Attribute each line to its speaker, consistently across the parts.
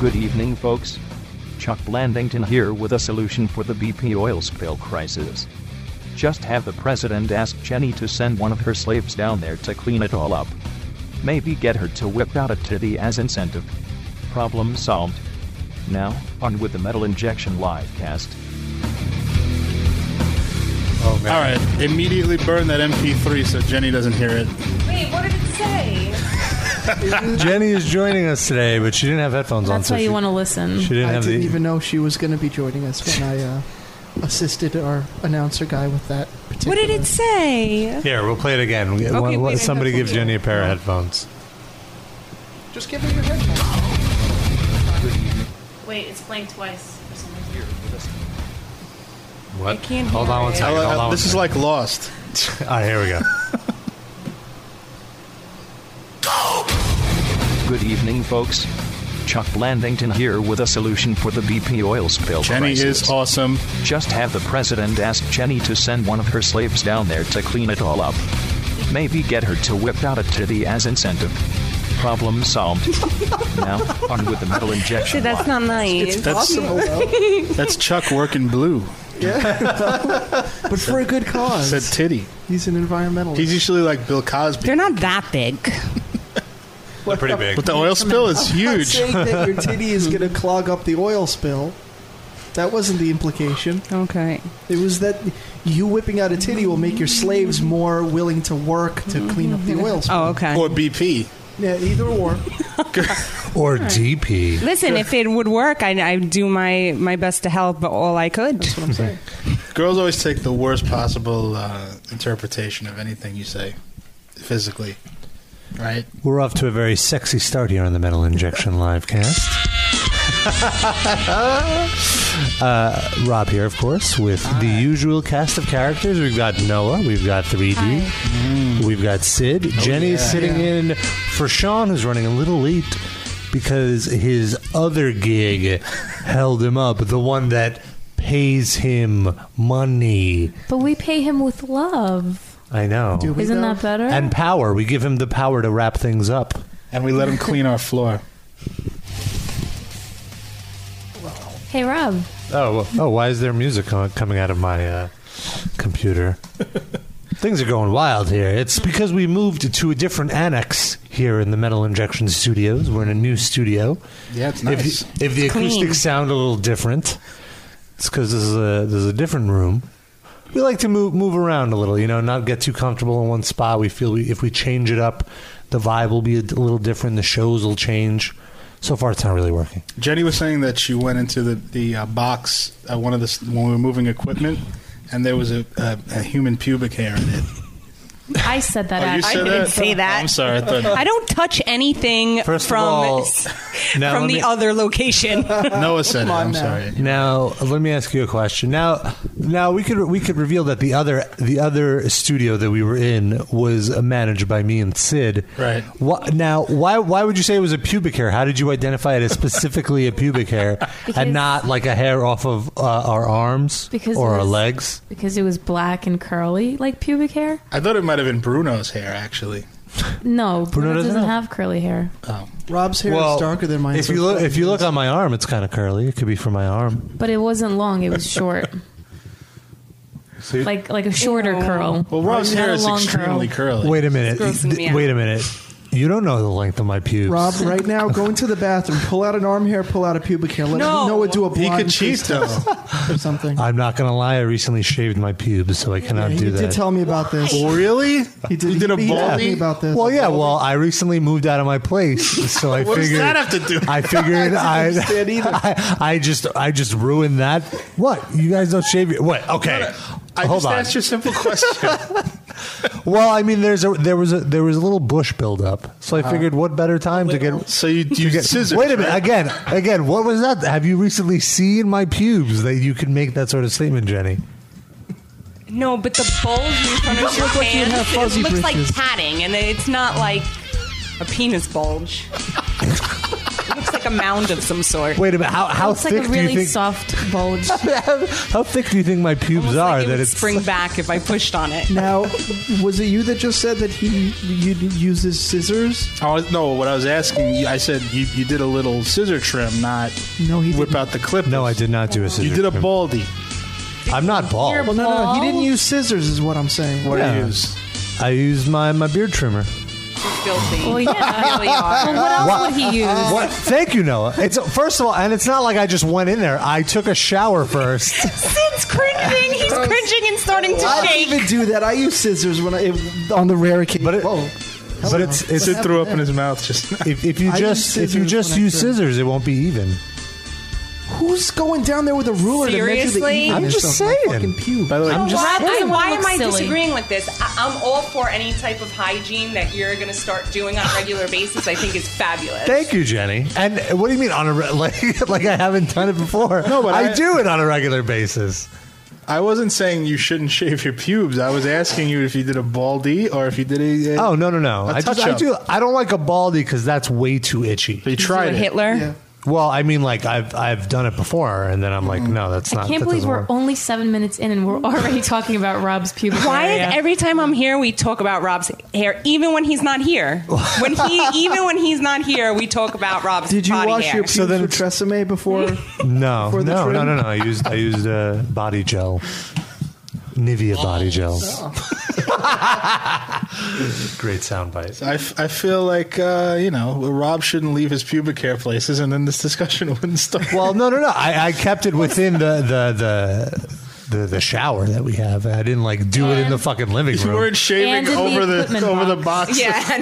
Speaker 1: Good evening, folks. Chuck Blandington here with a solution for the BP oil spill crisis. Just have the president ask Jenny to send one of her slaves down there to clean it all up. Maybe get her to whip out a titty as incentive. Problem solved. Now, on with the Metal Injection live cast.
Speaker 2: Oh man.
Speaker 3: All right, immediately burn that MP3 so Jenny doesn't hear it.
Speaker 4: Wait, what did it say?
Speaker 2: Jenny is joining us today, but she didn't have headphones on.
Speaker 5: That's
Speaker 2: so
Speaker 5: why you
Speaker 2: she-
Speaker 5: want to listen.
Speaker 2: She didn't
Speaker 6: I
Speaker 2: have
Speaker 6: didn't
Speaker 2: the.
Speaker 6: even know she was going to be joining us when I uh, assisted our announcer guy with that particular.
Speaker 4: What did it say?
Speaker 2: Here, we'll play it again. We'll get-
Speaker 4: Okay,
Speaker 2: one-
Speaker 4: wait,
Speaker 2: let-
Speaker 4: I have
Speaker 2: somebody give
Speaker 4: something.
Speaker 2: Jenny a pair of headphones.
Speaker 6: Just give her your headphones.
Speaker 5: Wait, it's blank twice.
Speaker 2: What?
Speaker 4: can't
Speaker 2: Hold
Speaker 4: hear
Speaker 2: on one
Speaker 4: it.
Speaker 2: second.
Speaker 3: I- I-
Speaker 2: Hold on
Speaker 3: Uh, this is like Lost.
Speaker 2: like. All right, here we go.
Speaker 1: Good evening, folks. Chuck Blandington here with a solution for the BP oil spill
Speaker 3: Jenny
Speaker 1: crisis.
Speaker 3: is awesome.
Speaker 1: Just have the president ask Jenny to send one of her slaves down there to clean it all up. Maybe get her to whip out a titty as incentive. Problem solved. now, on with the metal injection.
Speaker 4: See, that's
Speaker 1: line.
Speaker 4: not nice.
Speaker 3: That's that's Chuck working blue.
Speaker 6: But for a good cause.
Speaker 3: Said titty.
Speaker 6: He's an environmentalist.
Speaker 3: He's usually like Bill Cosby,
Speaker 4: They're not that big.
Speaker 2: They're pretty big.
Speaker 3: but the oil spill is
Speaker 6: I'm not
Speaker 3: huge.
Speaker 6: saying that your titty is going to clog up the oil spill. That wasn't the implication.
Speaker 4: Okay.
Speaker 6: It was that you whipping out a titty will make your slaves more willing to work to clean up the oil spill.
Speaker 4: Oh, okay.
Speaker 3: Or BP.
Speaker 6: Yeah,
Speaker 4: Oh.
Speaker 6: either or.
Speaker 2: Or DP.
Speaker 4: Listen, if it would work, I I do my my best to help all I could.
Speaker 6: That's what I'm saying.
Speaker 3: Girls always take the worst possible uh, interpretation of anything you say, physically. Right?
Speaker 2: We're off to a very sexy start here on the Metal Injection live cast. uh, Rob here, of course, with the usual cast of characters. We've got Noah, we've got 3D,
Speaker 3: Mm.
Speaker 2: we've got Sid.
Speaker 3: Oh,
Speaker 2: Jenny is sitting in for Sean, who's running a little late because his other gig held him up, the one that pays him money.
Speaker 5: But we pay him with love.
Speaker 2: I know.
Speaker 6: Do we
Speaker 5: Isn't
Speaker 6: know?
Speaker 5: that better?
Speaker 2: And power. We give him the power to wrap things up.
Speaker 3: And we let them clean our floor.
Speaker 5: hey, Rob.
Speaker 2: Oh, well- oh! Why is there music co- coming out of my uh, computer? Things are going wild here. It's because we moved to a different annex here in the Metal Injection Studios. We're in a new studio.
Speaker 3: Yeah, it's nice.
Speaker 2: If, if the acoustics sound a little different, it's because this is a this is a different room. We like to move move around a little, you know, not get too comfortable in one spot. We feel we, if we change it up, the vibe will be a d- little different. The shows will change. So far, it's not really working.
Speaker 3: Jenny was saying that she went into the the uh, box uh, one of the s- when we were moving equipment, and there was a, a, a human pubic hair in it.
Speaker 5: I said that.
Speaker 3: Oh, you
Speaker 5: actually.
Speaker 3: said
Speaker 4: I didn't say that.
Speaker 3: I'm sorry. I thought
Speaker 4: I don't touch anything
Speaker 2: First of
Speaker 4: from
Speaker 2: all, now
Speaker 4: from
Speaker 2: let
Speaker 4: the
Speaker 2: me-
Speaker 4: other location.
Speaker 3: Noah said it.
Speaker 6: Come on
Speaker 3: I'm
Speaker 6: now.
Speaker 3: sorry.
Speaker 2: Now, let me ask you a question. Now, now we could we could reveal that the other the other studio that we were in was uh, managed by me and Sid.
Speaker 3: Right.
Speaker 2: Wha- now, why why would you say it was a pubic hair? How did you identify it as specifically a pubic hair
Speaker 5: Because-
Speaker 2: and not like a hair off of uh, our arms
Speaker 5: Because
Speaker 2: or
Speaker 5: it
Speaker 2: our
Speaker 5: was-
Speaker 2: legs?
Speaker 5: Because it was black and curly, like pubic hair.
Speaker 3: I thought it might have been Bruno's hair actually.
Speaker 5: No, Bruno,
Speaker 2: doesn't
Speaker 5: doesn't,
Speaker 2: have-
Speaker 5: have. curly hair.
Speaker 6: Rob's hair is darker than mine.
Speaker 2: If you look if you look on my arm, it's kind of curly. It could be from my arm.
Speaker 5: But it wasn't long. It was short,
Speaker 2: See,
Speaker 5: like like a shorter curl.
Speaker 3: Well, Rob's
Speaker 5: Not
Speaker 3: hair
Speaker 5: a
Speaker 3: is
Speaker 5: long
Speaker 3: extremely
Speaker 5: curl.
Speaker 3: curly.
Speaker 2: wait a minute.
Speaker 4: It's grossing me
Speaker 2: Th- Wait
Speaker 4: out.
Speaker 2: a minute. You don't know the length of my pubes.
Speaker 6: Rob, right now, go into the bathroom, pull out an arm hair, pull out a pubic hair. Let
Speaker 4: No.
Speaker 6: no. Noah do a
Speaker 3: he
Speaker 6: blonde
Speaker 3: could cheat
Speaker 6: priest
Speaker 3: though.
Speaker 6: or something.
Speaker 2: I'm not gonna lie. I recently shaved my pubes, so I cannot
Speaker 6: he
Speaker 2: do
Speaker 6: did
Speaker 2: that.
Speaker 6: tell me about this.
Speaker 3: really?
Speaker 6: He did,
Speaker 3: You did a
Speaker 6: he told
Speaker 3: baldy?
Speaker 6: me about this.
Speaker 2: Well, yeah. Well, I recently moved out of my place, so I
Speaker 3: What does
Speaker 2: figured.
Speaker 3: that have to do?
Speaker 2: I figured I,
Speaker 6: I didn't understand either.
Speaker 2: I, I just I just ruined that. What you guys don't shave your what? Okay,
Speaker 3: I
Speaker 2: hold
Speaker 3: just
Speaker 2: on.
Speaker 3: asked you a simple question.
Speaker 2: Well, I mean, there's a there was a there was a little bush buildup, so I figured what better time to get.
Speaker 3: Uh, so you
Speaker 2: to
Speaker 3: you
Speaker 2: get-
Speaker 3: scissors?
Speaker 2: Wait a minute.
Speaker 3: right?
Speaker 2: Again, again. What was that? Have you recently seen my pubes that you can make that sort of statement, Jenny?
Speaker 4: no, but the bulge in front of your
Speaker 6: look like you
Speaker 4: pants
Speaker 6: have fuzzy
Speaker 4: it looks like
Speaker 6: britches.
Speaker 4: padding, and it's not like a penis bulge. It looks like a mound of some sort.
Speaker 2: Wait a minute. How, how
Speaker 5: it's
Speaker 2: thick
Speaker 5: like a
Speaker 2: do you
Speaker 5: really
Speaker 2: think?
Speaker 5: soft bulge.
Speaker 2: how thick do you think my pubes
Speaker 4: Almost
Speaker 2: are?
Speaker 4: like it
Speaker 2: that
Speaker 4: would
Speaker 2: it's
Speaker 4: spring back if I pushed on it.
Speaker 6: Now, was it you that just said that he you used his scissors?
Speaker 3: I was, no, what I was asking, I said you, you did a little scissor trim, not
Speaker 6: No, he
Speaker 3: whip
Speaker 6: didn't.
Speaker 3: out the clip.
Speaker 2: No, I did not do a scissor.
Speaker 3: You did a
Speaker 2: trim.
Speaker 3: baldy.
Speaker 2: I'm not
Speaker 6: Well,
Speaker 2: bald.
Speaker 6: no, no, no, he
Speaker 5: Paul?
Speaker 6: didn't use scissors, is what I'm saying.
Speaker 3: What do
Speaker 2: Yeah.
Speaker 3: you use?
Speaker 2: I used my, my beard trimmer.
Speaker 4: Filthy.
Speaker 5: Well, yeah.
Speaker 4: Really are.
Speaker 5: What else
Speaker 2: What?
Speaker 5: would he use?
Speaker 2: What? Thank you, Noah. It's first of all, and it's not like I just went in there. I took a shower first.
Speaker 4: Sid's cringing. He's cringing and starting to
Speaker 6: I don't
Speaker 4: shake.
Speaker 6: even do that. I use scissors when I if, on the rare occasion.
Speaker 2: But it-
Speaker 6: Whoa.
Speaker 2: but it's it's
Speaker 3: Sid threw up in his mouth just now.
Speaker 2: if, if you
Speaker 6: I
Speaker 2: just
Speaker 6: use
Speaker 2: if you
Speaker 6: scissors
Speaker 2: just
Speaker 6: when I
Speaker 2: use
Speaker 6: trim.
Speaker 2: scissors, it won't be even.
Speaker 6: Who's going down there with a ruler to measure the
Speaker 4: Seriously?
Speaker 6: even
Speaker 2: I'm
Speaker 6: of
Speaker 2: just
Speaker 6: my
Speaker 2: saying.
Speaker 6: fucking pubes?
Speaker 3: By the way,
Speaker 4: Oh,
Speaker 3: I'm just
Speaker 4: why,
Speaker 5: saying.
Speaker 4: why am
Speaker 5: Looks
Speaker 4: I
Speaker 5: silly.
Speaker 4: disagreeing with this? I, I'm all for any type of hygiene that you're going to start doing on a regular basis. I think is fabulous.
Speaker 2: Thank you, Jenny. And what do you mean on a re- like like I haven't done it before?
Speaker 3: No, but
Speaker 2: I,
Speaker 3: I-
Speaker 2: do it on a regular basis.
Speaker 3: I wasn't saying you shouldn't shave your pubes. I was asking you if you did a baldy or if you did a. a
Speaker 2: Oh no no no!
Speaker 3: A
Speaker 2: I just, I
Speaker 3: touch-up.
Speaker 2: do. I don't like a baldy because that's way too itchy.
Speaker 3: You tried it.
Speaker 4: Hitler.
Speaker 6: Yeah.
Speaker 2: Well, I mean, like I've I've done it before, and then I'm like, no, that's not.
Speaker 5: Mm-hmm. I can't
Speaker 2: that
Speaker 5: believe
Speaker 2: doesn't
Speaker 5: we're
Speaker 2: work.
Speaker 5: only seven minutes in and we're already talking about Rob's pubic
Speaker 4: Why
Speaker 5: area.
Speaker 4: is every time I'm here we talk about Rob's hair, even when he's not here? When he, even when he's not here, we talk about Rob's
Speaker 6: Did you
Speaker 4: body
Speaker 6: wash
Speaker 4: hair.
Speaker 6: your pubes
Speaker 2: So then
Speaker 6: with Tresemme before?
Speaker 2: No,
Speaker 6: for the
Speaker 2: no,
Speaker 6: trim?
Speaker 2: no, no, no. I used I used uh, body gel, Nivea
Speaker 5: Oh,
Speaker 2: body gel. Great sound bite.
Speaker 3: I, f- I feel like, uh, you know, Rob shouldn't leave his pubic hair places and then this discussion wouldn't start.
Speaker 2: Well, no, no, no. I, I kept it within the the the. The, the shower that we have. I didn't like do it in the fucking living
Speaker 3: you
Speaker 2: room.
Speaker 3: weren't shaving
Speaker 5: And in the
Speaker 3: over the,
Speaker 5: equipment
Speaker 3: over the
Speaker 5: box.
Speaker 3: box.
Speaker 4: yeah.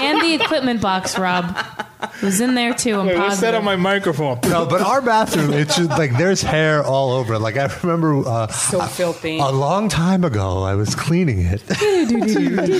Speaker 5: and the equipment box, Rob. It was in there too. I'm
Speaker 3: Wait, what's that
Speaker 5: positive.
Speaker 3: on my microphone?
Speaker 2: No, but our bathroom, it's just like there's hair all over it. Like I remember uh,
Speaker 4: so filthy.
Speaker 2: a long time ago, I was cleaning it.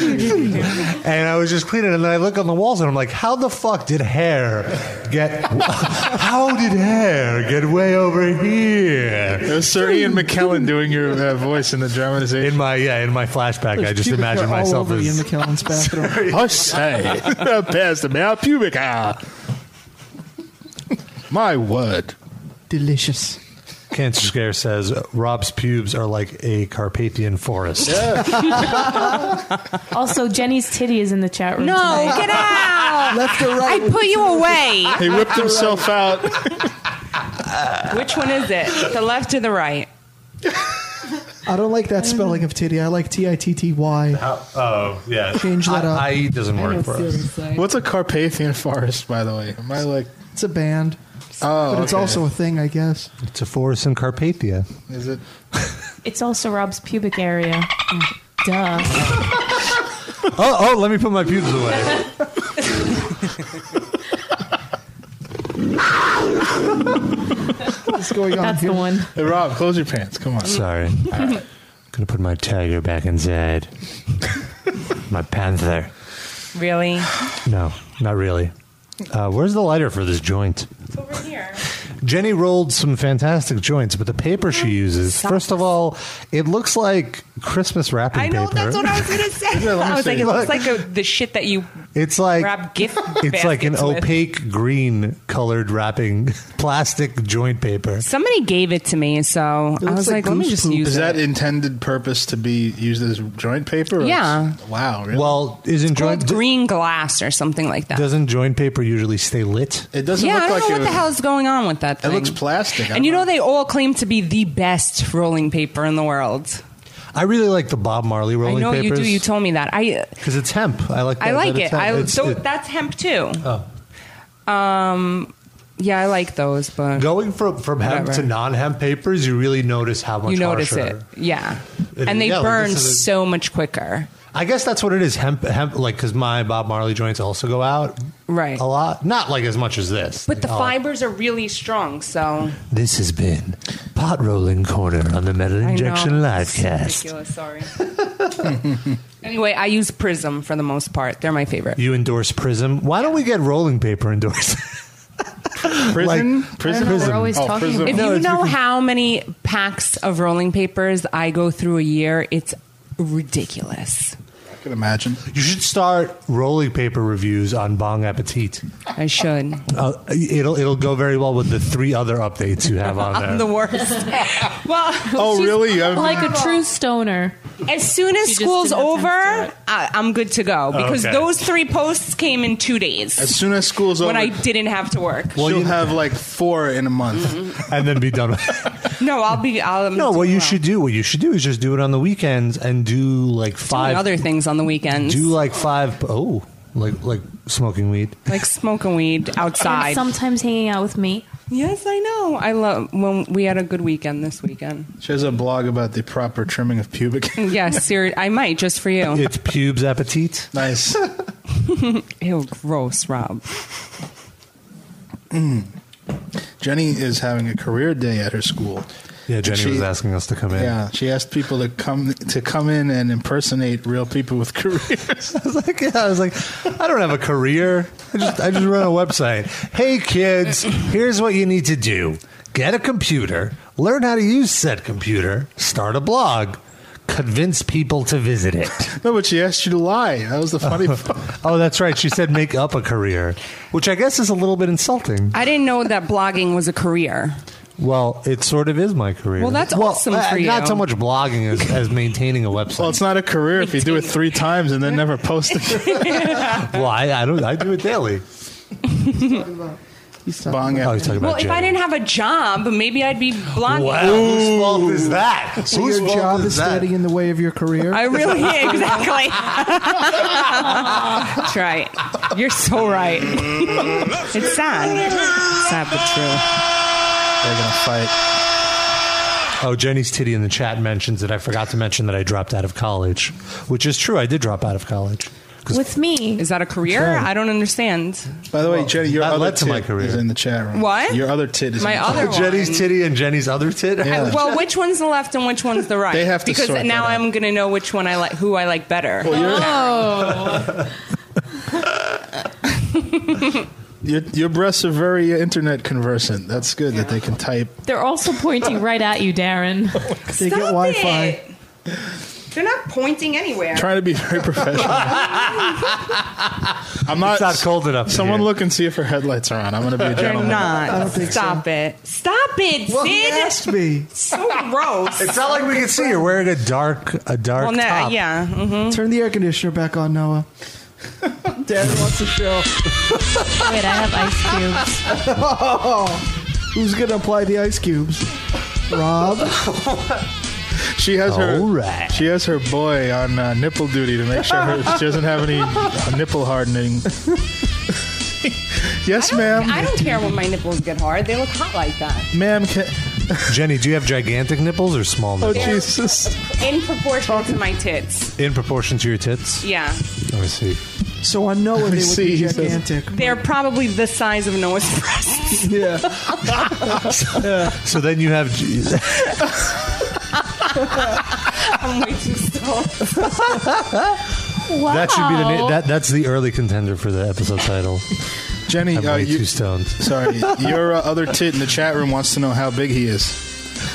Speaker 2: and I was just cleaning it, and then I look on the walls and I'm like, how the fuck did hair get, how did hair get way over here?
Speaker 3: It was Sir Ian McKellen doing your uh, voice in the
Speaker 2: In
Speaker 3: dramatization.
Speaker 2: my, yeah, in my flashback, I just
Speaker 6: Pubic
Speaker 2: imagine
Speaker 6: hair all
Speaker 2: myself
Speaker 6: over Ian
Speaker 2: as,
Speaker 6: McKellen's bathroom.
Speaker 3: Hush, say, pass the male pubic hair. My word.
Speaker 6: Delicious.
Speaker 2: Cancer Scare says, Rob's pubes are like a Carpathian forest.
Speaker 5: Also, Jenny's titty is in the chat room.
Speaker 4: no,
Speaker 5: tonight.
Speaker 4: get out!
Speaker 6: Left or right?
Speaker 4: I put you away.
Speaker 3: He whipped himself out.
Speaker 4: Which one is it? The left or the right?
Speaker 6: I don't like that spelling of titty. I like T I T T Y.
Speaker 2: Oh, oh, yeah.
Speaker 6: Change that
Speaker 2: I,
Speaker 6: up.
Speaker 2: IE doesn't
Speaker 5: I
Speaker 2: work
Speaker 5: don't
Speaker 2: for
Speaker 5: see
Speaker 2: us.
Speaker 5: this side.
Speaker 3: What's a Carpathian forest, by the way? Am I like.
Speaker 6: It's a band,
Speaker 3: Oh,
Speaker 6: but it's
Speaker 3: okay.
Speaker 6: also a thing, I guess.
Speaker 2: It's a forest in Carpathia.
Speaker 3: Is it?
Speaker 5: It's also Rob's pubic area. Duh.
Speaker 2: Oh, oh, let me put my pubes away.
Speaker 6: What's going on
Speaker 5: That's
Speaker 6: here?
Speaker 5: the one.
Speaker 3: Hey, Rob, close your pants. Come on.
Speaker 2: Sorry. Gonna put my tiger back inside. my panther.
Speaker 4: Really?
Speaker 2: No, not really. Uh, where's the lighter for this joint?
Speaker 4: It's over here.
Speaker 2: Jenny rolled some fantastic joints, but the paper she uses, first of all, it looks like Christmas wrapping
Speaker 4: I know
Speaker 2: paper.
Speaker 4: that's what I was gonna say.
Speaker 3: Yeah, let me
Speaker 4: I was
Speaker 3: see.
Speaker 4: like, it
Speaker 2: Look.
Speaker 4: looks like a, the shit that you
Speaker 2: it's like
Speaker 4: wrap gift.
Speaker 2: it's like an
Speaker 4: baskets with.
Speaker 2: opaque green colored wrapping plastic joint paper.
Speaker 4: Somebody gave it to me, so I
Speaker 6: looks
Speaker 4: was
Speaker 6: like
Speaker 4: like, let me
Speaker 6: goose
Speaker 4: just
Speaker 6: poop.
Speaker 4: use
Speaker 3: Is that
Speaker 4: it.
Speaker 3: intended purpose to be used as joint paper? or-
Speaker 4: Yeah.
Speaker 3: Wow. Really?
Speaker 2: Well, isn't
Speaker 4: Called
Speaker 2: joint
Speaker 4: green glass or something like that.
Speaker 2: doesn't joint paper usually stay lit?
Speaker 3: it doesn't
Speaker 4: yeah,
Speaker 3: look
Speaker 4: I don't
Speaker 3: like
Speaker 4: know what
Speaker 3: it
Speaker 4: the hell is going on with that
Speaker 3: It
Speaker 4: thing.
Speaker 3: looks plastic. I
Speaker 4: And you
Speaker 3: don't
Speaker 4: know they all claim to be the best rolling paper in the world.
Speaker 2: I really like the Bob Marley rolling
Speaker 4: I know
Speaker 2: papers.
Speaker 4: you do. You told me that. I
Speaker 2: Because it's hemp. I like. That,
Speaker 4: I like
Speaker 2: that it's
Speaker 4: it.
Speaker 2: hemp.
Speaker 4: I
Speaker 2: It's-
Speaker 4: so
Speaker 2: it-
Speaker 4: that's hemp too. Um,
Speaker 2: oh.
Speaker 4: Yeah, I like those, but
Speaker 2: Going from from hemp
Speaker 4: Whatever.
Speaker 2: to non-hemp papers, you really notice how much
Speaker 4: you notice
Speaker 2: harsher.
Speaker 4: it. Yeah.
Speaker 2: It is-
Speaker 4: and they
Speaker 2: yeah, like
Speaker 4: burn
Speaker 2: this is a-
Speaker 4: so much quicker.
Speaker 2: I guess that's what it is. Hemp, hemp, like because my Bob Marley joints also go out,
Speaker 4: Right.
Speaker 2: A lot, not like as much as this.
Speaker 4: But the
Speaker 2: Like, oh,
Speaker 4: fibers are really strong, so
Speaker 2: This has been pot rolling corner on the metal injection livecast.
Speaker 4: Ridiculous, sorry. anyway, I use Prism for the most part. They're my favorite.
Speaker 2: You endorse Prism. Why don't we get rolling paper endorsed?
Speaker 3: know. Prison?
Speaker 2: like-
Speaker 3: prison?
Speaker 5: We're always
Speaker 3: Oh,
Speaker 5: talking
Speaker 3: prison.
Speaker 5: about
Speaker 4: If
Speaker 2: No,
Speaker 4: you
Speaker 2: it's
Speaker 4: know
Speaker 2: because-
Speaker 4: how many packs of rolling papers I go through a year, it's ridiculous.
Speaker 3: can imagine.
Speaker 2: You should start rolling paper reviews on Bon Appetit.
Speaker 4: I should.
Speaker 2: Uh, it'll it'll go very well with the three other updates you have on
Speaker 4: I'm
Speaker 2: there.
Speaker 4: the worst. well,
Speaker 3: Oh, really? You haven't
Speaker 5: Like
Speaker 3: been-
Speaker 5: a true stoner.
Speaker 4: as soon as
Speaker 5: She just
Speaker 4: school's
Speaker 5: didn't attempt
Speaker 4: over,
Speaker 5: to do it.
Speaker 4: I, I'm good to go because
Speaker 2: Okay.
Speaker 4: those three posts came in two days
Speaker 3: as soon as school's
Speaker 4: when
Speaker 3: over,
Speaker 4: I didn't have to work.
Speaker 3: she'll have like four in a month.
Speaker 2: and then be done. With
Speaker 4: No, I'll be. I'll, I'm
Speaker 2: no,
Speaker 4: doing
Speaker 2: what you
Speaker 4: well.
Speaker 2: should do, what you should do, is just do it on the weekends and do like
Speaker 4: Doing
Speaker 2: five.
Speaker 4: other things on the weekends,
Speaker 2: do like five oh like like smoking weed.
Speaker 4: like smoking weed
Speaker 5: And
Speaker 4: outside.
Speaker 5: sometimes hanging out with me.
Speaker 4: yes, I know. I love when we had a good weekend this weekend.
Speaker 3: She has a blog about the proper trimming of pubic.
Speaker 4: Yes, seri- I might just for you.
Speaker 2: It's pubes appetit.
Speaker 3: nice.
Speaker 4: Ew, gross, Rob.
Speaker 3: Mm. Jenny is having a career day at her school.
Speaker 2: Yeah,
Speaker 3: And
Speaker 2: Jenny
Speaker 3: she-
Speaker 2: was asking us to come in.
Speaker 3: Yeah, she asked people to come to come in and impersonate real people with careers.
Speaker 2: I was like, yeah, I was like, I don't have a career. I just, I just run a website. Hey, kids, here's what you need to do: get a computer, learn how to use said computer, start a blog, convince people to visit it.
Speaker 3: no, but she asked you to lie. That was the funny part.
Speaker 2: Oh, that's right. She said make up a career, which I guess is a little bit insulting.
Speaker 4: I didn't know that blogging was a career.
Speaker 2: Well, it sort of is my career.
Speaker 4: Well, that's awesome
Speaker 2: uh,
Speaker 4: for you.
Speaker 2: Not so much blogging as, as maintaining a
Speaker 3: Well,
Speaker 2: website.
Speaker 3: it's not a career if you do it three times and then never post it.
Speaker 2: Well, I, I don't. I do it daily.
Speaker 3: Bong
Speaker 2: Oh, he's
Speaker 3: out.
Speaker 2: talking about
Speaker 4: Well, if I
Speaker 2: Jenny.
Speaker 4: didn't have a job, maybe I'd be blogging.
Speaker 2: Wow, whose fault is that?
Speaker 6: So
Speaker 2: Whose
Speaker 6: your
Speaker 2: fault
Speaker 6: job is,
Speaker 2: that?
Speaker 6: standing in the way of your career.
Speaker 4: I really exactly. That's right. You're so right. it's sad. Sad but true.
Speaker 3: They're gonna fight.
Speaker 2: Oh, Jenny's titty in the chat mentions that I forgot to mention that I dropped out of college, which is true. I did drop out of college. 'Cause-
Speaker 5: With me.
Speaker 4: Is that a career?
Speaker 2: Sure.
Speaker 4: I don't understand.
Speaker 3: By the way, Jenny, your
Speaker 2: that
Speaker 3: other
Speaker 2: led to
Speaker 3: tit
Speaker 2: my career.
Speaker 3: is in the chat room.
Speaker 4: What?
Speaker 3: Your other tit is
Speaker 4: My
Speaker 3: in the
Speaker 4: other
Speaker 3: chat.
Speaker 4: one.
Speaker 2: Jenny's titty and Jenny's other tit.
Speaker 3: Yeah.
Speaker 4: Well, which one's the left and which one's the right?
Speaker 3: They have to
Speaker 4: because
Speaker 3: sort
Speaker 4: now
Speaker 3: that out.
Speaker 4: I'm gonna know which one I like, who I like better. Oh.
Speaker 3: Your, your breasts are very internet conversant. That's good that they can type.
Speaker 5: They're also pointing right at you, Darren.
Speaker 6: they get Wi-Fi.
Speaker 4: They're not pointing anywhere.
Speaker 3: Trying to be very professional. I'm not.
Speaker 2: It's not cold enough in
Speaker 3: Someone
Speaker 2: here.
Speaker 3: look and see if her headlights are on. I'm going to be a
Speaker 4: They're
Speaker 3: gentleman. Uh,
Speaker 4: not.
Speaker 6: don't think
Speaker 4: Stop it. Stop it,
Speaker 6: Well, he
Speaker 4: Sid.
Speaker 6: asked me.
Speaker 4: So gross.
Speaker 2: It's not like we can see. You're wearing a dark, a dark
Speaker 4: well, no,
Speaker 2: top.
Speaker 4: yeah. mhm.
Speaker 6: Turn the air conditioner back on, Noah. Dad wants a show.
Speaker 5: Wait, I have ice cubes.
Speaker 6: Who's gonna apply the ice cubes? Rob.
Speaker 3: She has her.
Speaker 2: All right.
Speaker 3: She has her boy on uh, nipple duty to make sure her, she doesn't have any uh, nipple hardening. yes, ma'am.
Speaker 4: I don't care when my nipples get hard. They look hot like that.
Speaker 3: ma'am, can,
Speaker 2: Jenny, do you have gigantic nipples or small
Speaker 3: oh
Speaker 2: nipples
Speaker 3: Jesus!
Speaker 4: In proportion to my tits.
Speaker 2: in proportion to your tits?
Speaker 4: Yeah.
Speaker 2: Let me see.
Speaker 6: So on Noah, they would
Speaker 3: see,
Speaker 6: be
Speaker 3: he says-
Speaker 6: gigantic.
Speaker 4: They're probably the size of Noah's breasts.
Speaker 6: Yeah.
Speaker 2: So then you have.
Speaker 4: I'm way too still.
Speaker 5: Wow.
Speaker 2: That should be the na- that. That's the early contender for the episode title.
Speaker 3: Jenny,
Speaker 2: I'm
Speaker 3: uh,
Speaker 2: way
Speaker 3: you,
Speaker 2: too stoned.
Speaker 3: sorry. Your uh, other tit in the chat room wants to know how big he is.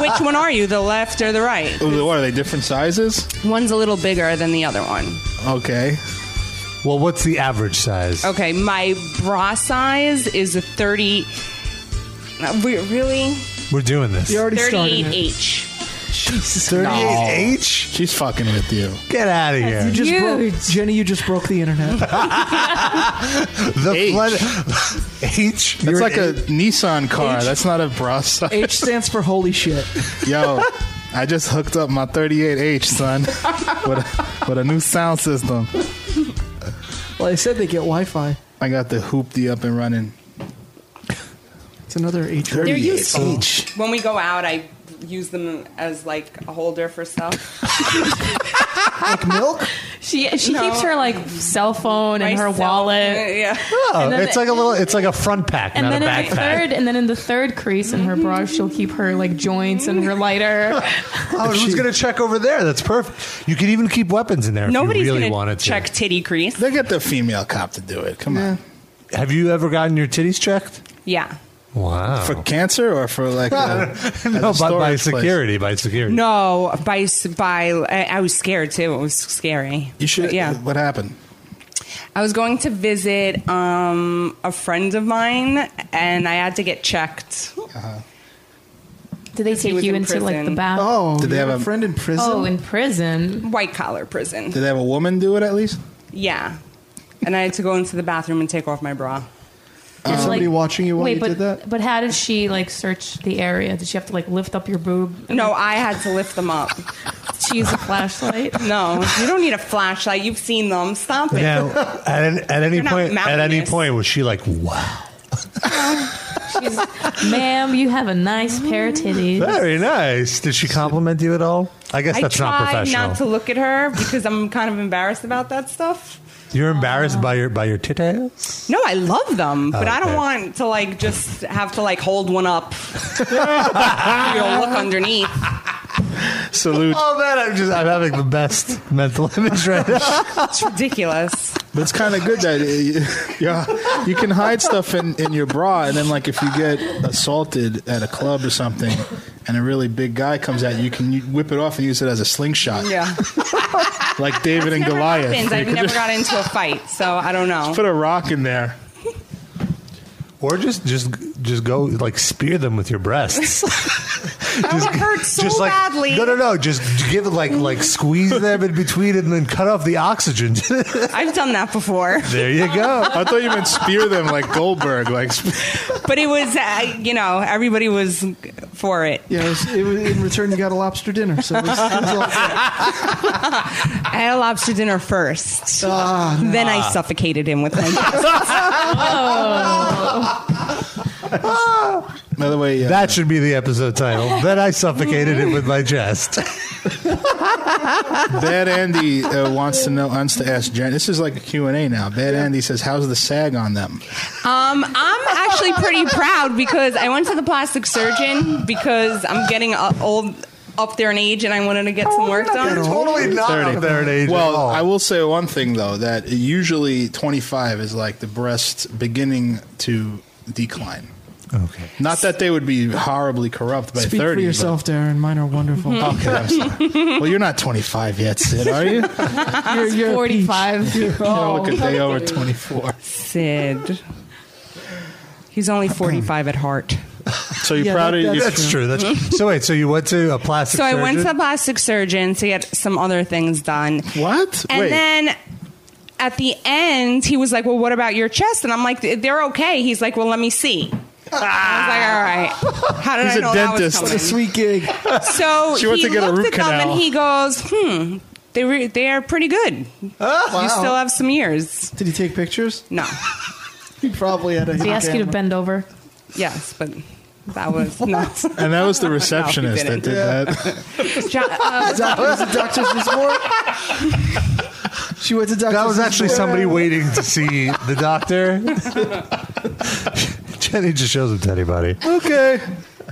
Speaker 4: Which one are you, the left or the right?
Speaker 3: Oh, What are they? Different sizes?
Speaker 4: One's a little bigger than the other one.
Speaker 3: Okay.
Speaker 2: Well, what's the average size?
Speaker 4: Okay, my bra size is a 30. uh, re- Really?
Speaker 2: We're doing this.
Speaker 6: You already started. it.
Speaker 4: 38H.
Speaker 6: Jesus.
Speaker 2: 38H.
Speaker 3: She's fucking with you.
Speaker 2: Get out of here.
Speaker 6: You just broke,
Speaker 5: Huge.
Speaker 6: Jenny, you just broke the internet.
Speaker 2: The
Speaker 3: H.
Speaker 2: flood- H.
Speaker 3: That's
Speaker 2: You're
Speaker 3: like
Speaker 2: an
Speaker 3: a Nissan car.
Speaker 6: H-
Speaker 3: That's not a bra size.
Speaker 6: H stands for holy shit.
Speaker 3: Yo, I just hooked up my 38H, son, with a, with a new sound system.
Speaker 6: Well, I said they get Wi-Fi.
Speaker 3: I got the hoopty up and running.
Speaker 6: It's another H.
Speaker 4: They're Oh. useful.
Speaker 3: H.
Speaker 4: When we go out, I use them as like a holder for stuff.
Speaker 6: Like milk.
Speaker 5: She she
Speaker 4: No.
Speaker 5: keeps her like cell phone and her
Speaker 4: Myself.
Speaker 5: wallet.
Speaker 4: Yeah.
Speaker 2: Oh,
Speaker 5: and then
Speaker 2: it's like a little. It's like a front pack,
Speaker 5: And
Speaker 2: not
Speaker 5: then
Speaker 2: a
Speaker 5: in the
Speaker 2: backpack.
Speaker 5: third, and then in the third crease in her bra, she'll keep her like joints and her lighter.
Speaker 2: Oh, and who's gonna check over there? That's perfect. You could even keep weapons in there
Speaker 4: Nobody's
Speaker 2: if you really
Speaker 4: gonna
Speaker 2: wanted to.
Speaker 4: check titty crease.
Speaker 3: They get the female cop to do it. Come on.
Speaker 2: Have you ever gotten your titties checked?
Speaker 4: Yeah.
Speaker 2: Wow.
Speaker 3: For cancer or for like a, at
Speaker 2: no, by, by
Speaker 3: a storage place?
Speaker 2: security, by security.
Speaker 4: No, by by, I I was scared too. It was scary.
Speaker 3: You should.
Speaker 4: But
Speaker 3: Yeah.
Speaker 4: yeah.
Speaker 3: What happened?
Speaker 4: I was going to visit um, a friend of mine, and I had to get checked.
Speaker 5: Did they
Speaker 4: he
Speaker 5: take
Speaker 4: was
Speaker 5: you
Speaker 4: in
Speaker 5: into like the
Speaker 4: prison.
Speaker 5: back?
Speaker 6: Oh,
Speaker 3: Did they
Speaker 6: you
Speaker 3: have
Speaker 6: have,
Speaker 3: a-
Speaker 6: a friend in prison?
Speaker 5: Oh, in prison.
Speaker 4: White collar prison.
Speaker 3: Did they have a woman do it at least?
Speaker 4: Yeah, and I had to go into the bathroom and take off my bra.
Speaker 6: Was somebody watching you while
Speaker 5: wait,
Speaker 6: you
Speaker 5: but,
Speaker 6: did that?
Speaker 5: But how did she like search the area? Did she have to like lift up your boob?
Speaker 4: No, I had to lift them up.
Speaker 5: She used a flashlight.
Speaker 4: No, you don't need a flashlight. You've seen them. Stop it.
Speaker 2: Now, at, an- at any
Speaker 4: You're not
Speaker 2: point, at any
Speaker 4: mountainous.
Speaker 2: point, was she like, "Wow,
Speaker 5: She's, ma'am, you have a nice pair of titties.
Speaker 2: very nice"? Did she compliment you at all? I guess
Speaker 4: I
Speaker 2: that's not
Speaker 4: tried
Speaker 2: professional.
Speaker 4: not to look at her because I'm kind of embarrassed about that stuff.
Speaker 2: You're embarrassed by your by your titties.
Speaker 4: No, I love them, but I
Speaker 2: Oh, okay.
Speaker 4: don't want to like just have to like hold one up. You'll look underneath.
Speaker 3: Salute.
Speaker 2: Oh man, I'm just I'm having the best mental image right now.
Speaker 4: It's ridiculous.
Speaker 3: But it's kind of good that uh, yeah, you can hide stuff in, in your bra, and then like if you get assaulted at a club or something, and a really big guy comes at you, you can u- whip it off and use it as a slingshot,
Speaker 4: Yeah,
Speaker 3: like David and
Speaker 4: never
Speaker 3: Goliath.
Speaker 4: happens.
Speaker 3: You
Speaker 4: I've
Speaker 3: could
Speaker 4: never
Speaker 3: just
Speaker 4: got into a fight, so I don't know.
Speaker 3: put a rock in there.
Speaker 2: Or just just just go like spear them with your breasts.
Speaker 4: That would hurt so
Speaker 2: just like
Speaker 4: badly.
Speaker 2: no no no, just give it like like squeeze them in between and then cut off the oxygen.
Speaker 4: I've done that before,
Speaker 2: there you go.
Speaker 3: I thought you meant spear them like Goldberg, like sp-
Speaker 4: but it was uh, you know everybody was for it.
Speaker 6: Yeah, it was, it was, in return you got a lobster dinner. So it was, it was all set.
Speaker 4: I had a lobster dinner first,
Speaker 6: Ah,
Speaker 4: then
Speaker 3: Ah.
Speaker 4: I suffocated him with my.
Speaker 3: By the way, uh, yeah,
Speaker 2: That should be the episode title. then I suffocated it with my chest.
Speaker 3: Bad Andy uh, wants to know, wants to ask Jen. This is like a Q&A now. Bad Andy says, how's the sag on them?
Speaker 4: Um, I'm actually pretty proud because I went to the plastic surgeon because I'm getting uh, old, up there in age, and I wanted to get some work done.
Speaker 2: totally not up there in age.
Speaker 3: Well,
Speaker 2: at all.
Speaker 3: I will say one thing, though, that usually 25 is like the breast beginning to decline.
Speaker 2: Okay.
Speaker 3: Not that they would be horribly corrupt by
Speaker 6: Speak
Speaker 3: 30.
Speaker 6: for
Speaker 3: but-
Speaker 6: yourself, Darren. Mine are wonderful.
Speaker 4: Mm-hmm.
Speaker 3: Okay, I'm sorry. well, you're not 25 yet, Sid, are you?
Speaker 6: You're- you're a peach.
Speaker 5: Forty-five.
Speaker 3: Oh, look at day over 24.
Speaker 4: Sid, he's only 45 at heart.
Speaker 3: So you're
Speaker 6: Yeah,
Speaker 3: proud
Speaker 6: that-
Speaker 3: of your
Speaker 2: That's true. That's so. Wait. So you went to a plastic?
Speaker 4: So I went to
Speaker 2: surgeon?
Speaker 4: the plastic surgeon to get some other things done.
Speaker 3: What?
Speaker 4: And
Speaker 3: Wait.
Speaker 4: then at the end, he was like, "Well, what about your chest?" And I'm like, "They're okay." He's like, "Well, let me see." I was like, "All right." How did
Speaker 3: He's
Speaker 4: I
Speaker 3: a
Speaker 4: know
Speaker 3: dentist.
Speaker 4: that was
Speaker 6: It's a
Speaker 4: coming?
Speaker 6: sweet gig.
Speaker 4: So
Speaker 3: She went
Speaker 4: he
Speaker 3: to get a
Speaker 4: looked
Speaker 3: root
Speaker 4: at them
Speaker 3: canal.
Speaker 4: and he goes, "Hmm, they were they are pretty good. You still have some years."
Speaker 6: Ah, Did he take pictures?
Speaker 4: No,
Speaker 6: He probably had a.
Speaker 5: Did he ask you to bend over?
Speaker 4: yes, but that was not.
Speaker 3: And that was the receptionist that
Speaker 4: didn't.
Speaker 3: did that.
Speaker 4: Jo- uh,
Speaker 6: Was it Doctor Zizmore? She went to Doctor.
Speaker 2: That was actually
Speaker 6: Zizmore.
Speaker 2: somebody waiting to see the doctor. Jenny just shows up to anybody.
Speaker 6: Okay.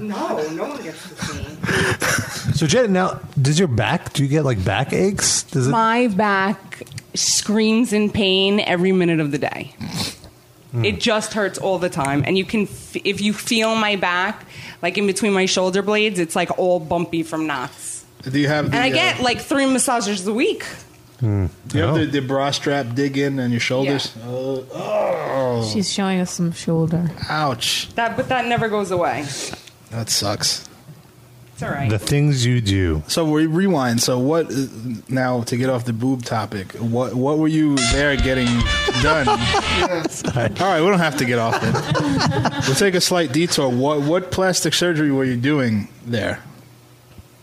Speaker 4: no, no one gets to see.
Speaker 2: So Jenny, now does your back? Do you get like back aches? Does it?
Speaker 4: My back screams in pain every minute of the day.
Speaker 3: Hmm.
Speaker 4: It just hurts all the time, and you can f- if you feel my back, like in between my shoulder blades, it's like all bumpy from knots.
Speaker 3: Do you have the,
Speaker 4: And I
Speaker 3: uh,
Speaker 4: get like three massages a week.
Speaker 3: do you have the, the bra strap dig in on your shoulders? Oh, oh,
Speaker 5: She's showing us some shoulder.
Speaker 3: ouch.
Speaker 4: That, but that never goes away. It's
Speaker 3: That sucks.
Speaker 4: all
Speaker 2: The
Speaker 4: right.
Speaker 2: things you do.
Speaker 3: So we rewind. So what uh, now to get off the boob topic? What what were you there getting done? All right, we don't have to get off it. We'll take a slight detour. What what plastic surgery were you doing there?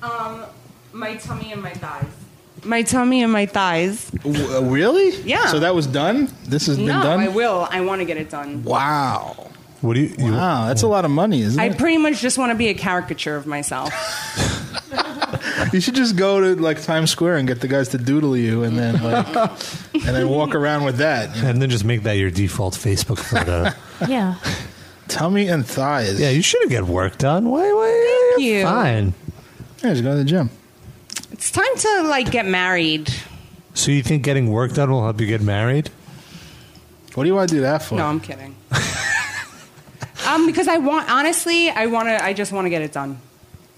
Speaker 4: Um, My tummy and my thighs. My tummy and my thighs.
Speaker 3: W- uh, really?
Speaker 4: Yeah.
Speaker 3: So that was done. This has been
Speaker 4: no,
Speaker 3: done.
Speaker 4: I will. I want to get it done.
Speaker 3: Wow.
Speaker 2: What do you? you
Speaker 3: Wow, that's a lot of money, isn't
Speaker 4: I
Speaker 3: it?
Speaker 4: pretty much just want to be a caricature of myself.
Speaker 3: You should just go to like Times Square and get the guys to doodle you, and then like, and then walk around with that. You know,
Speaker 2: and then just make that your default Facebook photo.
Speaker 5: Yeah.
Speaker 3: tummy and thighs.
Speaker 2: yeah, you shouldn't get work done. Why? Why?
Speaker 4: Thank
Speaker 2: you're
Speaker 4: you.
Speaker 2: Fine.
Speaker 3: yeah just go to the gym.
Speaker 4: It's time to like get married.
Speaker 2: So you think getting work done will help you get married?
Speaker 3: What do you want to do that for?
Speaker 4: No, I'm kidding. Um, because I want, honestly, I want to. I just want to get it done.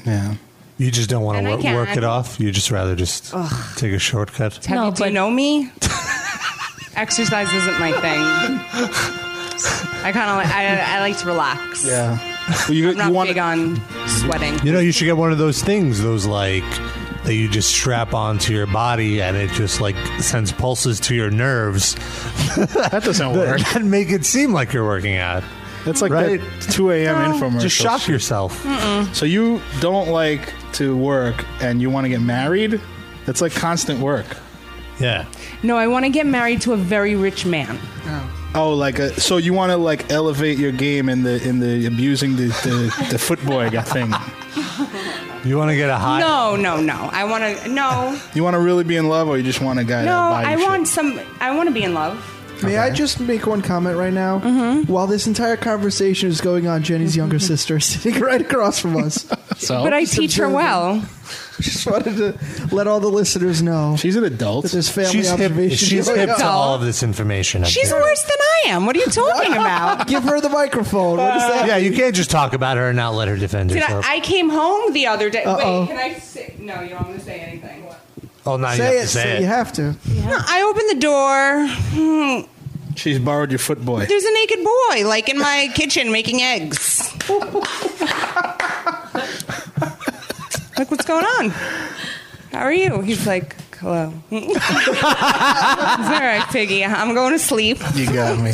Speaker 3: Yeah.
Speaker 2: You just don't want
Speaker 4: And I
Speaker 2: to work
Speaker 4: can.
Speaker 2: it off. You just rather just take a shortcut.
Speaker 4: Have
Speaker 7: No,
Speaker 4: you, do you
Speaker 7: but-
Speaker 4: know me? Exercise isn't my thing. I kind of like. I, I like to relax.
Speaker 3: Yeah. Well, you,
Speaker 4: I'm not
Speaker 3: you want
Speaker 4: big on sweating.
Speaker 2: You know, you should get one of those things, those like that you just strap onto your body and it just like sends pulses to your nerves
Speaker 3: that doesn't work.
Speaker 2: that make it seem like you're working out.
Speaker 3: That's like
Speaker 2: Right.
Speaker 3: that 2 a.m. infomercial.
Speaker 2: Just shock
Speaker 3: shit.
Speaker 2: yourself.
Speaker 3: So you don't like to work and you want to get married? That's like constant work.
Speaker 2: Yeah.
Speaker 4: No, I want to get married to a very rich man.
Speaker 3: Oh, like a, so you want to like elevate your game in the in the abusing the the, the foot boy thing.
Speaker 2: You want to get a high.
Speaker 4: No, no, no. I want to. No,
Speaker 3: You want to really be in love, or you just want a guy
Speaker 4: no.
Speaker 3: to buy you
Speaker 4: I
Speaker 3: shit?
Speaker 4: want some. I want to be in love.
Speaker 6: May I just make one comment right now?
Speaker 4: Mm-hmm.
Speaker 6: While this entire conversation is going on, Jenny's younger sister is sitting right across from us.
Speaker 3: So
Speaker 4: But I teach her
Speaker 6: observing.
Speaker 4: well.
Speaker 6: just wanted to let all the listeners know
Speaker 3: she's an adult.
Speaker 6: that there's family
Speaker 2: She's hip,
Speaker 6: observation.
Speaker 2: she's
Speaker 6: going
Speaker 2: hip to
Speaker 6: on.
Speaker 2: all of this information. up
Speaker 4: She's
Speaker 2: here.
Speaker 4: worse than I am. What are you talking about?
Speaker 6: Give her the microphone. What is that?
Speaker 2: Yeah, you can't just talk about her and not let her defend
Speaker 4: Did
Speaker 2: herself.
Speaker 4: I, I came home the other day.
Speaker 6: Uh-oh.
Speaker 4: Wait, can I say? No, you don't want to say anything.
Speaker 2: oh, now you have
Speaker 6: Say
Speaker 2: to
Speaker 6: it.
Speaker 2: say
Speaker 6: say
Speaker 2: it.
Speaker 6: You have to.
Speaker 4: No, I opened the door. Hmm,
Speaker 3: she's borrowed your foot boy.
Speaker 4: There's a naked boy, like in my kitchen, making eggs. like, what's going on? How are you? He's like, hello. it's all right, Piggy. I'm going to sleep.
Speaker 3: You got me.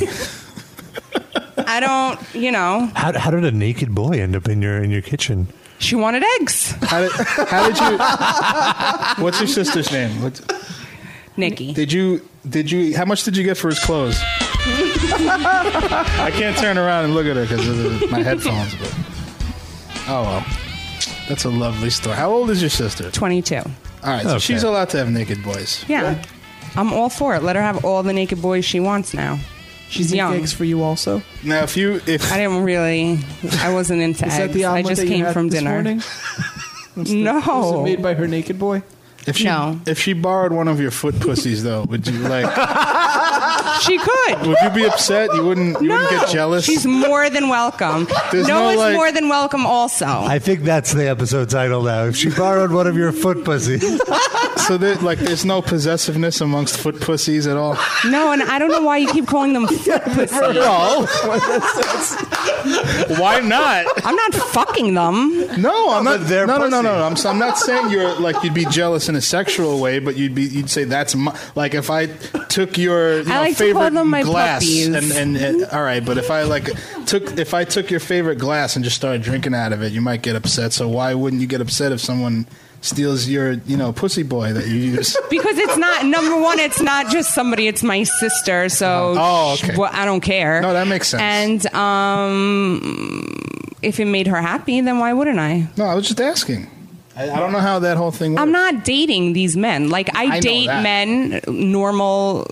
Speaker 4: I don't, you know.
Speaker 2: How, how did a naked boy end up in your in your kitchen?
Speaker 4: She wanted eggs.
Speaker 3: How did, how did you? What's your sister's name? What,
Speaker 4: Nikki.
Speaker 3: did you? Did you? How much did you get for his clothes? I can't turn around and look at her because of my headphones. But oh well, that's a lovely story. How old is your sister?
Speaker 4: 22.
Speaker 3: All right, so
Speaker 2: Okay.
Speaker 3: she's allowed to have naked boys.
Speaker 4: Yeah. I'm all for it. Let her have all the naked boys she wants now. She's
Speaker 6: Make
Speaker 4: young.
Speaker 6: eggs for you also.
Speaker 3: Now, if you if
Speaker 4: I didn't really, I wasn't into
Speaker 6: Is that
Speaker 4: eggs.
Speaker 6: the
Speaker 4: I
Speaker 6: omelet
Speaker 4: just
Speaker 6: that you
Speaker 4: came
Speaker 6: had
Speaker 4: from
Speaker 6: this
Speaker 4: dinner.
Speaker 6: morning? Was it
Speaker 4: No.
Speaker 6: made by her naked boy?
Speaker 3: if she
Speaker 4: No.
Speaker 3: if she borrowed one of your foot pussies though, would you like?
Speaker 4: She could.
Speaker 3: would you be upset? You wouldn't. You wouldn't get jealous.
Speaker 4: She's more than welcome.
Speaker 3: There's no,
Speaker 4: Noah's
Speaker 3: like-
Speaker 4: more than welcome also.
Speaker 2: I think that's the episode title now. If she borrowed one of your foot pussies.
Speaker 3: so there, like, there's no possessiveness amongst foot pussies at all.
Speaker 4: no, and I don't know why you keep calling them foot pussy.
Speaker 3: No. Why not?
Speaker 4: I'm not fucking them.
Speaker 3: No, I'm
Speaker 2: but
Speaker 3: not.
Speaker 2: they're
Speaker 3: no, no, no, no,
Speaker 2: pussy.
Speaker 3: no. I'm, s- I'm not saying you're like you'd be jealous in a sexual way, but you'd be you'd say that's my like if I took your
Speaker 4: I
Speaker 3: you know,
Speaker 4: like to call
Speaker 3: favorite
Speaker 4: them my
Speaker 3: glass
Speaker 4: puppies.
Speaker 3: and, and and all right, but if I like took if I took your favorite glass and just started drinking out of it, you might get upset. So why wouldn't you get upset if someone steals your you know pussy boy that you use?
Speaker 4: Because it's not, number one, it's not just somebody, it's my sister. So
Speaker 3: Oh, okay.
Speaker 4: sh- well, I don't care.
Speaker 3: No, that makes sense.
Speaker 4: And um, if it made her happy, then why wouldn't I?
Speaker 3: No, I was just asking. I, I don't know how that whole thing. Works.
Speaker 4: I'm not dating these men. Like I,
Speaker 3: know
Speaker 4: date
Speaker 3: that.
Speaker 4: men, normal,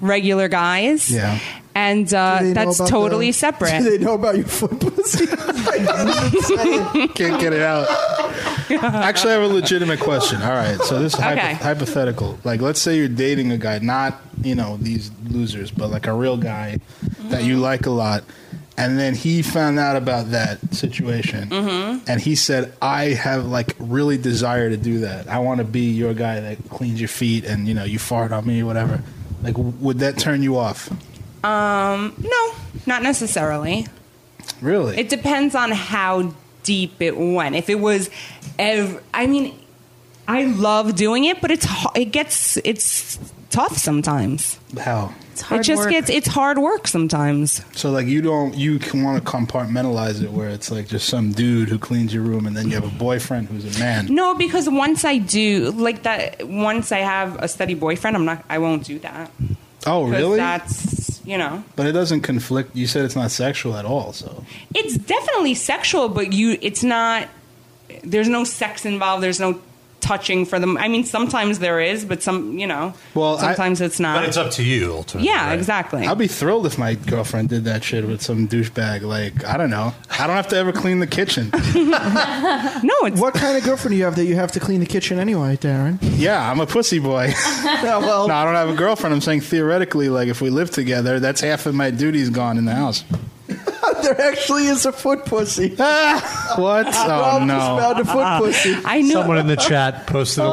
Speaker 4: regular guys.
Speaker 3: Yeah.
Speaker 4: And uh,
Speaker 6: Do they know
Speaker 4: that's
Speaker 6: about
Speaker 4: totally
Speaker 6: the-
Speaker 4: separate.
Speaker 6: Do they know about your foot pussy?
Speaker 3: Can't get it out. Actually, I have a legitimate question. All right, so this is hypo-
Speaker 4: Okay.
Speaker 3: hypothetical. Like, let's say you're dating a guy, not you know these losers, but like a real guy that you like a lot, and then he found out about that situation,
Speaker 6: Mm-hmm.
Speaker 3: and he said, "I have like really desire to do that. I want to be your guy that cleans your feet and you know you fart on me, whatever." Like, w- would that turn you off?
Speaker 4: um, no, not necessarily.
Speaker 3: Really?
Speaker 4: It depends on how deep it went. If it was, ev- I mean, I love doing it, but it's ho- it gets it's tough sometimes.
Speaker 3: how?
Speaker 5: It's hard
Speaker 4: it just
Speaker 5: work.
Speaker 4: gets it's hard work sometimes.
Speaker 3: So like you don't you can want to compartmentalize it where it's like just some dude who cleans your room and then you have a boyfriend who's a man.
Speaker 4: No, because once I do like that, once I have a steady boyfriend, I'm not. I won't do that.
Speaker 3: Oh
Speaker 4: 'Cause
Speaker 3: really?
Speaker 4: That's you know,
Speaker 3: But it doesn't conflict. You said it's not sexual at all. So
Speaker 4: it's definitely sexual, but you, it's not. There's no sex involved. There's no touching for them. I mean, sometimes there is, but some you know,
Speaker 3: Well, I-
Speaker 4: sometimes it's not.
Speaker 2: But it's up to you ultimately.
Speaker 4: yeah,
Speaker 2: right?
Speaker 4: exactly.
Speaker 3: I'd be thrilled if my girlfriend did that shit with some douchebag. Like I don't know. I don't have to ever clean the kitchen.
Speaker 4: no, it's
Speaker 6: what kind of girlfriend do you have that you have to clean the kitchen anyway, Darren?
Speaker 3: yeah, I'm a pussy boy.
Speaker 6: Yeah, well,
Speaker 3: no, I don't have a girlfriend. I'm saying theoretically, like if we live together, that's half of my duties gone in the house.
Speaker 6: there actually is a foot pussy.
Speaker 3: Ah, what? Oh
Speaker 6: Rob Uh, just
Speaker 3: no!
Speaker 6: found a foot pussy.
Speaker 4: Uh-uh. I know.
Speaker 2: Someone in the chat posted a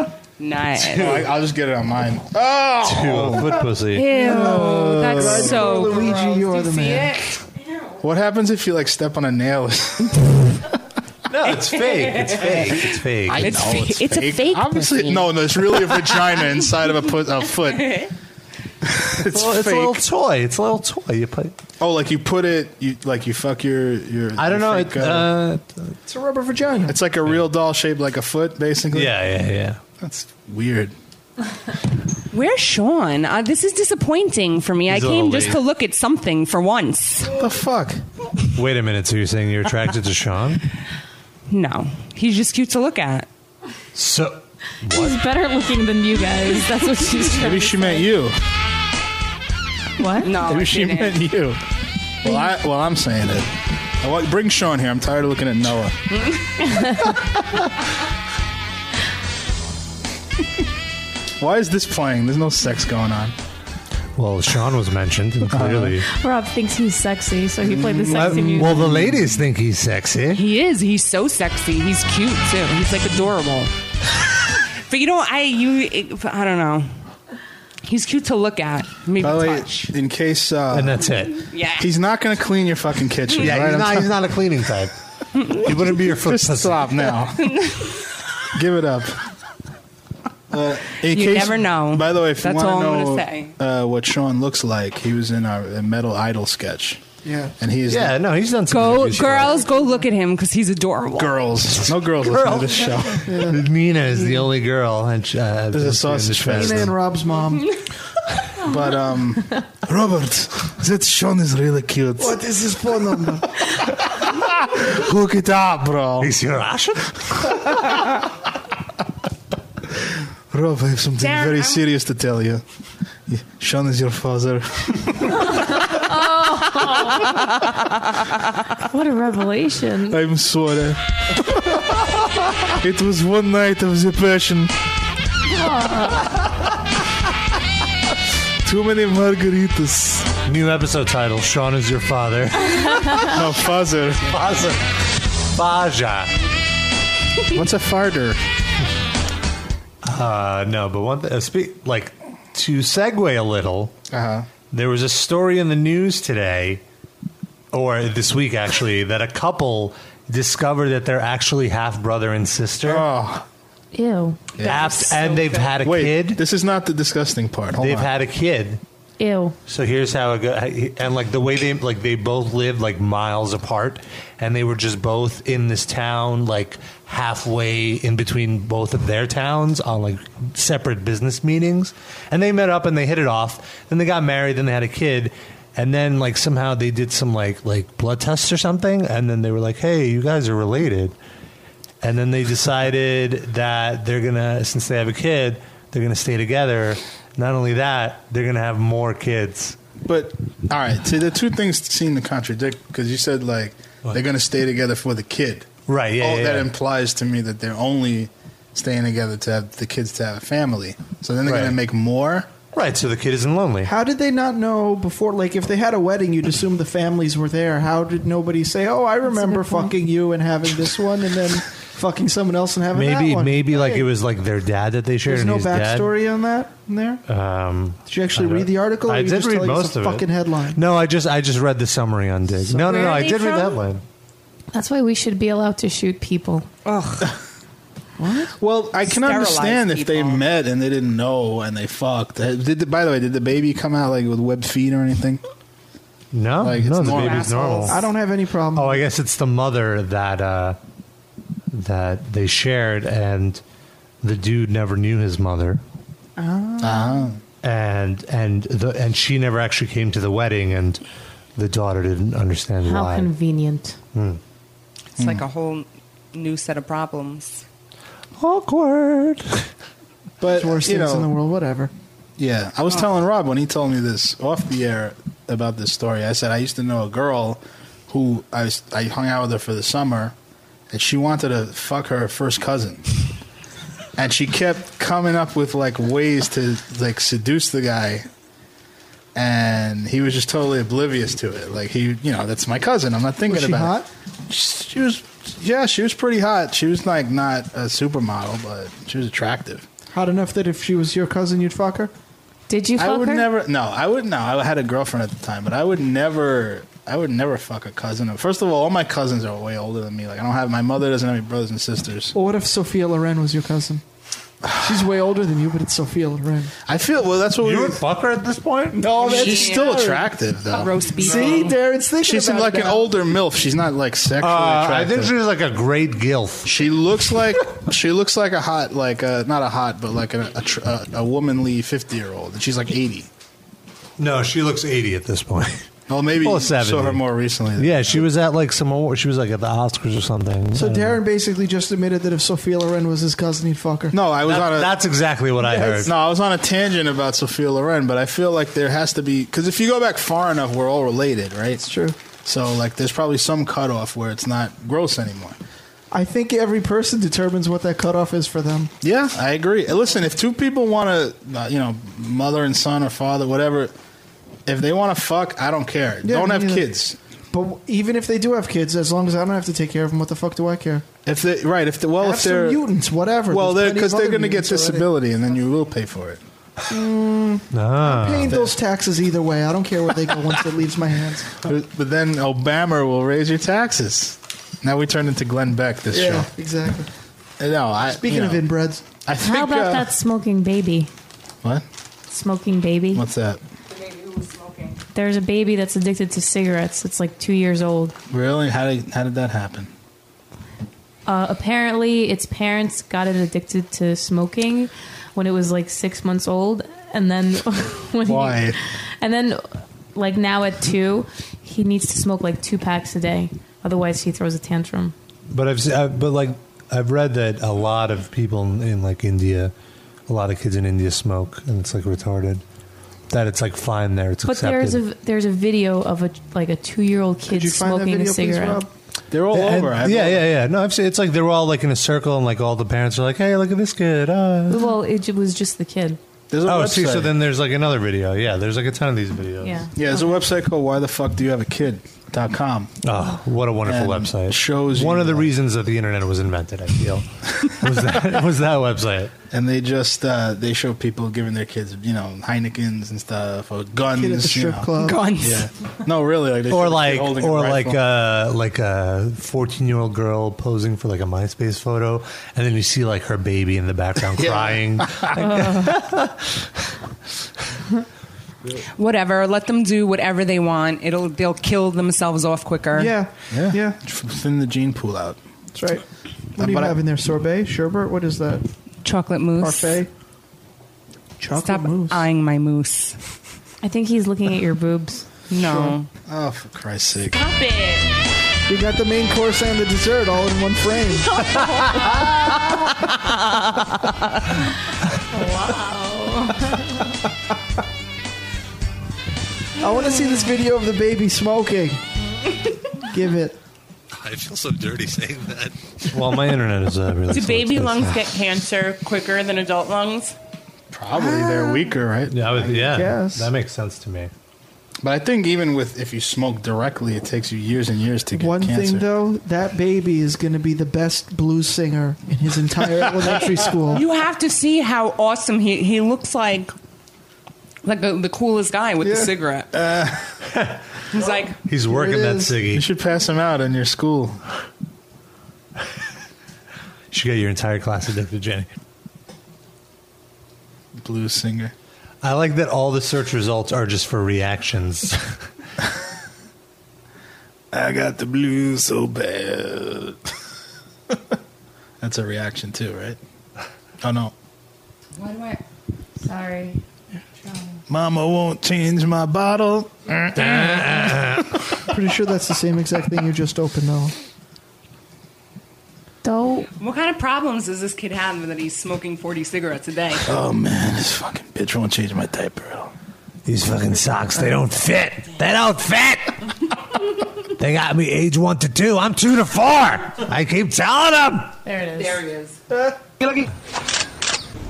Speaker 2: link
Speaker 4: nice.
Speaker 3: No, I, I'll just get it on mine. Oh,
Speaker 2: to a foot pussy.
Speaker 4: Ew, Oh, that's
Speaker 6: Poor
Speaker 4: so.
Speaker 6: Luigi, you are the man.
Speaker 3: what happens if you like step on a nail?
Speaker 2: No, it's fake. It's fake. It's fake.
Speaker 4: It's fa- it's a fake
Speaker 3: Obviously,
Speaker 4: pussy.
Speaker 3: no, no. It's really a vagina inside of a, put, a foot. It's
Speaker 2: Well, it's
Speaker 3: fake.
Speaker 2: a little toy. It's a little toy. You put.
Speaker 3: oh, like you put it, you like you fuck your your.
Speaker 2: I don't
Speaker 3: your
Speaker 2: know.
Speaker 3: fake,
Speaker 2: It,
Speaker 3: uh,
Speaker 2: uh,
Speaker 6: It's a rubber vagina.
Speaker 3: it's like a real doll shaped like a foot, basically.
Speaker 2: yeah, yeah, yeah.
Speaker 3: that's weird.
Speaker 4: Where's Sean? Uh, this is disappointing for me.
Speaker 2: He's a
Speaker 4: I
Speaker 2: little
Speaker 4: came just
Speaker 2: late.
Speaker 4: to look at something for once.
Speaker 3: What the fuck?
Speaker 2: Wait a minute. So you're saying you're attracted to Sean?
Speaker 4: No, he's just cute to look at.
Speaker 2: So
Speaker 5: She's better looking than you guys. That's what she's trying to
Speaker 3: Maybe she meant you.
Speaker 5: What?
Speaker 4: No, I
Speaker 3: Maybe she
Speaker 4: didn't.
Speaker 3: meant you. Well, I, well, I'm saying it. I want- Bring Sean here. I'm tired of looking at Noah. Why is this playing? There's no sex going on.
Speaker 2: well, Sean was mentioned and clearly.
Speaker 5: Rob thinks he's sexy, so he played the sexy music.
Speaker 2: Mm, well, the ladies think he's sexy.
Speaker 4: He is. He's so sexy. He's cute too. He's like adorable. but you know, I you I don't know. He's cute to look at. Maybe
Speaker 3: By the way,
Speaker 4: touch.
Speaker 3: in case
Speaker 2: And
Speaker 3: uh,
Speaker 2: that's it.
Speaker 4: Yeah.
Speaker 3: he's not going to clean your fucking kitchen.
Speaker 2: Yeah,
Speaker 3: right?
Speaker 2: he's
Speaker 3: I'm
Speaker 2: not.
Speaker 3: t-
Speaker 2: He's not a cleaning type. He wouldn't be your foot
Speaker 3: Just
Speaker 2: pussy.
Speaker 3: stop now. Give it up. Uh, in
Speaker 4: You never know.
Speaker 3: By the way, if
Speaker 4: That's
Speaker 3: you
Speaker 4: all
Speaker 3: want
Speaker 4: I'm
Speaker 3: to
Speaker 4: gonna
Speaker 3: know
Speaker 4: say.
Speaker 3: Uh, what Sean looks like, he was in our uh, Metal Idol sketch.
Speaker 6: Yeah.
Speaker 3: and he is the
Speaker 2: Yeah, no, he's done. Some
Speaker 4: go
Speaker 2: interviews for
Speaker 4: girls, go look at him because he's adorable.
Speaker 3: girls. No girls listen to this show.
Speaker 2: us. Nina is the only girl. And uh,
Speaker 3: There's a sausage fest.
Speaker 6: Nina and Rob's mom.
Speaker 3: But um, Robert, that Sean is really cute.
Speaker 6: What is his phone number?
Speaker 3: Hook it up, bro.
Speaker 2: He's Russian.
Speaker 3: Rob, I have something
Speaker 4: Darren,
Speaker 3: very
Speaker 4: I'm-
Speaker 3: serious to tell you. Yeah, Sean is your father.
Speaker 5: What a revelation.
Speaker 3: I'm sorry. it was one night of the passion. Too many margaritas.
Speaker 2: New episode title: Sean is your father.
Speaker 3: No, father.
Speaker 2: Baza. Baja.
Speaker 3: What's a farter?
Speaker 2: Uh, no, but one thing, uh, spe- like to segue a little,
Speaker 3: Uh huh.
Speaker 2: there was a story in the news today, or this week actually, that a couple discovered that they're actually half brother and sister.
Speaker 3: Oh,
Speaker 5: Ew.
Speaker 2: Aft- and they've had a
Speaker 3: wait.
Speaker 2: kid.
Speaker 3: This is not the disgusting part. Hold
Speaker 2: They've
Speaker 3: on.
Speaker 2: had a kid.
Speaker 5: Ew.
Speaker 2: So here's how it goes, and like the way they like they both lived like miles apart, and they were just both in this town, like halfway in between both of their towns on like separate business meetings, and they met up and they hit it off. Then they got married, then they had a kid, and then like somehow they did some like like blood tests or something, and then they were like, "Hey, you guys are related." And then they decided that they're gonna, since they have a kid, they're gonna stay together. Not only that, they're gonna have more kids.
Speaker 3: But all right, so the two things seem to contradict because you said like
Speaker 2: What?
Speaker 3: they're going to stay together for the kid.
Speaker 2: Right, yeah,
Speaker 3: All
Speaker 2: yeah,
Speaker 3: that
Speaker 2: yeah.
Speaker 3: implies to me that they're only staying together to have the kids to have a family. So then they're going
Speaker 2: Right.
Speaker 3: to make more.
Speaker 2: Right, so the kid isn't lonely.
Speaker 6: How did they not know before? Like, if they had a wedding, you'd assume the families were there. How did nobody say, "Oh, I remember
Speaker 5: good point.
Speaker 6: fucking you and having this one, and then fucking someone else and having that
Speaker 2: Maybe,
Speaker 6: one"?
Speaker 2: maybe like
Speaker 6: Hey,
Speaker 2: it was like their dad that they shared.
Speaker 6: There's
Speaker 2: and
Speaker 6: no
Speaker 2: his dad.
Speaker 6: backstory on that in there.
Speaker 2: Um,
Speaker 6: Did you
Speaker 2: I
Speaker 6: actually
Speaker 2: don't-
Speaker 6: read the article? or
Speaker 2: I
Speaker 6: you
Speaker 2: did
Speaker 6: just
Speaker 2: read
Speaker 6: tell you it's
Speaker 2: most
Speaker 6: a
Speaker 2: of
Speaker 6: fucking
Speaker 2: it.
Speaker 6: headline.
Speaker 2: No, I just I just read the summary on Dig. no, no,
Speaker 5: Where
Speaker 2: no,
Speaker 5: are
Speaker 2: I
Speaker 5: they
Speaker 2: did read
Speaker 5: from?
Speaker 2: that one.
Speaker 5: That's why we should be allowed to shoot people.
Speaker 3: Well, I can
Speaker 4: Sterilized
Speaker 3: understand if they
Speaker 4: people.
Speaker 3: met and they didn't know and they fucked. Uh, Did the, by the way, did the baby come out like with webbed feet or anything?
Speaker 2: No,
Speaker 3: Like, it's
Speaker 2: no, the
Speaker 3: normal.
Speaker 2: baby's normal.
Speaker 6: I don't have any problem.
Speaker 2: Oh, I guess it's the mother that uh, that they shared, and the dude never knew his mother.
Speaker 3: Uh-huh.
Speaker 2: and and the and she never actually came to the wedding, and the daughter didn't understand
Speaker 5: How
Speaker 2: why. Hmm.
Speaker 5: convenient.
Speaker 4: It's like a whole new set of problems.
Speaker 2: Awkward.
Speaker 3: But
Speaker 6: Worst
Speaker 3: you
Speaker 6: things
Speaker 3: know,
Speaker 6: in the world. Whatever.
Speaker 3: Yeah, I was telling Rob when he told me this off the air about this story. I said I used to know a girl who I s- I hung out with her for the summer, and she wanted to fuck her first cousin, and she kept coming up with like ways to like seduce the guy. and he was just totally oblivious to it. Like he, you know, that's my cousin. I'm not thinking
Speaker 6: Was she
Speaker 3: about
Speaker 6: hot?
Speaker 3: it. She, she was, yeah, she was pretty hot. She was like not a supermodel, but she was attractive.
Speaker 6: Hot enough that if she was your cousin, you'd fuck her?
Speaker 5: Did you fuck
Speaker 3: I would
Speaker 5: her?
Speaker 3: never. No, I would no. I had a girlfriend at the time, but I would never. I would never fuck a cousin. First of all, all my cousins are way older than me. Like I don't have my mother doesn't have any brothers and sisters.
Speaker 6: Well, what if Sophia Loren was your cousin? She's way older than you, but it's Sophia Loren.
Speaker 3: I feel well. That's what
Speaker 2: You
Speaker 3: we.
Speaker 2: would fuck her at this point?
Speaker 6: No, that's
Speaker 3: she's still attractive though.
Speaker 4: Roast beef.
Speaker 6: See, Darren's thinking
Speaker 3: She seemed
Speaker 6: about
Speaker 3: like
Speaker 6: it
Speaker 3: an
Speaker 6: now.
Speaker 3: older milf. She's not like sexually
Speaker 2: Uh, I
Speaker 3: attractive.
Speaker 2: think she was like a great gilf.
Speaker 3: She looks like she looks like a hot like uh not a hot but like a a, tr- a, a womanly fifty year old and she's like eighty.
Speaker 2: No, she looks 80 at this point.
Speaker 3: Well, maybe
Speaker 2: Well,
Speaker 3: you saw
Speaker 2: 70.
Speaker 3: her more recently.
Speaker 2: Yeah, she was at like some award. She was like at the Oscars or something.
Speaker 6: So
Speaker 2: I don't know.
Speaker 6: Darren basically just admitted that if Sophia Loren was his cousin, he'd fuck her.
Speaker 3: No, I was
Speaker 2: That-
Speaker 3: on a
Speaker 2: that's exactly what I heard.
Speaker 3: no, I was on a tangent about Sophia Loren, but I feel like there has to be because if you go back far enough, we're all related, right?
Speaker 6: It's true.
Speaker 3: So like, there's probably some cutoff where it's not gross anymore.
Speaker 6: I think every person determines what that cutoff is for them.
Speaker 3: Yeah, I agree. And Listen, if two people want to, uh, you know, mother and son or father, whatever, if they want to fuck, I don't care.
Speaker 6: Yeah,
Speaker 3: don't
Speaker 6: me
Speaker 3: have
Speaker 6: neither.
Speaker 3: kids.
Speaker 6: But w- even if they do have kids, as long as I don't have to take care of them, what the fuck do I care?
Speaker 3: If they right, if the well,
Speaker 6: Have
Speaker 3: if
Speaker 6: some
Speaker 3: they're
Speaker 6: mutants, whatever.
Speaker 3: well, they're
Speaker 6: There's plenty
Speaker 3: because
Speaker 6: of
Speaker 3: they're
Speaker 6: other
Speaker 3: going to get
Speaker 6: mutants already.
Speaker 3: disability, and then you will pay for it.
Speaker 2: Ah.
Speaker 3: Uh,
Speaker 6: Paying those taxes either way. I don't care where they go once it leaves my hands.
Speaker 3: But but then Obama will raise your taxes. Now we turned into Glenn Beck this
Speaker 6: Yeah,
Speaker 3: show.
Speaker 6: exactly.
Speaker 3: No, I
Speaker 6: Speaking
Speaker 3: you know,
Speaker 6: of inbreds,
Speaker 3: I think
Speaker 7: How about
Speaker 3: uh,
Speaker 7: that smoking baby?
Speaker 3: What?
Speaker 7: Smoking baby.
Speaker 3: What's that?
Speaker 7: There's a baby that's addicted to cigarettes. It's like two years old.
Speaker 3: Really? How did how did that happen?
Speaker 7: Uh, apparently, its parents got it addicted to smoking when it was like six months old, and then when he-
Speaker 3: Why?
Speaker 7: and then, like now at two, he needs to smoke like two packs a day. Otherwise, he throws a tantrum.
Speaker 2: But I've, se- i but like I've read that a lot of people in, in like India, a lot of kids in India smoke, and it's like retarded. That it's like fine there. It's
Speaker 7: But
Speaker 2: accepted.
Speaker 7: there's a there's a video of a like a two year old
Speaker 6: did
Speaker 7: kid
Speaker 6: you find that
Speaker 7: smoking
Speaker 6: video,
Speaker 7: a
Speaker 6: please,
Speaker 7: cigarette.
Speaker 6: Rob?
Speaker 3: They're all
Speaker 2: And-
Speaker 3: over. I've-
Speaker 2: yeah, yeah, yeah. No, I've seen. It's like they're all like in a circle, and like all the parents are like, "Hey, look at this kid." ah."
Speaker 7: well, it ju- was just the kid.
Speaker 3: There's a
Speaker 2: Oh,
Speaker 3: website.
Speaker 2: see, so then there's like another video. Yeah, there's like a ton of these videos.
Speaker 7: Yeah.
Speaker 3: yeah, there's a website called Why the Fuck Do You Have a Kid. Dot com.
Speaker 2: Oh, what a wonderful
Speaker 3: And
Speaker 2: website!
Speaker 3: shows
Speaker 2: one
Speaker 3: you,
Speaker 2: of the
Speaker 3: like-
Speaker 2: reasons that the internet was invented. I feel was that was that website.
Speaker 3: And they just uh, they show people giving their kids, you know, Heinekens and stuff or guns.
Speaker 6: Kid at the
Speaker 3: you
Speaker 6: strip
Speaker 3: know.
Speaker 6: club.
Speaker 4: Guns.
Speaker 3: Yeah. No, really, like they show the
Speaker 2: or
Speaker 3: kid
Speaker 2: like
Speaker 3: holding a
Speaker 2: or like
Speaker 3: rifle.
Speaker 2: uh like a 14 year old girl posing for like a myspace photo and then you see like her baby in the background
Speaker 3: Yeah.
Speaker 2: crying
Speaker 4: Whatever. Let them do whatever they want. It'll they'll kill themselves off quicker.
Speaker 6: Yeah,
Speaker 3: yeah.
Speaker 6: yeah, yeah.
Speaker 3: thin the gene pool out.
Speaker 6: That's right.
Speaker 3: Uh,
Speaker 6: What do you
Speaker 3: but I-
Speaker 6: have in there? Sorbet, sherbet? What is that?
Speaker 4: Chocolate mousse.
Speaker 6: Parfait. Chocolate
Speaker 4: Stop
Speaker 6: mousse.
Speaker 4: eyeing my moose.
Speaker 7: I think he's looking at your boobs.
Speaker 4: No.
Speaker 3: Oh, for Christ's sake!
Speaker 6: You got the main course and the dessert all in one frame. I want to see this video of the baby smoking. Give it.
Speaker 8: I feel so dirty saying that.
Speaker 2: well my internet is uh, really
Speaker 9: Do
Speaker 2: slow
Speaker 9: baby
Speaker 2: today,
Speaker 9: lungs
Speaker 2: so-
Speaker 9: get cancer quicker than adult lungs?
Speaker 3: Probably they're weaker, right?
Speaker 2: yeah, I would- yeah
Speaker 6: guess.
Speaker 2: that makes sense to me
Speaker 3: But I think even with if you smoke directly, it takes you years and years to get
Speaker 6: One
Speaker 3: cancer.
Speaker 6: thing though, that baby is going to be the best blues singer in his entire elementary school.
Speaker 4: You have to see how awesome he he looks like. Like the, the coolest guy with the
Speaker 6: Yeah.
Speaker 4: cigarette. He's like,
Speaker 2: he's working that
Speaker 6: is.
Speaker 3: You
Speaker 2: ciggy
Speaker 3: should pass them out in your school.
Speaker 2: should get your entire class addicted jenny
Speaker 3: Blues singer.
Speaker 2: i like that all the search results are just for reactions
Speaker 3: I got the blues so bad. That's a reaction too, right? Oh no.
Speaker 7: Why do I? Sorry.
Speaker 3: Mama won't change my bottle.
Speaker 6: Pretty sure that's the same exact thing you just opened though.
Speaker 7: Don't.
Speaker 4: what kind of problems does this kid have that he's smoking 40 cigarettes a day?
Speaker 3: Oh man, this fucking bitch won't change my diaper at all.
Speaker 2: These fucking socks, they don't fit. They don't fit. they got me age one to two. I'm two to four. I keep telling them.
Speaker 7: There it is.
Speaker 4: There
Speaker 6: Uh,
Speaker 4: he is.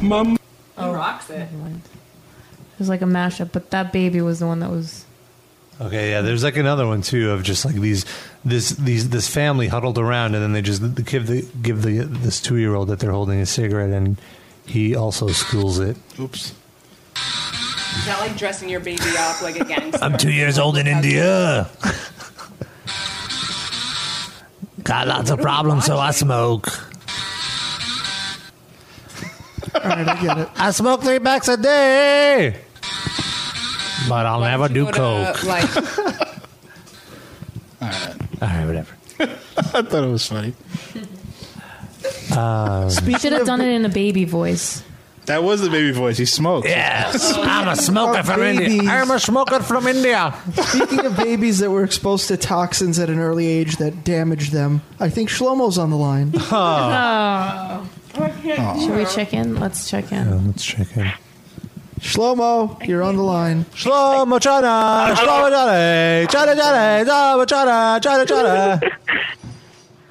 Speaker 7: Oh,
Speaker 4: He rocks it.
Speaker 7: was like a mashup, but that baby was the one that was.
Speaker 2: Okay, yeah. There's like another one too of just like these, this, these, this family huddled around, and then they just give the give the this two year old that they're holding a cigarette, and he also schools it.
Speaker 3: Oops.
Speaker 4: It's not like dressing your baby up like a gangster.
Speaker 2: I'm two years old in India. Got lots of problems, so I smoke.
Speaker 6: All right, I get it.
Speaker 2: I smoke three packs a day, but I'll
Speaker 4: Why
Speaker 2: never
Speaker 4: don't you
Speaker 2: do
Speaker 4: go
Speaker 2: coke.
Speaker 4: to, like,
Speaker 2: All right, whatever.
Speaker 3: I thought it was funny.
Speaker 2: Um,
Speaker 7: You should have done it in a baby voice.
Speaker 3: That was the baby voice. He smoked.
Speaker 2: Yes, I'm a smoker from
Speaker 6: babies.
Speaker 2: India. I'm a smoker from India.
Speaker 6: Speaking of babies that were exposed to toxins at an early age that damaged them, I think Shlomo's on the line. Oh.
Speaker 7: Should we check in? Let's check in.
Speaker 2: Let's check in.
Speaker 6: Shlomo, you're on the line.
Speaker 2: Shlomo Chana, Shlomo Chana, Chana Chana, Shlomo Chana, Chana Chana.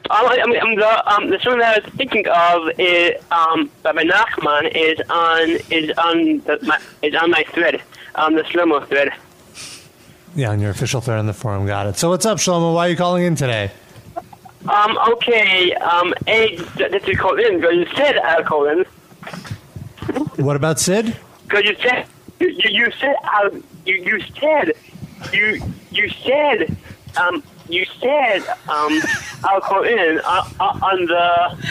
Speaker 10: Um, I, I mean, um, the, um, the song that I was thinking of is um, by by Nachman is on is on the, my, is on my thread, um, the slow mo thread.
Speaker 2: Yeah, on your official thread on the forum, got it. So what's up, Shlomo? Why are you calling in today?
Speaker 10: Um, okay, um, A, that, that you called in, because you said I'll call in,
Speaker 2: What about Sid?
Speaker 10: because you said you, you, you said I'll, you you said you you said um you said um I'll call in on, on on the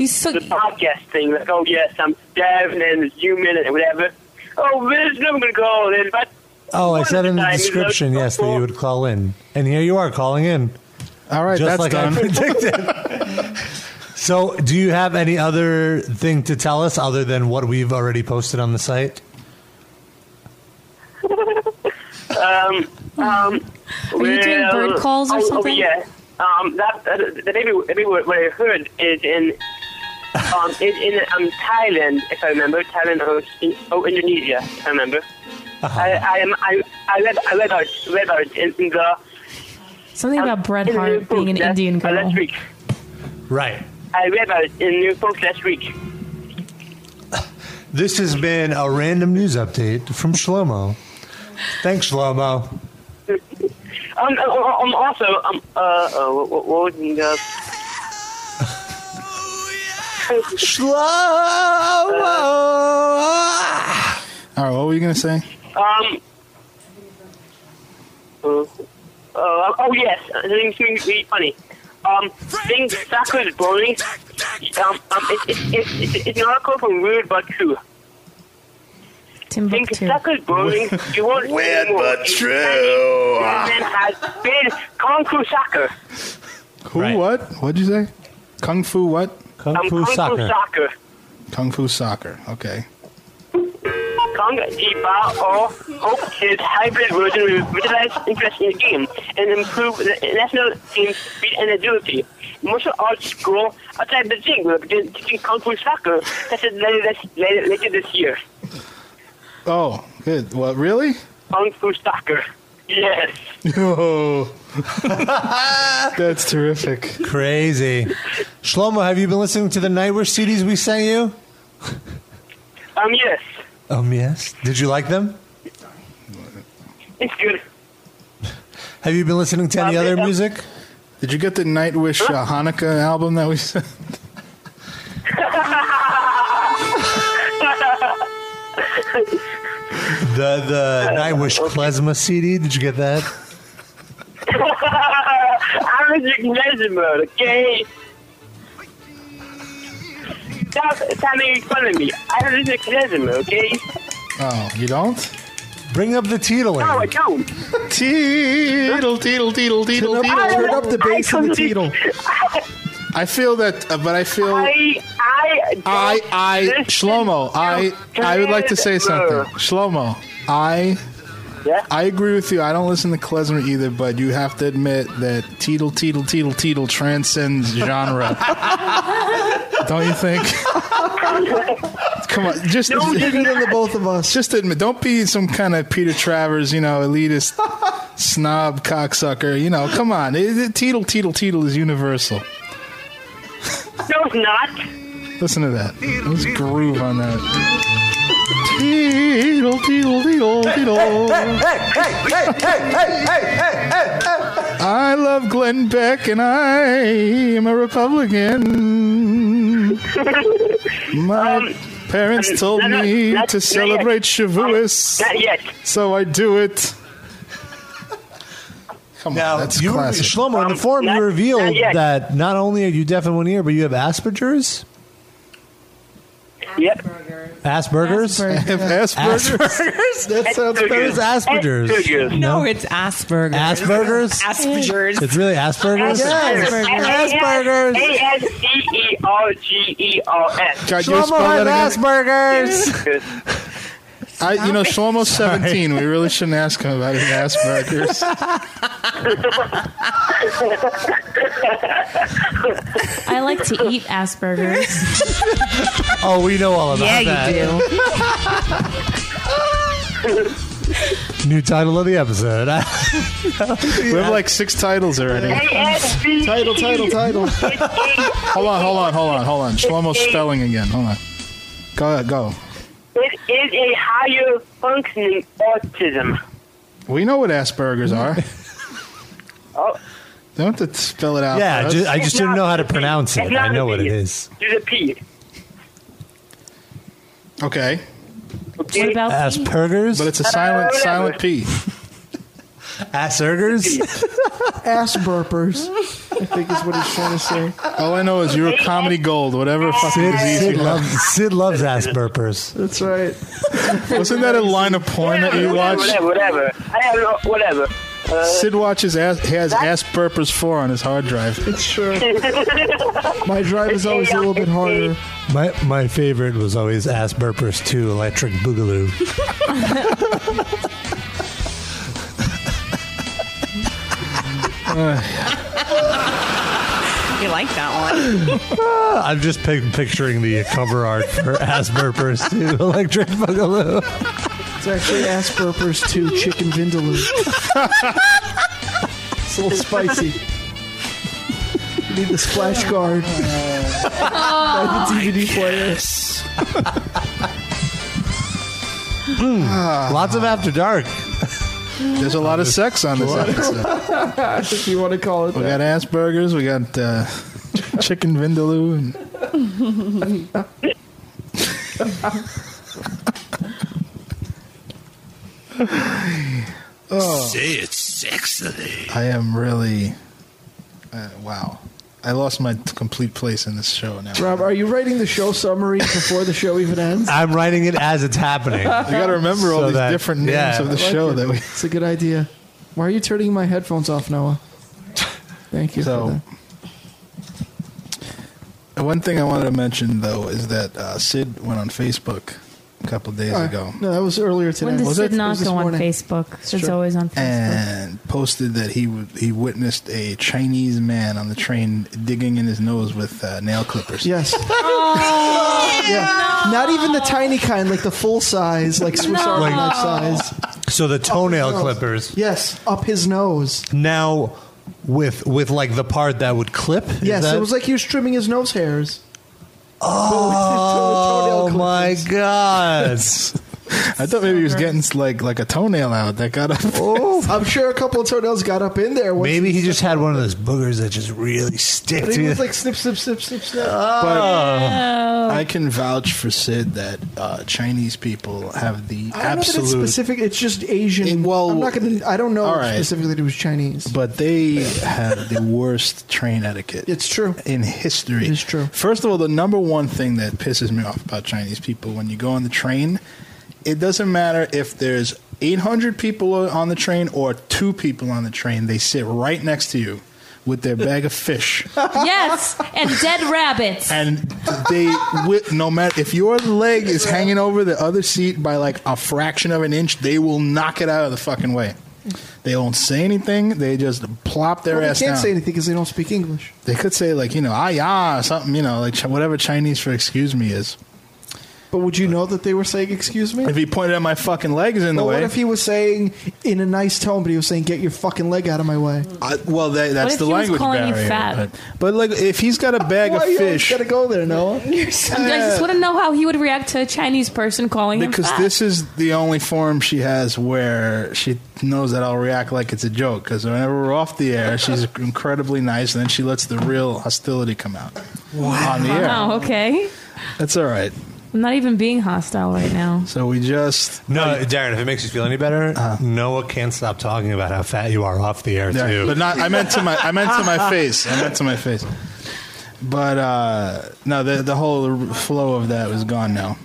Speaker 7: You so
Speaker 10: the podcast thing, like oh yes I'm Devin and human and whatever. Oh, this I'm gonna call in, but
Speaker 2: Oh, I said in the
Speaker 10: Time, you know,
Speaker 2: description, yes, that you would call in. And here you are calling in,
Speaker 3: All right,
Speaker 2: just
Speaker 3: that's
Speaker 2: like
Speaker 3: done.
Speaker 2: I predicted. so do you have any other thing to tell us other than what we've already posted on the site?
Speaker 7: Are you doing bird calls or
Speaker 10: Um, oh,
Speaker 7: something?
Speaker 10: Oh, yeah. Um, that, that, that maybe, maybe what, what I heard is in, um, is in um, Thailand, if I remember, Thailand or, in- or Indonesia, if I remember. I, I, am, I, I read, I read out, read out in, in the
Speaker 7: Something about Bret
Speaker 10: in the
Speaker 7: Hart
Speaker 10: New
Speaker 7: being an
Speaker 10: Post last-
Speaker 7: Indian
Speaker 10: uh,
Speaker 7: girl.
Speaker 10: last week.
Speaker 2: Right.
Speaker 10: I read about it in New Post last week.
Speaker 2: This has been a random news update from Shlomo. Thanks, Shlomo.
Speaker 10: Um, uh, um also, um, uh, uh, what, what was the, uh,
Speaker 2: Shlomo.
Speaker 3: All right, what were you gonna say?
Speaker 10: Um. Uh, uh, oh yes, uh, things going to be funny. Um, things soccer is boring. Um, um, it, it, it, it, it's an article from Weird but True. Things
Speaker 7: Timbuktu.
Speaker 10: soccer is boring. You won't Weird but True. Man has been kung fu soccer.
Speaker 3: Who?
Speaker 2: Right.
Speaker 3: What? What'd you say? Kung fu what?
Speaker 2: Kung
Speaker 10: Um,
Speaker 2: Fu
Speaker 10: kung fu
Speaker 2: Soccer.
Speaker 10: soccer.
Speaker 3: Kung fu soccer. Okay.
Speaker 10: Kong Iba or Hope Kids hybrid version will revitalize interest in the game and improve the national team's speed and agility. Martial arts school outside Beijing will begin teaching Kung Fu soccer that's it later this, later, later this year.
Speaker 3: Oh, good. Well, really?
Speaker 10: Kung Fu soccer. Yes.
Speaker 3: Oh, that's terrific.
Speaker 2: Crazy. Shlomo, have you been listening to the Nightwish CDs we sent you?
Speaker 10: Um, yes.
Speaker 2: Um, yes. Did you like them?
Speaker 10: It's good.
Speaker 2: Have you been listening to any
Speaker 10: Um,
Speaker 2: other
Speaker 10: yeah.
Speaker 2: music?
Speaker 3: Did you get the Nightwish uh, Hanukkah album that we sent?
Speaker 2: The the Nightwish Klezma CD. Did you get that?
Speaker 10: I'm a gymnasium, okay? Stop, stop making fun of me. I'm a gymnasium, okay?
Speaker 3: Oh, you don't?
Speaker 2: Bring up the titling.
Speaker 10: No, I don't.
Speaker 3: Teedle, teedle, teedle, teedle, teedle.
Speaker 6: Turn up the bass and the teetle.
Speaker 3: I feel that, uh, but I feel I,
Speaker 10: I, I,
Speaker 3: I, Shlomo, I, I would like to say something. Shlomo, I,
Speaker 10: Yeah?
Speaker 3: I agree with you. I don't listen to klezmer either, but you have to admit that teedle, teedle, teedle, teedle transcends genre. don't you think? Come on, just
Speaker 6: It's bigger than the both of us.
Speaker 3: just admit. Don't be some kind of Peter Travers, you know, elitist snob cocksucker. You know, come on. It, it, teetle, teetle, teetle is universal.
Speaker 10: No, it's not.
Speaker 3: Listen to that. Let's groove on that. Deedle, deedle, deedle, deedle. I love Glenn Beck and I am a Republican. My parents told
Speaker 10: no, no,
Speaker 3: me
Speaker 10: not-
Speaker 3: to
Speaker 10: not
Speaker 3: celebrate Shavuos.
Speaker 10: Not yet.
Speaker 3: So I do it. Come
Speaker 2: now,
Speaker 3: on, that's
Speaker 2: you,
Speaker 3: classic.
Speaker 2: Shlomo, in the form you revealed
Speaker 10: not yet.
Speaker 2: that not only are you deaf in one ear, but you have Asperger's.
Speaker 10: Yep.
Speaker 2: Asperger's.
Speaker 3: I have Asperger's.
Speaker 2: Asperger's?
Speaker 3: That sounds better.
Speaker 2: It's Asperger's.
Speaker 10: Asperger's.
Speaker 4: No, it's Asperger's.
Speaker 2: Asperger's.
Speaker 4: Asperger's.
Speaker 2: It's really Asperger's.
Speaker 10: Asperger's. E A-S-P-E-R-G-E-R-S.
Speaker 3: God, you
Speaker 2: Shlomo
Speaker 3: spell that
Speaker 2: has
Speaker 3: again?
Speaker 2: Asperger's.
Speaker 3: I, you know, Shlomo's 17. We really shouldn't ask him about his Asperger's.
Speaker 7: I like to eat Asperger's.
Speaker 2: Oh, we know all about that.
Speaker 4: do.
Speaker 2: New title of the episode.
Speaker 3: We have like six titles already.
Speaker 2: uh,
Speaker 10: A-S-P-E.
Speaker 6: Title, title, title.
Speaker 3: Hold on, hold on, hold on, hold on. Shlomo's spelling again. Hold on. Go ahead, go.
Speaker 10: It is a higher functioning autism.
Speaker 3: We know what Asperger's are.
Speaker 10: Oh,
Speaker 3: Don't have to spell it out.
Speaker 2: yeah,
Speaker 3: for us.
Speaker 2: ju- I just
Speaker 10: It's
Speaker 2: didn't
Speaker 10: not
Speaker 2: know how to
Speaker 10: the P.
Speaker 2: pronounce it.
Speaker 10: It's not
Speaker 2: I know
Speaker 10: the
Speaker 2: what
Speaker 10: P.
Speaker 2: it is.
Speaker 10: There's a P.
Speaker 3: okay,
Speaker 10: Okay?
Speaker 7: What about me?
Speaker 2: Asperger's.
Speaker 3: but it's a silent,
Speaker 10: whatever.
Speaker 3: silent P.
Speaker 2: Asperger's.
Speaker 6: Ass burpers, I think is what he's trying to say.
Speaker 3: All I know is you're a comedy gold, whatever
Speaker 2: Sid,
Speaker 3: fucking disease
Speaker 2: Sid
Speaker 3: you have.
Speaker 2: loves Sid loves Asperger's.
Speaker 6: That's right.
Speaker 3: Wasn't that a line of porn that you
Speaker 10: whatever,
Speaker 3: watched?
Speaker 10: whatever, whatever. I have no, whatever. Uh,
Speaker 3: Sid watches ass, has Asperger's 4 on his hard drive.
Speaker 6: It's sure. My drive is always a little bit harder.
Speaker 2: My my favorite was always Asperger's Two Electric Boogaloo.
Speaker 4: You like that one?
Speaker 2: I'm just pic- picturing the cover art for Asperger's Two Electric Boogaloo.
Speaker 6: It's actually ass burpers to chicken vindaloo. it's a little spicy. You need the splash guard. By the DVD player.
Speaker 2: Lots of After Dark.
Speaker 3: There's a lot of sex on this episode.
Speaker 6: If you want to call it
Speaker 3: We
Speaker 6: that.
Speaker 3: got Asperger's, we got uh, chicken vindaloo. And
Speaker 5: Oh.
Speaker 8: Say it sexily.
Speaker 3: I am really. Uh, wow. I lost my t- complete place in this show now.
Speaker 6: Rob, are you writing the show summary before the show even ends?
Speaker 2: I'm writing it as it's happening.
Speaker 3: You got to remember all
Speaker 2: So
Speaker 3: these
Speaker 2: that-
Speaker 3: different names
Speaker 2: yeah.
Speaker 3: of the
Speaker 2: I
Speaker 3: show that we.
Speaker 6: It's a good idea. Why are you turning my headphones off, Noah? Thank you for
Speaker 3: So,
Speaker 6: that.
Speaker 3: one thing I wanted to mention though is that uh, Sid went on Facebook a couple days
Speaker 6: All right.
Speaker 3: ago
Speaker 6: No, that was earlier
Speaker 7: When
Speaker 6: today.
Speaker 7: does
Speaker 6: was
Speaker 7: Sid
Speaker 6: it?
Speaker 7: not
Speaker 6: was this
Speaker 7: go on
Speaker 6: morning.
Speaker 7: Facebook? Sid's always on Facebook.
Speaker 3: and posted that he w- he witnessed a Chinese man on the train digging in his nose with uh, nail clippers.
Speaker 6: Yes.
Speaker 7: Oh,
Speaker 6: yeah. Not even the tiny kind, like the full size, like Swiss Army
Speaker 2: No.
Speaker 6: knife size.
Speaker 2: So the toenail
Speaker 6: nose.
Speaker 2: clippers.
Speaker 6: Yes, up his nose.
Speaker 2: Now with with like the part that would clip. Is
Speaker 6: Yes,
Speaker 2: that-
Speaker 6: it was like he was trimming his nose hairs.
Speaker 2: Oh
Speaker 6: With the toenail
Speaker 2: my
Speaker 6: clippers.
Speaker 2: god.
Speaker 3: I thought maybe he was getting like like a toenail out that got up.
Speaker 2: oh.
Speaker 6: I'm sure a couple of toenails got up in there. once
Speaker 2: Maybe he just had one of those boogers that just really stick
Speaker 6: But he
Speaker 2: to you.
Speaker 6: was like snip, snip, snip, snip, snip.
Speaker 3: "Oh,
Speaker 6: Oh.
Speaker 7: Oh.
Speaker 3: I can vouch for Sid that uh, Chinese people have the
Speaker 6: I don't know that
Speaker 3: absolute.
Speaker 6: it's specific. It's just Asian.
Speaker 3: It- well,
Speaker 6: I'm not gonna. I don't know
Speaker 3: all right.
Speaker 6: specifically that it was Chinese.
Speaker 3: But they have the worst train etiquette.
Speaker 6: It's true.
Speaker 3: in history.
Speaker 6: It is true.
Speaker 3: First of all, the number one thing that pisses me off about Chinese people when you go on the train, it doesn't matter if there's 800 people on the train or two people on the train, they sit right next to you with their bag of fish.
Speaker 7: yes, and dead rabbits.
Speaker 3: And they, wi- no matter if your leg is hanging over the other seat by like a fraction of an inch, they will knock it out of the fucking way. They won't say anything. They just plop their
Speaker 6: Well, they
Speaker 3: ass
Speaker 6: can't
Speaker 3: down.
Speaker 6: say anything because they don't speak English.
Speaker 3: They could say like you know ah yeah or something you know like ch- whatever Chinese for excuse me is,
Speaker 6: But would you know that they were saying, excuse me?
Speaker 3: If he pointed at my fucking legs in the
Speaker 6: But
Speaker 3: way.
Speaker 6: what if he was saying in a nice tone, but he was saying, "Get your fucking leg out of my way"?
Speaker 3: I, well, that, that's
Speaker 6: if
Speaker 3: the
Speaker 6: he was
Speaker 3: language
Speaker 6: calling you
Speaker 3: barrier.
Speaker 6: fat?
Speaker 3: But, but like, if he's got a bag of
Speaker 6: Why you always
Speaker 3: fish,
Speaker 6: gotta go there, Noah?
Speaker 7: I just want to know how he would react to a Chinese person calling him
Speaker 3: because
Speaker 7: fat.
Speaker 3: this is the only form she has where she knows that I'll react like it's a joke. Because whenever we're off the air, she's incredibly nice, and then she lets the real hostility come out on the air.
Speaker 7: Wow. Oh, Okay.
Speaker 3: That's all right.
Speaker 7: I'm not even being hostile right now.
Speaker 3: So we just Uh-huh.
Speaker 2: no, Darren. If it makes you feel any better, Noah can't stop talking about how fat you are off the air
Speaker 3: Yeah,
Speaker 2: too.
Speaker 3: but not. I meant to my. I meant to my face. I meant to my face. But uh, no, the the whole flow of that was gone now.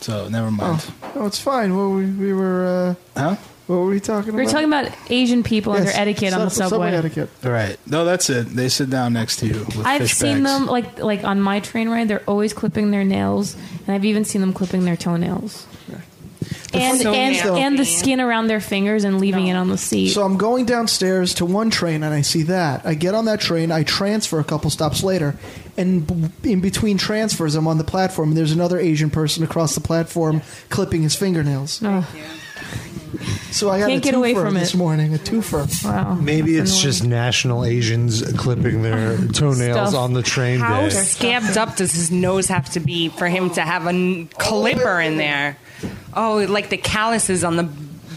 Speaker 3: So
Speaker 7: Oh,
Speaker 3: never mind.
Speaker 6: Oh, No, it's fine. What we, we were.
Speaker 3: Uh, huh?
Speaker 6: What were we talking
Speaker 7: We
Speaker 6: about?
Speaker 7: were talking about Asian people and
Speaker 6: Yes,
Speaker 7: their etiquette on the
Speaker 6: sub-
Speaker 7: subway.
Speaker 6: etiquette.
Speaker 3: All right. No, that's it. They sit down next to you. With
Speaker 7: I've
Speaker 3: fish
Speaker 7: seen
Speaker 3: bags.
Speaker 7: them like like on my train ride. They're always clipping their nails, and I've even seen them clipping their toenails. And
Speaker 6: So
Speaker 7: and,
Speaker 6: nasty.
Speaker 7: and the skin around their fingers and leaving it on the seat.
Speaker 6: So I'm going downstairs to one train and I see that. I get on that train, I transfer a couple stops later, and b- in between transfers, I'm on the platform and there's another Asian person across the platform clipping his fingernails. So I got
Speaker 7: Can't
Speaker 6: a
Speaker 7: get away
Speaker 6: twofer
Speaker 7: from
Speaker 6: this
Speaker 7: it.
Speaker 6: morning, a twofer.
Speaker 7: Wow.
Speaker 2: Maybe it's just national Asians clipping their toenails
Speaker 4: Stuff.
Speaker 2: on the train.
Speaker 4: How
Speaker 2: day.
Speaker 4: scabbed up does his nose have to be for him to have a n- clipper in there? Oh, like the calluses on the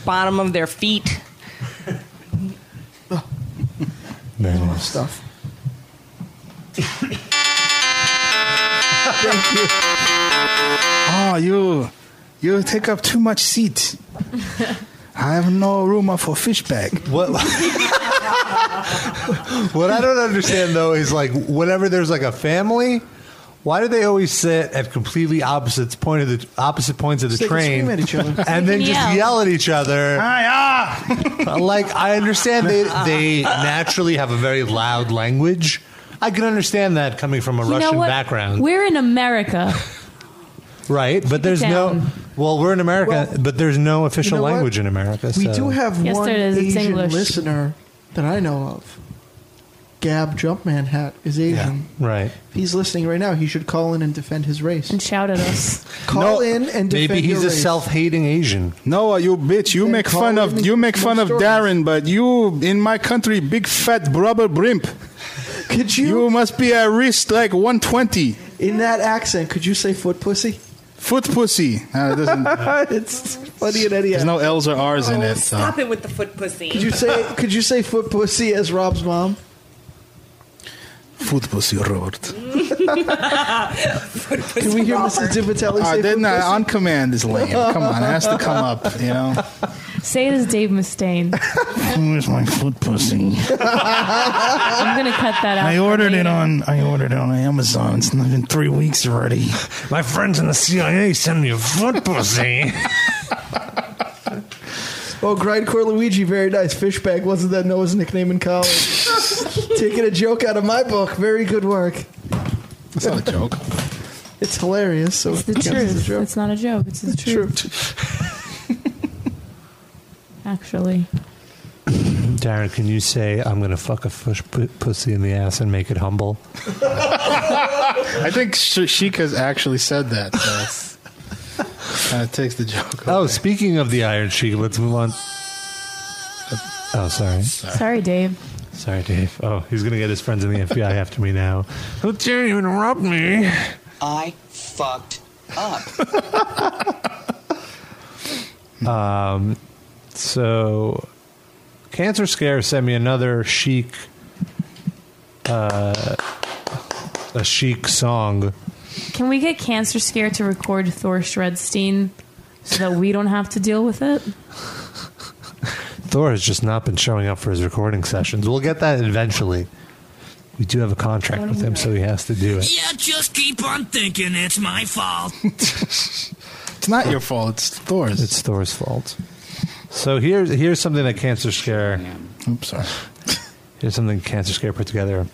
Speaker 4: bottom of their feet.
Speaker 6: stuff.
Speaker 3: Thank you. Oh, you, you take up too much seat. I have no room for fish bag.
Speaker 2: What? what I don't understand though is like whenever there's like a family, why do they always sit at completely opposite point of the opposite points of the
Speaker 6: So they can
Speaker 2: train
Speaker 6: scream at each other.
Speaker 2: and then
Speaker 6: They can
Speaker 2: just
Speaker 6: yell.
Speaker 2: yell at each
Speaker 3: Ah,
Speaker 2: other? like I understand they they naturally have a very loud language. I can understand that coming from a
Speaker 7: you know
Speaker 2: Russian
Speaker 7: what?
Speaker 2: background,
Speaker 7: We're in America.
Speaker 2: right? But there's no well, we're in America, but there's no official
Speaker 6: know what?
Speaker 2: language in America.
Speaker 6: We
Speaker 2: so-
Speaker 6: do have
Speaker 7: Yes,
Speaker 6: one
Speaker 7: there is. It's
Speaker 6: Asian
Speaker 7: English.
Speaker 6: listener that I know of. Gab Jumpman Hat is Asian.
Speaker 2: right.
Speaker 6: If he's listening right now, he should call in and defend his race. And
Speaker 7: shout at us.
Speaker 6: call in and defend
Speaker 2: Maybe he's
Speaker 6: your
Speaker 2: a
Speaker 6: race.
Speaker 2: self-hating Asian.
Speaker 3: Noah, you bitch! You make
Speaker 6: call
Speaker 3: fun
Speaker 6: him
Speaker 3: of
Speaker 6: and
Speaker 3: you make fun of
Speaker 6: stories.
Speaker 3: Darren, but you in my country, big fat rubber brimp.
Speaker 6: Could you?
Speaker 3: You must be at wrist like 120.
Speaker 6: In that accent, could you say foot pussy?
Speaker 3: Foot pussy. No, it doesn't-
Speaker 6: it's funny in any Oh,
Speaker 3: there's no L's or R's in it. So.
Speaker 4: Stop it with the foot pussy.
Speaker 6: Could you say could you say foot pussy as Rob's mom?
Speaker 3: Foot pussy, Robert.
Speaker 6: Can we hear Mrs. Divitelli
Speaker 3: Uh,
Speaker 6: say
Speaker 3: then
Speaker 6: foot
Speaker 3: uh,
Speaker 6: pussy?
Speaker 3: on command is lame. Come on, it has to come up. You know,
Speaker 7: Say it as Dave Mustaine.
Speaker 3: where's my foot
Speaker 7: I'm
Speaker 3: pussy?
Speaker 7: gonna cut that out.
Speaker 3: I ordered it on. I ordered it on Amazon. It's not been three weeks already.
Speaker 2: My friends in the CIA send me a foot pussy.
Speaker 6: Oh, Grindcore Luigi, very nice. Fishbag wasn't that Noah's nickname in college. Taking a joke out of my book. Very good work.
Speaker 3: That's not a joke.
Speaker 6: It's hilarious. So it's
Speaker 7: The truth. It's not a joke. It's the truth. Actually,
Speaker 2: Darren, can you say I'm gonna fuck a fish p- pussy in the ass and make it humble?
Speaker 3: I think Sh- Sheikah's actually said that. So. Uh, it takes the joke.
Speaker 2: Oh, speaking of the Iron Sheik, let's move on. Oh, sorry.
Speaker 7: sorry, Dave.
Speaker 2: Sorry, Dave. Oh, he's gonna get his friends in the FBI after me now. How dare you interrupt me?
Speaker 11: I fucked up.
Speaker 2: Um, so, Cancer Scare sent me another chic, uh, a chic song.
Speaker 7: Can we get Cancer Scare to record Thor Shredstein so that we don't have to deal with it?
Speaker 2: Thor has just not been showing up for his recording sessions. We'll get that eventually. We do have a contract with him, so he has to do it.
Speaker 8: Yeah, just keep on thinking it's my fault.
Speaker 3: It's not your fault. It's Thor's.
Speaker 2: It's Thor's fault. So here's here's something that Cancer Scare.
Speaker 3: Oops, sorry.
Speaker 2: Here's something Cancer Scare put together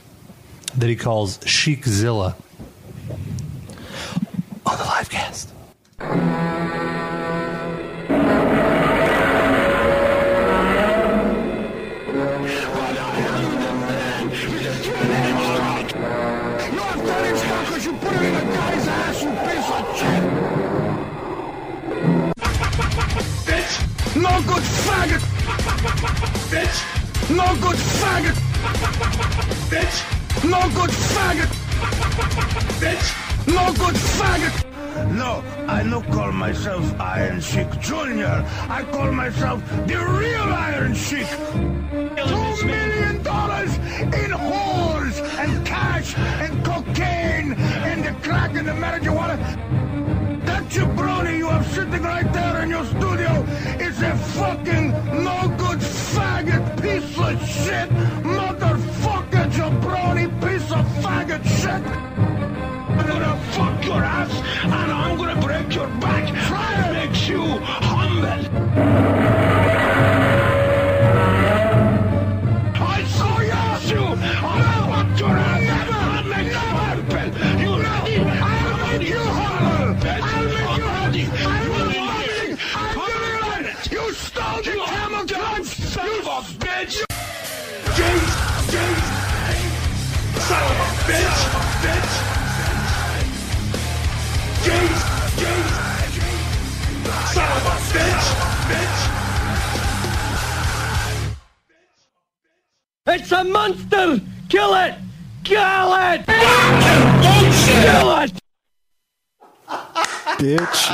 Speaker 2: that he calls Chiczilla. On the live cast.
Speaker 8: No, I'm telling you, because you put it in the guy's ass, you piece of shit. No good faggot! Bitch! No good faggot! Bitch! No good faggot! No, I don't call myself Iron Sheik Jr. I call myself the real Iron Sheik. Two million dollars in whores and cash and cocaine and the crack and the marijuana. That jabroni you have sitting right there in your studio is a fucking no good faggot piece of shit, motherfucker jabroni piece of faggot shit. I'm gonna fuck your ass and I'm gonna break your back. Try to make you humble. I saw you ask you. I fucked your ass. I'll make you happen. You know. I'll make you holler. I'll make you happy. I will fucking. I'm doing it. You stole the camel time. You bitch. James. James. Son of a bitch. Bitch. James. James. Son of a bitch. Bitch. It's a monster! Kill it! Kill it! Kill it!
Speaker 2: bitch,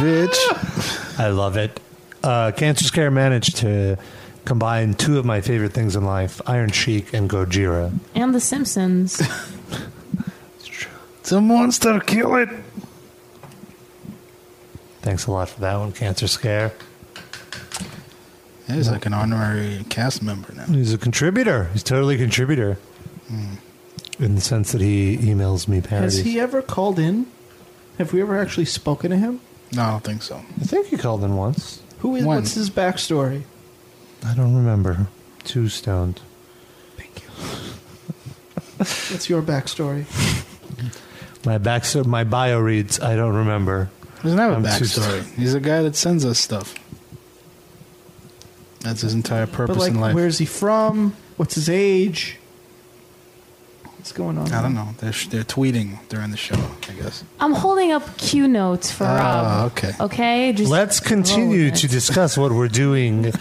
Speaker 2: bitch. I love it. Uh, Cancer Scare managed to combine two of my favorite things in life: Iron Sheik and Gojira.
Speaker 7: And The Simpsons.
Speaker 2: It's a monster. Kill it. Thanks a lot for that one, Cancer Scare.
Speaker 3: He's like an honorary cast member now.
Speaker 2: He's a contributor. He's totally a contributor
Speaker 3: Hmm.
Speaker 2: in the sense that he emails me parodies.
Speaker 6: Has he ever called in? Have we ever actually spoken to him?
Speaker 3: No, I don't think so.
Speaker 2: I think he called in once.
Speaker 6: Who is?
Speaker 2: When?
Speaker 6: What's his backstory?
Speaker 2: I don't remember. Too stoned.
Speaker 6: What's your backstory?
Speaker 2: My back, my bio reads. I don't remember.
Speaker 3: He doesn't have a
Speaker 2: I'm too
Speaker 3: backstory. He's a guy that sends us stuff. That's his entire purpose
Speaker 6: but like,
Speaker 3: in life.
Speaker 6: where is he from? What's his age? What's going on?
Speaker 3: I don't know. They're, sh- they're tweeting during the show, I guess.
Speaker 7: I'm holding up cue notes for
Speaker 2: Ah,
Speaker 7: Rob.
Speaker 2: okay.
Speaker 7: Okay. Just
Speaker 2: Let's continue
Speaker 7: roll with
Speaker 2: to
Speaker 7: it.
Speaker 2: discuss what we're doing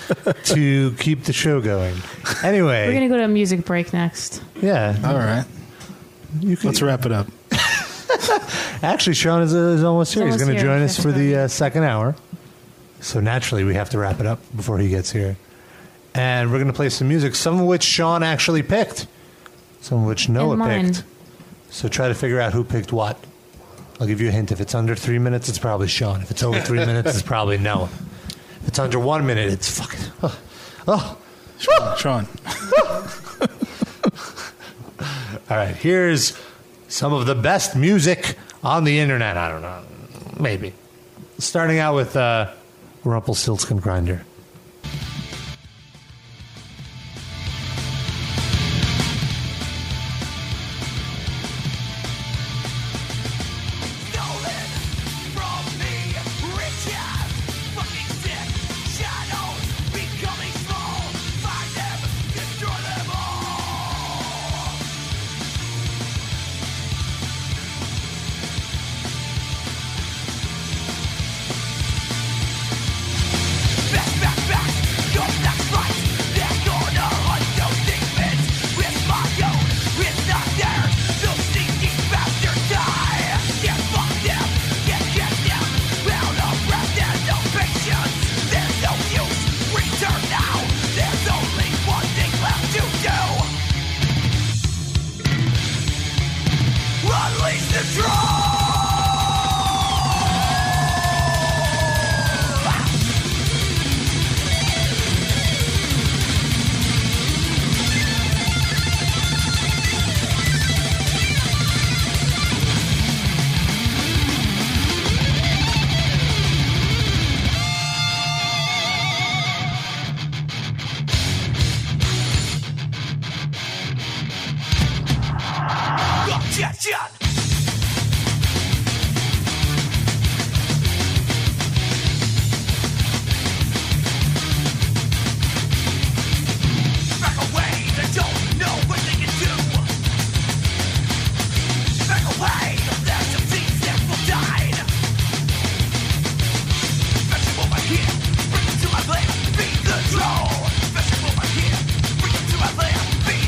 Speaker 2: to keep the show going. Anyway,
Speaker 7: We're gonna go to a music break next.
Speaker 2: yeah.
Speaker 3: All right.
Speaker 2: Let's
Speaker 3: wrap it up.
Speaker 2: Actually, Sean is, uh, is almost here. He's
Speaker 7: almost
Speaker 2: going to
Speaker 7: here.
Speaker 2: join us for the uh, second hour. So naturally, we have to wrap it up before he gets here. And we're going to play some music, some of which Sean actually picked, some of which Noah
Speaker 7: And mine.
Speaker 2: picked. So try to figure out who picked what. I'll give you a hint. If it's under three minutes, it's probably Sean. If it's over three minutes, it's probably Noah. If it's under one minute, it's fucking. Oh, oh.
Speaker 3: Sean. Sean.
Speaker 2: All right, here's some of the best music on the internet. I don't know, maybe. Starting out with uh, Rumpelstiltskin Grinder.
Speaker 8: Unleash the troll!
Speaker 12: Objection! Back away, they don't know what they can do. Back away, there's some things that will die. Fetch them over here, bring them to my left, be the draw. Fetch them over here, bring them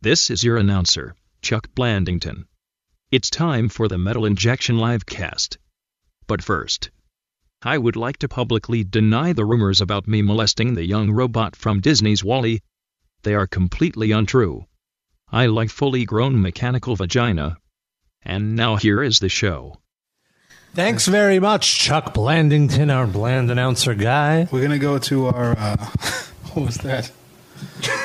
Speaker 1: This is your announcer, Chuck Blandington. It's time for the Metal Injection Livecast. But first, I would like to publicly deny the rumors about me molesting the young robot from Disney's Wally. They are completely untrue. I like fully grown mechanical vagina. And now here is the show.
Speaker 2: Thanks very much, Chuck Blandington, our bland announcer guy.
Speaker 3: We're gonna go to our. Uh, what was that?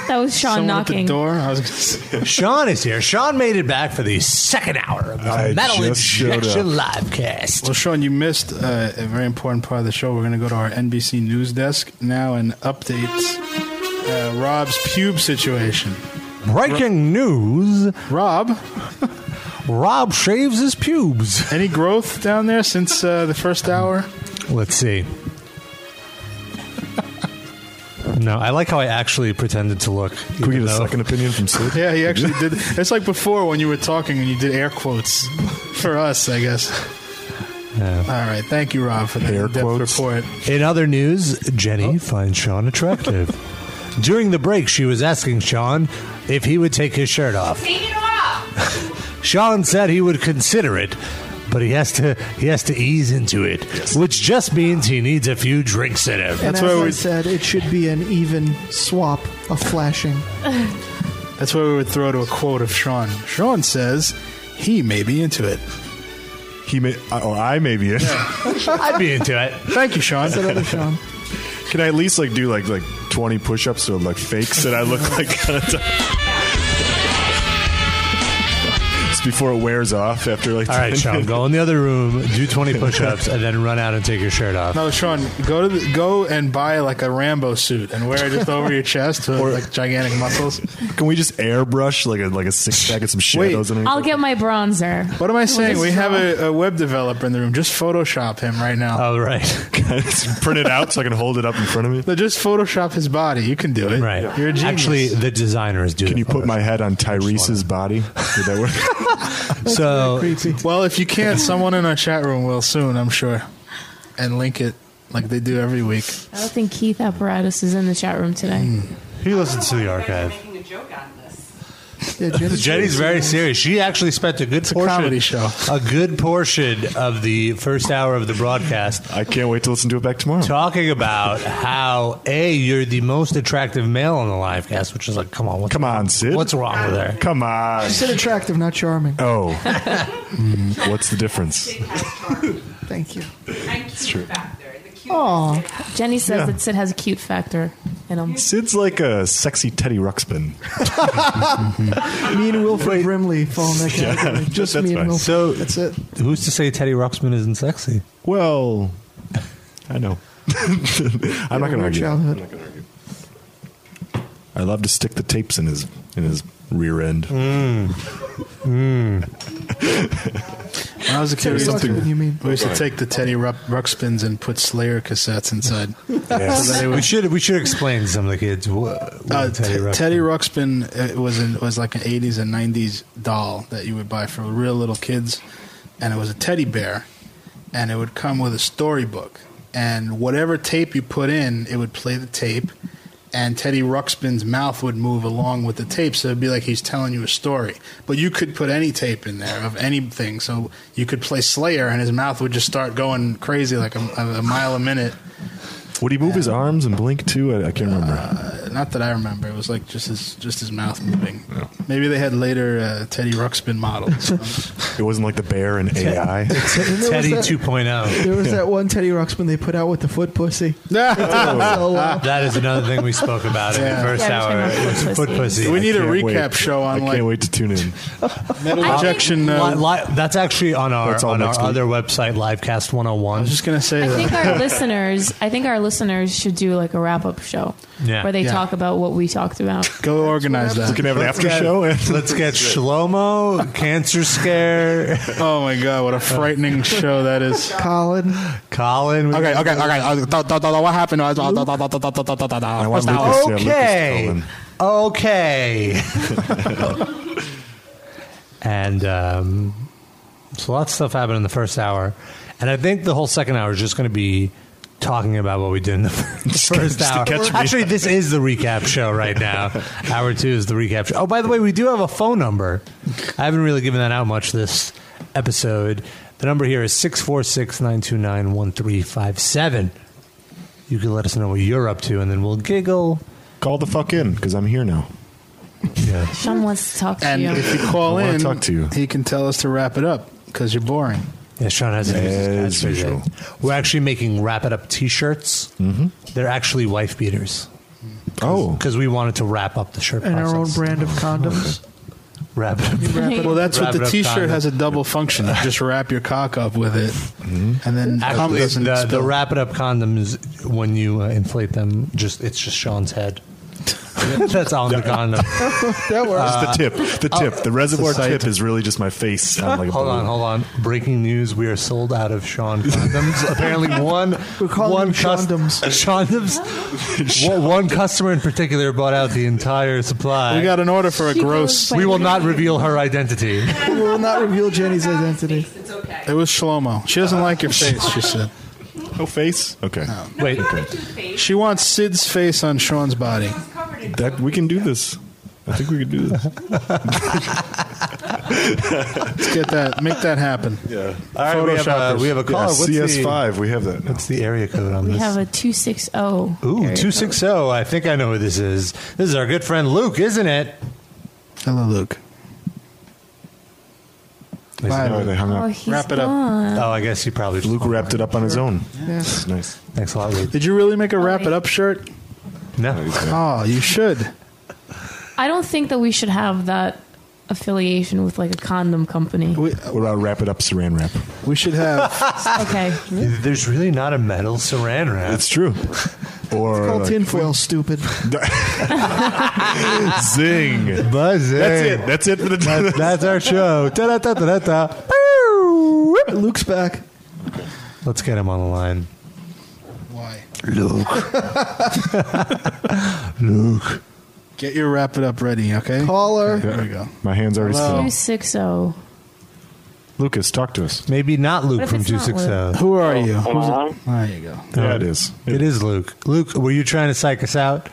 Speaker 7: That was Sean
Speaker 3: Someone at
Speaker 7: knocking.
Speaker 3: the door. I was gonna say.
Speaker 2: Sean is here. Sean made it back for the second hour of the
Speaker 3: I
Speaker 2: Metal
Speaker 3: just showed
Speaker 2: Injection
Speaker 3: up.
Speaker 2: Livecast.
Speaker 3: Well, Sean, you missed uh, a very important part of the show. We're going to go to our NBC news desk now and update uh, Rob's pube situation.
Speaker 2: Breaking news:
Speaker 3: Rob,
Speaker 2: Rob shaves his pubes.
Speaker 3: Any growth down there since uh, the first hour?
Speaker 2: Let's see. No, I like how I actually pretended to look. Can
Speaker 13: we get a second opinion from Sid?
Speaker 3: Yeah, he actually did. It's like before when you were talking and you did air quotes for us, I guess. All right, thank you, Rob, for that in-depth report.
Speaker 2: In other news, Jenny
Speaker 13: Oh.
Speaker 2: finds Sean attractive. During the break, she was asking Sean if he would take his shirt off.
Speaker 8: Take it off!
Speaker 2: Sean said he would consider it, but he has to he has to ease into it, which just means he needs a few drinks in him.
Speaker 6: And as I said, it should be an even swap of flashing.
Speaker 3: That's where we would throw to a quote of Sean. Sean says he may be into it.
Speaker 13: He may, uh, or I may be into it.
Speaker 2: I'd be into it.
Speaker 3: Thank you, Sean.
Speaker 6: That's another Sean.
Speaker 13: Can I at least like do like like twenty push-ups so like fakes that I look like kind of It's before it wears off after like.
Speaker 2: All right,
Speaker 13: 10
Speaker 2: Sean, go in the other room, do twenty push-ups, and then run out and take your shirt off.
Speaker 3: No, Sean, go to the, go and buy like a Rambo suit and wear it just over your chest with like gigantic muscles.
Speaker 13: Can we just airbrush like a like a six pack and some shadows in it?
Speaker 7: I'll get my bronzer.
Speaker 3: What am I saying? We have
Speaker 7: a.
Speaker 3: a, a web developer in the room. Just Photoshop him right now.
Speaker 2: Oh, right.
Speaker 13: print it out so I can hold it up in front of me.
Speaker 3: No, just Photoshop his body. You can do it.
Speaker 2: Right.
Speaker 3: You're a genius.
Speaker 2: Actually, the designers do.
Speaker 13: Can you put my head on Tyrese's body? Would that work?
Speaker 2: so
Speaker 3: well, if you can't, someone in our chat room will soon, I'm sure, and link it like they do every week.
Speaker 7: I don't think Keith Apparatus is in the chat room today.
Speaker 2: He listens to the archive.
Speaker 4: Making a joke out of this.
Speaker 6: Yeah,
Speaker 2: Jenny's, very serious. She actually spent a good portion,
Speaker 3: comedy show.
Speaker 2: a good portion of the first hour of the broadcast.
Speaker 13: I can't wait to listen to it back tomorrow.
Speaker 2: Talking about how a you're the most attractive male on the live cast, which is like, come on, what's,
Speaker 13: Come on, Sid.
Speaker 2: what's wrong with her?
Speaker 13: Come on.
Speaker 6: I said attractive, not charming.
Speaker 13: Oh, Mm, what's the difference?
Speaker 2: Mm.
Speaker 6: Thank you.
Speaker 4: It's
Speaker 13: true.
Speaker 6: Oh,
Speaker 7: Jenny says
Speaker 13: Yeah.
Speaker 7: that Sid has a cute factor in him.
Speaker 13: Sid's like a sexy Teddy Ruxpin.
Speaker 2: Hmm.
Speaker 6: me and Wilfred Brimley fall in that
Speaker 13: Yeah,
Speaker 6: category. Just
Speaker 13: that's
Speaker 6: me and
Speaker 13: fine.
Speaker 6: Wilfred.
Speaker 2: So
Speaker 6: That's it.
Speaker 2: who's to say Teddy Ruxpin isn't sexy?
Speaker 13: Well, I know. I'm not going to argue.
Speaker 6: Weird childhood.
Speaker 13: I love to stick the tapes in his in his rear end.
Speaker 2: Hmm.
Speaker 3: When I was a kid, we
Speaker 13: There's
Speaker 3: used,
Speaker 13: something-
Speaker 6: You mean?
Speaker 3: to, we used to take the Teddy Ru- Ruxpins and put Slayer cassettes inside. So that it
Speaker 2: We
Speaker 3: would-
Speaker 2: should we should explain to some of the kids what, what
Speaker 3: Uh,
Speaker 2: Teddy
Speaker 3: Teddy,
Speaker 2: Ruxpin.
Speaker 3: Teddy Ruxpin uh, was in, was like an '80s and '90s doll that you would buy for real little kids, and it was a teddy bear, and it would come with a storybook, and whatever tape you put in, it would play the tape, and Teddy Ruxpin's mouth would move along with the tape, so it'd be like he's telling you a story. But you could put any tape in there of anything, so you could play Slayer, and his mouth would just start going crazy like a, a mile a minute.
Speaker 13: Would he move his arms and blink too? I, I can't remember.
Speaker 3: Not that I remember. It was like just his just his mouth moving. Maybe they had later uh, Teddy Ruxpin models.
Speaker 13: it wasn't like the bear and AI.
Speaker 6: And there was
Speaker 2: Teddy
Speaker 6: that-
Speaker 2: 2.0.
Speaker 6: There was that one Teddy Ruxpin they put out with the foot pussy. So, uh,
Speaker 2: Oh. That is another thing we spoke about in the
Speaker 3: Yeah.
Speaker 2: first
Speaker 7: Yeah,
Speaker 2: hour.
Speaker 7: we're talking about
Speaker 2: was
Speaker 7: foot
Speaker 2: Foot
Speaker 7: pussy.
Speaker 2: pussy.
Speaker 3: we need a
Speaker 13: Can't
Speaker 3: recap
Speaker 13: wait.
Speaker 3: show on
Speaker 13: I
Speaker 3: like
Speaker 13: can't wait to tune in.
Speaker 3: metal injection.
Speaker 2: Li-
Speaker 3: Uh,
Speaker 2: li- that's actually on our
Speaker 13: That's all
Speaker 2: on our
Speaker 13: next week.
Speaker 2: other website, Livecast One Hundred
Speaker 3: I
Speaker 2: One.
Speaker 3: was just gonna say
Speaker 7: I think
Speaker 3: that.
Speaker 7: our listeners, I think our listeners should do like a wrap up show
Speaker 2: Yeah.
Speaker 7: where they
Speaker 3: Yeah.
Speaker 7: talk about what we talked about.
Speaker 3: Go organize
Speaker 13: We
Speaker 3: that.
Speaker 13: can have an after show.
Speaker 2: Let's get Shlomo Cancer Scare
Speaker 3: Oh my god, what a frightening show that is.
Speaker 6: Colin.
Speaker 2: Colin.
Speaker 3: Okay, okay, okay. Uh, da- da- da- da- What happened? Uh, da- da- da- da- da- da- da- da- da-
Speaker 13: I
Speaker 3: da.
Speaker 13: want
Speaker 3: First
Speaker 13: Lucas,
Speaker 3: hour.
Speaker 13: yeah, Lucas
Speaker 2: Okay.
Speaker 13: Cullen.
Speaker 2: Okay. and um, so lots of stuff happened in the first hour, and I think the whole second hour is just going to be talking about what we did in the first, first
Speaker 14: to
Speaker 2: hour.
Speaker 14: catch me.
Speaker 2: Actually, this is the recap show right now. hour two is the recap show. Oh, by the way, we do have a phone number. I haven't really given that out much this episode. The number here is 646 929 1357. You can let us know what you're up to, and then we'll giggle.
Speaker 13: Call the fuck in because I'm here now.
Speaker 2: Yeah.
Speaker 7: Sean wants to talk to
Speaker 3: And
Speaker 7: you.
Speaker 3: if you call
Speaker 13: I wanna
Speaker 3: in,
Speaker 13: talk to you.
Speaker 3: he can tell us to wrap it up because you're boring.
Speaker 2: Yeah, Sean has it
Speaker 13: As
Speaker 2: That's pretty
Speaker 13: usual.
Speaker 2: good. We're actually making wrap it up T-shirts. Mm-hmm. They're actually wife beaters. Oh, because we wanted to wrap up the shirt
Speaker 6: And
Speaker 2: process.
Speaker 6: our own brand of condoms.
Speaker 2: wrap it up.
Speaker 6: Wrap it up.
Speaker 3: Well, that's
Speaker 2: Wrap
Speaker 3: what
Speaker 2: it
Speaker 3: the
Speaker 2: up
Speaker 3: T-shirt
Speaker 2: condom.
Speaker 3: has a double function. You just wrap your cock up with it, and then cum
Speaker 2: Actually,
Speaker 3: doesn't
Speaker 2: the, the
Speaker 3: spill.
Speaker 2: wrap it up condoms when you uh, inflate them, just it's just Sean's head. That's on the condom.
Speaker 6: that works. Uh,
Speaker 13: Just the tip. The
Speaker 2: oh,
Speaker 13: tip. the reservoir
Speaker 2: it's a sight.
Speaker 13: tip is really just my face. on like a
Speaker 2: hold on,
Speaker 13: balloon.
Speaker 2: hold on. Breaking news: We are sold out of Sean condoms. Apparently, one
Speaker 6: We're calling
Speaker 2: one
Speaker 6: them
Speaker 2: condoms. Condoms. one, one customer in particular bought out the entire supply.
Speaker 3: We got an order for a
Speaker 7: She goes
Speaker 3: gross.
Speaker 7: by
Speaker 2: We will not reveal her identity.
Speaker 6: We will not reveal Jenny's identity.
Speaker 3: It was Shlomo. She doesn't like your face. She said
Speaker 13: No face. Okay.
Speaker 2: Wait,
Speaker 3: she wants Sid's face on Sean's body.
Speaker 13: That we can do this. I think we can do this.
Speaker 3: Let's get that. Make that happen.
Speaker 13: Yeah.
Speaker 2: all right, we have a,
Speaker 3: Photoshoppers.
Speaker 2: we have a caller.
Speaker 13: Yeah,
Speaker 2: What's the-
Speaker 13: CS5. We have that. now.
Speaker 2: what's the area code on
Speaker 7: we
Speaker 2: this?
Speaker 7: have a oh. 260.
Speaker 2: Ooh, 260. I think I know who this is. This is our good friend Luke, isn't it?
Speaker 3: Hello, Luke. Bye,
Speaker 13: Oh,
Speaker 3: Luke.
Speaker 13: they hung
Speaker 7: Oh,
Speaker 13: up.
Speaker 7: he's
Speaker 3: Wrap it up.
Speaker 7: gone.
Speaker 2: Oh, I guess he probably.
Speaker 13: Luke wrapped it up on his own.
Speaker 6: Yeah.
Speaker 13: This is nice.
Speaker 2: Thanks a lot, Luke.
Speaker 3: Did you really make
Speaker 7: Oh,
Speaker 3: a wrap it up shirt?
Speaker 2: No.
Speaker 3: Oh, you should.
Speaker 7: I don't think that we should have that affiliation with like a condom company.
Speaker 3: We,
Speaker 13: What about wrap it up saran wrap?
Speaker 3: we should have.
Speaker 7: okay.
Speaker 2: There's really not a metal saran wrap.
Speaker 13: That's true. Or
Speaker 6: Call
Speaker 13: like-
Speaker 6: tinfoil stupid.
Speaker 13: zing.
Speaker 2: buzzing.
Speaker 13: That's it. That's it for the
Speaker 2: That- that's our show. Da-da-da-da-da-da.
Speaker 6: Luke's back.
Speaker 2: Let's get him on the line.
Speaker 3: Why?
Speaker 2: Luke. Luke.
Speaker 3: Get your wrap it up ready, okay?
Speaker 6: Caller.
Speaker 3: There we go.
Speaker 13: My hands already
Speaker 3: Hello.
Speaker 13: smell.
Speaker 7: 260.
Speaker 13: Lucas, talk to us.
Speaker 2: Maybe not
Speaker 7: What
Speaker 2: Luke
Speaker 7: if
Speaker 2: from
Speaker 7: it's not
Speaker 2: 260.
Speaker 3: Who are you?
Speaker 10: Am I on?
Speaker 3: There you go.
Speaker 13: Yeah, it is.
Speaker 2: It is Luke. Luke, were you trying to psych us out?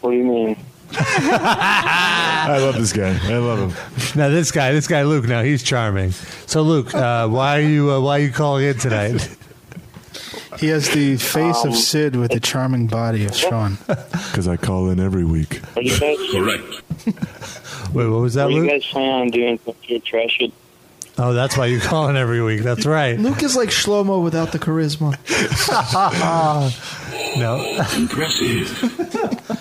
Speaker 10: What do you mean?
Speaker 13: I love this guy. I love him.
Speaker 2: Now this guy, this guy Luke. Now he's charming. So Luke, uh, why are you uh, why are you calling in tonight?
Speaker 3: He has the face
Speaker 10: Um,
Speaker 3: of Sid with the charming body of Sean.
Speaker 13: Because I call in every week.
Speaker 10: Are you guys,
Speaker 2: Wait, what was that,
Speaker 10: what do you
Speaker 2: Luke?
Speaker 10: guys plan on doing for your trash? it?
Speaker 2: Oh, that's why you call in every week. That's right.
Speaker 6: Luke is like Shlomo without the charisma.
Speaker 2: Ah, No, uh,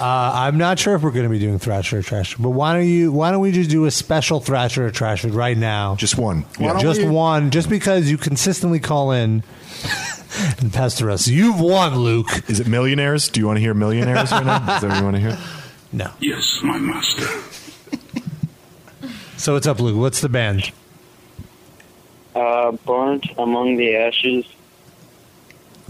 Speaker 2: I'm not sure if we're going to be doing Thrasher or Trash. But why don't you? Why don't we just do a special Thrasher or Trash right now?
Speaker 13: Just one.
Speaker 3: Why don't
Speaker 2: just
Speaker 3: we-
Speaker 2: one, just because you consistently call in and pester us. You've won, Luke.
Speaker 13: Is it millionaires? Do you want to hear millionaires right now? Is that what you want to hear?
Speaker 2: No.
Speaker 15: Yes, my master.
Speaker 2: So what's up, Luke? What's the band?
Speaker 10: Uh, burnt among the ashes.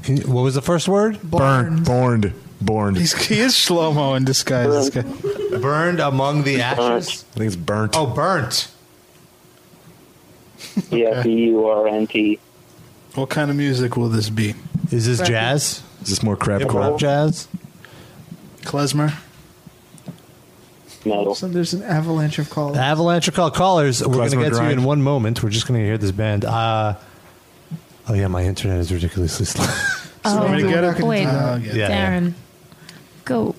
Speaker 2: Can you, what was the first word?
Speaker 13: Burned. Borned. Borned.
Speaker 3: He's, he is Shlomo in disguise. This guy.
Speaker 2: Burned among the ashes.
Speaker 13: I think it's burnt.
Speaker 2: Oh, burnt.
Speaker 10: Yeah, B U R N T.
Speaker 3: What kind of music will this be?
Speaker 2: Is this jazz?
Speaker 13: Is this more crab
Speaker 2: Hip hop
Speaker 13: core?
Speaker 2: jazz?
Speaker 3: Klezmer?
Speaker 10: Metal.
Speaker 6: So there's an avalanche of calls.
Speaker 2: The Avalanche are called callers. We're going to
Speaker 13: Klezmer
Speaker 2: get to you in
Speaker 13: grind.
Speaker 2: one moment. We're just going to hear this band. Uh, oh yeah, my internet is ridiculously slow.
Speaker 7: Oh,
Speaker 3: want me to get it?
Speaker 7: wait.
Speaker 3: Uh, yeah.
Speaker 2: Yeah, yeah.
Speaker 7: Darren, go.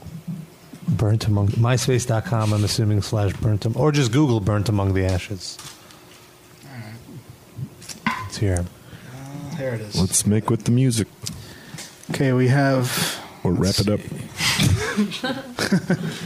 Speaker 2: burnt among MySpace.com. I'm assuming slash burnt am- or just Google burnt among the ashes. Let's hear. 'em.
Speaker 3: There it is.
Speaker 13: Let's make with the music
Speaker 3: Okay, we have.
Speaker 13: or wrap it up.
Speaker 3: let's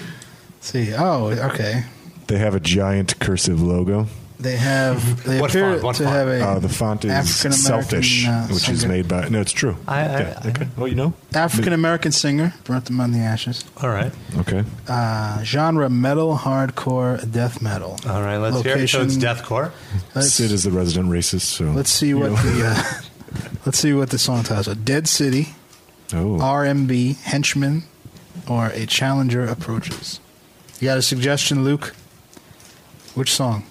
Speaker 3: see. Oh, okay.
Speaker 13: They have a giant cursive logo.
Speaker 3: They have. They
Speaker 2: What
Speaker 3: appear
Speaker 2: font? What
Speaker 3: to
Speaker 2: font?
Speaker 3: have a
Speaker 13: Uh, the font is
Speaker 3: African-American,
Speaker 13: selfish,
Speaker 3: uh,
Speaker 13: which is
Speaker 3: singer.
Speaker 13: made by. No, it's true.
Speaker 2: I- I-
Speaker 13: yeah,
Speaker 2: I-
Speaker 13: okay. Oh, you know?
Speaker 3: African American singer. Burnt them on the ashes.
Speaker 2: All right,
Speaker 13: Okay.
Speaker 3: Uh, genre metal, hardcore, death metal.
Speaker 2: all right. Let's hear. it. So it's
Speaker 3: Location-
Speaker 2: deathcore.
Speaker 3: Let's,
Speaker 13: Sid is the resident racist, so.
Speaker 3: let's see
Speaker 13: you
Speaker 3: what
Speaker 13: know.
Speaker 3: the. Uh, let's see what the song titles are. Dead City,
Speaker 13: Oh.
Speaker 3: RMB, henchman, or a challenger approaches. You got a suggestion, Luke? Which song?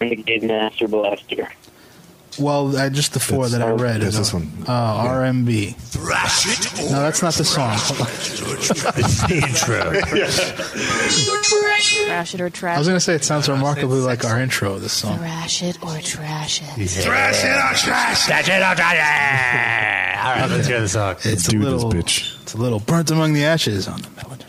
Speaker 10: Renegade Master Blaster.
Speaker 3: Well, I, just the four that I read.
Speaker 16: that's
Speaker 3: is
Speaker 16: this
Speaker 3: on-
Speaker 16: one.
Speaker 3: Oh, RMB.
Speaker 5: Thrash it.
Speaker 3: No, that's not the song.
Speaker 17: Thrash it or trash
Speaker 3: I was gonna say it sounds remarkably like our intro. This song.
Speaker 17: Thrash it or trash it.
Speaker 5: Thrash it or trash. Thrash it or trash.
Speaker 2: All right, let's hear the song.
Speaker 3: It's a little, bitch. It's a little burnt among the ashes on the Melody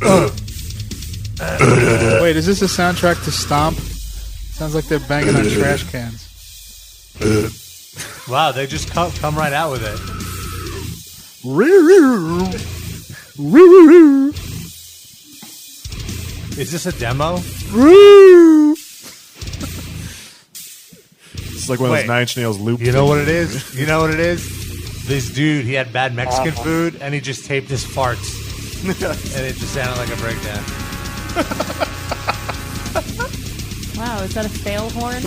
Speaker 3: podcast. Wait, is this a soundtrack to Stomp? Sounds like they're banging on trash cans.
Speaker 13: Uh.
Speaker 2: Wow, they just come, come right out with it. Is this a demo?
Speaker 16: It's like one of
Speaker 2: Wait.
Speaker 16: those Nine Inch Nails loops.
Speaker 2: You know what it is? You know what it is? This dude, he had bad Mexican food, and he just taped his farts, and it just sounded like a breakdown.
Speaker 7: Wow, is that a fail horn?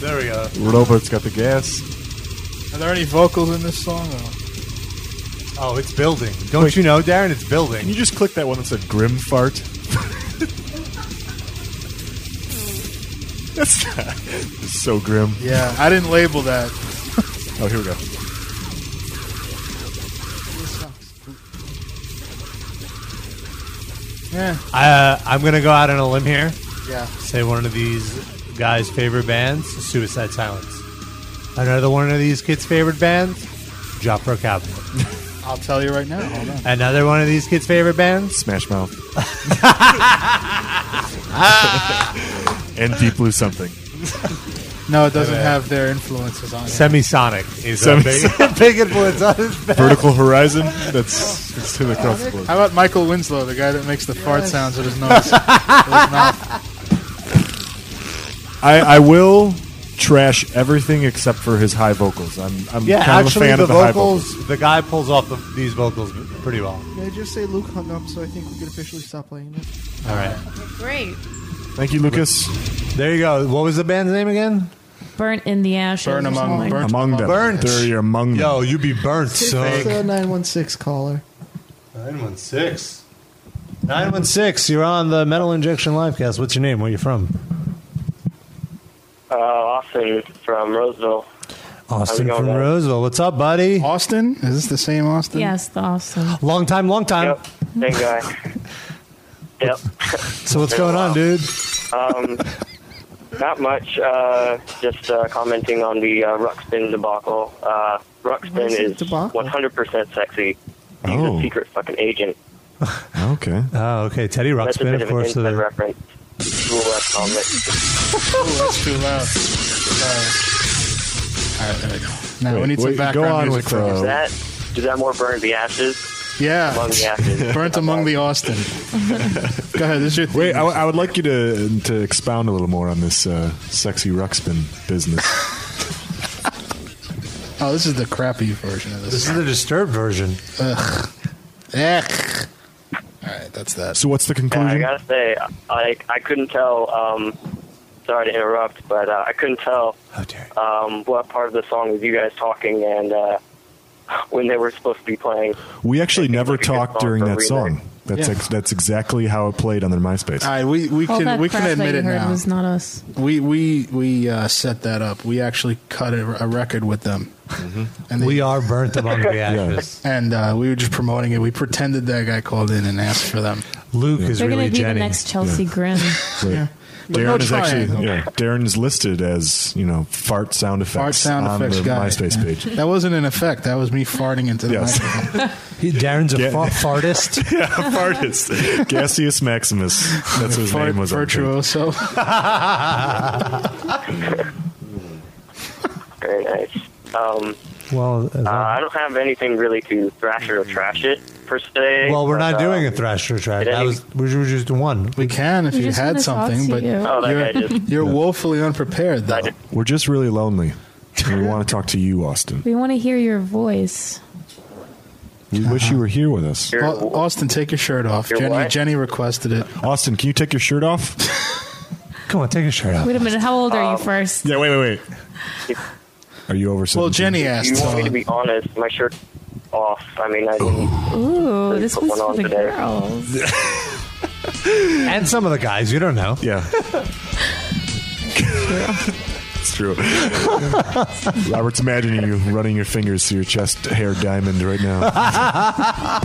Speaker 2: There we go.
Speaker 16: Robert's got the gas.
Speaker 3: Are there any vocals in this song?
Speaker 2: Oh, it's building. Don't you know, Darren? It's building.
Speaker 16: Can you just click that one that said Grim Fart? That's not, it's so grim.
Speaker 3: Yeah, I didn't label that.
Speaker 16: Oh, here we go.
Speaker 3: Yeah.
Speaker 2: Uh, I'm gonna go out on a limb here.
Speaker 3: Yeah.
Speaker 2: Say one of these guys' favorite bands, Suicide Silence. Another one of these kids' favorite bands, Jopper Cowboy.
Speaker 3: I'll tell you right now. Hold on.
Speaker 2: Another one of these kids' favorite bands,
Speaker 16: Smash Mouth. and Deep Blue something.
Speaker 3: No, it doesn't have their influences on it.
Speaker 2: Semisonic is a
Speaker 16: Semis-
Speaker 2: big, big influence on his band.
Speaker 16: Vertical Horizon. That's it's to the cross the board.
Speaker 3: How about Michael Winslow, the guy that makes the fart
Speaker 5: Yes.
Speaker 3: sounds with his nose? with his mouth?
Speaker 16: I, I will trash everything except for his high vocals. I'm I'm
Speaker 2: Yeah,
Speaker 16: kind
Speaker 2: actually,
Speaker 16: of a fan
Speaker 2: the
Speaker 16: of the high vocals.
Speaker 2: vocals. The guy pulls off the, these vocals pretty well.
Speaker 6: Can I just say Luke hung up, so I think we could officially stop playing it.
Speaker 2: All right.
Speaker 7: Great.
Speaker 16: Thank you, Lucas.
Speaker 2: There you go. What was the band's name again?
Speaker 7: Burnt in the ashes. or something.
Speaker 16: among them.
Speaker 2: Burnt.
Speaker 16: They're among them.
Speaker 2: Yo, you be burnt,
Speaker 6: It's
Speaker 2: son.
Speaker 6: a 916 caller.
Speaker 2: 916. 916, you're on the Metal Injection Livecast. What's your name? Where you from?
Speaker 18: Uh, Austin from Roseville.
Speaker 2: Austin from Roseville. What's up, buddy?
Speaker 3: Austin? Is this the same Austin?
Speaker 7: Yes, the awesome.
Speaker 2: Long time, long time.
Speaker 18: Same guy. yep.
Speaker 2: So what's going on, dude?
Speaker 18: Um, not much. Uh, just uh, commenting on the uh, Ruxpin debacle. Uh,
Speaker 6: What
Speaker 18: Ruxpin
Speaker 6: is it,
Speaker 18: is
Speaker 6: debacle?
Speaker 18: 100% sexy. He's
Speaker 16: Oh.
Speaker 18: a secret fucking agent.
Speaker 16: Okay.
Speaker 2: Oh, okay. Teddy
Speaker 18: That's a
Speaker 2: Ruxpin,
Speaker 18: bit
Speaker 2: of
Speaker 18: of an
Speaker 2: course.
Speaker 18: inside
Speaker 2: The,
Speaker 18: reference. Cool ass comment.
Speaker 3: Ooh, that's too loud. Sorry. All right, there we go. Now we
Speaker 16: Wait,
Speaker 3: need some
Speaker 16: wait, go
Speaker 3: background
Speaker 16: on
Speaker 3: music
Speaker 16: with,
Speaker 3: for
Speaker 16: uh,
Speaker 18: Is
Speaker 3: this.
Speaker 18: that is that more burn the ashes?
Speaker 3: Yeah.
Speaker 18: Among the ashes.
Speaker 3: Burnt among the Austin. Go ahead. This is your theme.
Speaker 16: Wait, I, I would like you to to expound a little more on this uh, sexy Ruxpin business.
Speaker 3: Oh, this is the crappy version of this.
Speaker 2: this is the disturbed version.
Speaker 3: Ugh. Ugh. All right, that's that.
Speaker 16: so what's the
Speaker 18: Yeah, I
Speaker 16: conclusion?
Speaker 18: gotta say, I I couldn't tell. Um, sorry to interrupt, but uh, I couldn't tell
Speaker 2: Oh,
Speaker 18: um, what part of the song was you guys talking and uh, when they were supposed to be playing.
Speaker 16: we actually never
Speaker 18: like a good
Speaker 16: talked
Speaker 18: song
Speaker 16: during
Speaker 18: for a
Speaker 16: that
Speaker 18: remix.
Speaker 16: song. That's
Speaker 3: Yeah.
Speaker 16: ex- that's exactly how it played on their MySpace.
Speaker 3: All right, we, we
Speaker 7: All
Speaker 3: can
Speaker 7: that
Speaker 3: we can
Speaker 7: crap
Speaker 3: admit
Speaker 7: that you
Speaker 3: it
Speaker 7: heard
Speaker 3: now.
Speaker 7: was not us.
Speaker 3: We we we uh, set that up. We actually cut a, a record with them,
Speaker 16: Mm-hmm.
Speaker 3: and
Speaker 2: We are burnt among the ashes.
Speaker 3: and uh, we were just promoting it. We pretended that guy called in and asked for them.
Speaker 2: Luke is
Speaker 7: They're
Speaker 2: really
Speaker 7: gonna be
Speaker 2: Jenny.
Speaker 7: the next Chelsea Grimm.
Speaker 16: Right. Darren
Speaker 3: No
Speaker 16: is actually
Speaker 3: triangle.
Speaker 16: yeah, Darren's listed as you know fart sound effects
Speaker 3: Fart sound
Speaker 16: on
Speaker 3: effects
Speaker 16: the
Speaker 3: guy.
Speaker 16: MySpace
Speaker 3: Yeah.
Speaker 16: page.
Speaker 3: That wasn't an effect. That was me farting into the
Speaker 16: Yes.
Speaker 3: microphone.
Speaker 2: He- Darren's a
Speaker 16: Yeah.
Speaker 2: fa- fartist.
Speaker 16: yeah, fartist. Gaseous Maximus. That's what his
Speaker 3: Fart
Speaker 16: name was. on the thing.
Speaker 3: virtuoso.
Speaker 18: Very nice. Um,
Speaker 2: Well,
Speaker 18: uh, I don't have anything really to thrash it or trash it per se.
Speaker 2: well, we're
Speaker 18: but,
Speaker 2: not doing a
Speaker 18: um,
Speaker 2: thrasher track.
Speaker 18: did
Speaker 2: That
Speaker 18: any-
Speaker 2: was we were just doing one.
Speaker 3: we can if
Speaker 7: We
Speaker 3: you
Speaker 7: just
Speaker 3: had
Speaker 7: wanna talk
Speaker 3: something,
Speaker 7: to
Speaker 3: but
Speaker 7: you.
Speaker 18: Oh, that guy
Speaker 3: you're,
Speaker 18: just
Speaker 3: you're woefully unprepared though.
Speaker 16: We're just really lonely. And we want to talk to you, Austin.
Speaker 7: We want to hear your voice.
Speaker 16: We wish you were here with us.
Speaker 3: Au- Austin, take your shirt off.
Speaker 18: You're
Speaker 3: Jenny
Speaker 18: what?
Speaker 3: Jenny requested it.
Speaker 16: Austin, can you take your shirt off?
Speaker 2: Come on, take a shirt off.
Speaker 7: Wait a minute. How old are you first?
Speaker 16: yeah, wait, wait, wait. Are you over? 17?
Speaker 3: Well, Jenny
Speaker 18: you
Speaker 3: asked. uh,
Speaker 18: want me
Speaker 3: so-
Speaker 18: to be honest? My shirt's off. I mean, I didn't
Speaker 7: Ooh,
Speaker 18: Please
Speaker 7: this
Speaker 18: put one
Speaker 7: was for
Speaker 18: on
Speaker 7: the
Speaker 2: Oh.
Speaker 18: today.
Speaker 7: girls.
Speaker 2: and some of the guys, you don't know.
Speaker 16: Yeah. It's true. Robert's imagining you running your fingers through your chest hair diamond right now.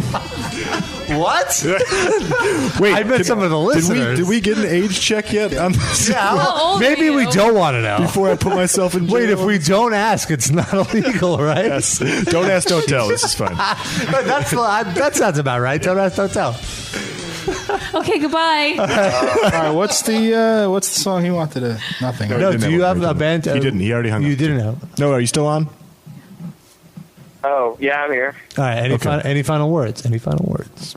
Speaker 2: what?
Speaker 16: Wait,
Speaker 2: I bet
Speaker 16: did-
Speaker 2: some of the
Speaker 16: did we-
Speaker 2: listeners.
Speaker 16: Did we, get an age check yet? On this?
Speaker 2: Yeah, How old maybe were we you? don't want to know.
Speaker 16: Before I put myself in.
Speaker 2: Wait, if we don't ask, it's not illegal, right?
Speaker 16: Yes. Don't ask, don't tell. This is fun.
Speaker 2: But that's that sounds about right. Don't ask, don't tell.
Speaker 7: Okay, goodbye.
Speaker 3: All right, what's the uh, what's the song he wanted to nothing?
Speaker 2: No, do you have a band? uh,
Speaker 16: He didn't. He already hung
Speaker 2: You
Speaker 16: up.
Speaker 2: didn't know.
Speaker 16: No, are you still on?
Speaker 18: Oh, yeah, I'm here.
Speaker 2: All right. Any, final, any final words? Any final words?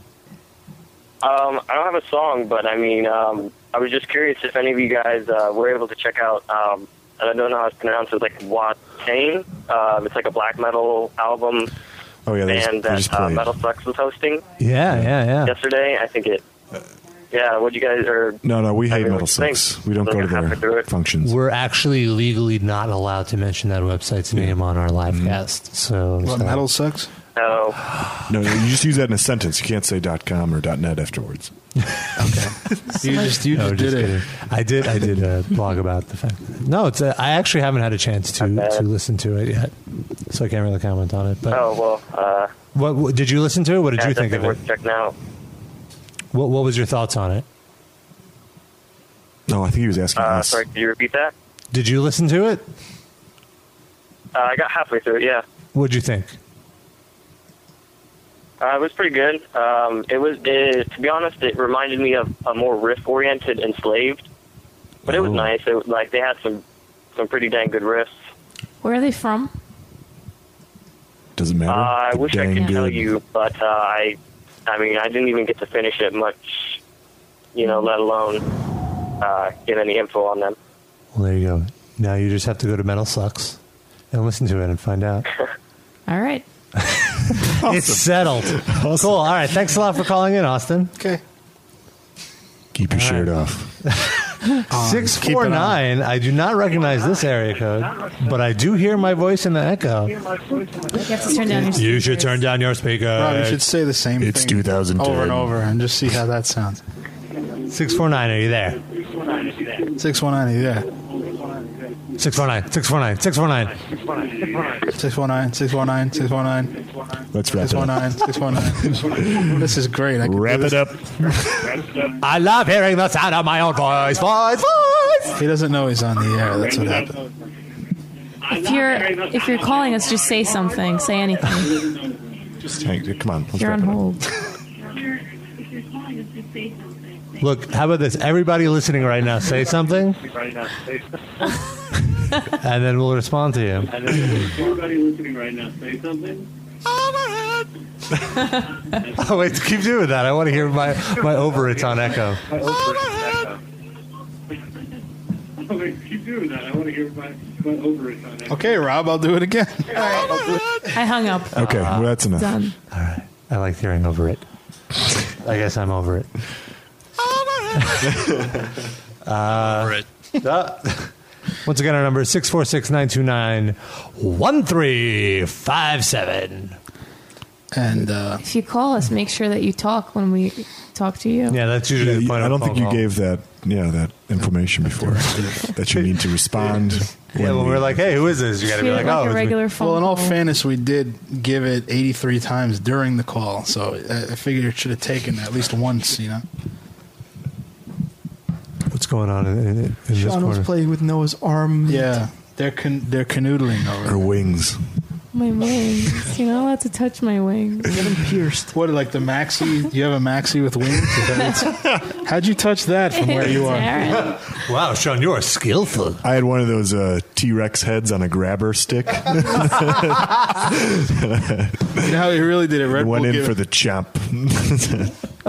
Speaker 18: Um, I don't have a song, but I mean, um, I was just curious if any of you guys uh, were able to check out. Um, and I don't know how it's pronounced. It's like Watane. Um, it's like a black metal album.
Speaker 16: Oh yeah, they just-
Speaker 18: band
Speaker 16: they just
Speaker 18: that uh,
Speaker 16: played.
Speaker 18: Metal Sucks was hosting
Speaker 2: Yeah, yeah, yeah.
Speaker 18: yesterday. I think it. Yeah, what you guys are.
Speaker 16: No, no, we
Speaker 18: I
Speaker 16: hate
Speaker 18: mean,
Speaker 16: metal
Speaker 18: what you think?
Speaker 16: sucks. We don't
Speaker 18: Like,
Speaker 16: go to
Speaker 18: I have do
Speaker 16: their
Speaker 18: it.
Speaker 16: functions.
Speaker 2: We're actually legally not allowed to mention that website's name on our live cast. So
Speaker 3: What,
Speaker 2: so-
Speaker 3: metal sucks?
Speaker 18: No.
Speaker 16: No, no, you just use that in a sentence. You can't say .com or .net afterwards.
Speaker 3: You just you
Speaker 2: No, just
Speaker 3: just did it.
Speaker 2: kidding. I did. I did a blog about the fact. No, it's. A, I actually haven't had a chance to to listen to it yet, so I can't really comment on it. But
Speaker 18: Oh well. Uh,
Speaker 2: what, what did you listen to it? What did
Speaker 18: yeah,
Speaker 2: you think of
Speaker 18: definitely
Speaker 2: it?
Speaker 18: worth checking out.
Speaker 2: What What was your thoughts on it?
Speaker 16: No, I think he was asking
Speaker 18: Uh,
Speaker 16: us.
Speaker 18: sorry, could you repeat that?
Speaker 2: Did you listen to it?
Speaker 18: Uh, I got halfway through it. Yeah.
Speaker 2: What'd you think?
Speaker 18: Uh, it was pretty good. Um, it was, it, to be honest, it reminded me of a more riff-oriented Enslaved, but
Speaker 16: Oh.
Speaker 18: it was nice. It was, like they had some some pretty dang good riffs.
Speaker 7: Where are they from?
Speaker 16: Does it
Speaker 18: Uh,
Speaker 16: matter?
Speaker 18: I wish I
Speaker 16: Dang
Speaker 18: could
Speaker 16: good.
Speaker 18: tell you, but uh, I, I mean, I didn't even get to finish it much, you know, let alone uh, get any info on them.
Speaker 2: Well, there you go. Now you just have to go to Metal Sucks and listen to it and find out.
Speaker 7: All right.
Speaker 2: It's settled. Cool. All right. Thanks a lot for calling in, Austin.
Speaker 3: Okay.
Speaker 16: Keep your shirt off.
Speaker 18: Uh,
Speaker 2: Six four nine. I do not recognize this area code, but I do hear my voice in the echo.
Speaker 7: You have to turn down your
Speaker 2: You should turn down your
Speaker 3: Rob, you
Speaker 2: speaker.
Speaker 3: should say the same
Speaker 16: It's
Speaker 3: thing
Speaker 16: 2010.
Speaker 3: over and over and just see how that sounds.
Speaker 2: Six four nine. Are you there?
Speaker 3: 619, yeah.
Speaker 2: Six four nine. Six four nine. Six four nine.
Speaker 3: 619, 619, 619,
Speaker 16: Let's wrap it up.
Speaker 3: 619, 619. This is great. I can do
Speaker 16: Wrap
Speaker 3: this.
Speaker 16: it up.
Speaker 2: I love hearing the sound of my own voice. Voice. Voice.
Speaker 3: He doesn't know he's on the air. That's what happened.
Speaker 7: If you're if you're calling us, just say something. Say anything.
Speaker 16: Just hang. Come on. Let's
Speaker 7: You're
Speaker 16: wrap
Speaker 7: on
Speaker 16: it up.
Speaker 7: hold.
Speaker 2: Look. How about this? Everybody listening right now, say something, and then we'll respond to you.
Speaker 5: Everybody listening right now, say something.
Speaker 2: Oh wait, keep doing that. I want to hear my my over it's on echo.
Speaker 5: Keep doing that. I want to hear my, my over it on
Speaker 3: Okay, Rob, I'll do it again.
Speaker 7: I hung up.
Speaker 16: Okay, well, that's enough.
Speaker 7: Done.
Speaker 2: I like hearing over it. I guess I'm over it.
Speaker 19: Over it.
Speaker 2: Uh, Once again, our number is 646 929 1357.
Speaker 3: And uh,
Speaker 7: If you call us, make sure that you talk when we talk to you.
Speaker 2: Yeah, that's usually
Speaker 16: Yeah,
Speaker 2: the
Speaker 16: you-
Speaker 2: point.
Speaker 16: I
Speaker 2: of a
Speaker 16: don't think you
Speaker 2: phone call.
Speaker 16: gave that yeah that information before that you need to respond.
Speaker 2: Yeah, when
Speaker 16: we-
Speaker 2: we're like, hey, who is this? You got to be
Speaker 7: Treat it
Speaker 2: like,
Speaker 7: like,
Speaker 2: oh,
Speaker 7: a
Speaker 2: it's me."
Speaker 7: regular phone.
Speaker 3: well, in all
Speaker 7: call.
Speaker 3: fairness, we did give it 83 times during the call, so I I figured it should have taken at least once, you know?
Speaker 2: what's going on in, in, in this
Speaker 6: Sean was
Speaker 2: corner?
Speaker 6: playing with Noah's arm.
Speaker 7: Mm-hmm.
Speaker 3: Yeah, they're can- they're canoodling over.
Speaker 16: her
Speaker 3: there.
Speaker 16: wings.
Speaker 7: my wings. You're not allowed to touch my wings.
Speaker 6: Get him pierced.
Speaker 3: What like the maxi? You have a maxi with wings? Is that it's- How'd you touch that from where you are?
Speaker 7: Darren.
Speaker 2: Wow, Sean, you are skillful.
Speaker 16: I had one of those uh, T Rex heads on a grabber stick.
Speaker 3: You know how he really did it. Red Bull,
Speaker 16: Went in
Speaker 3: give-
Speaker 16: for the chomp.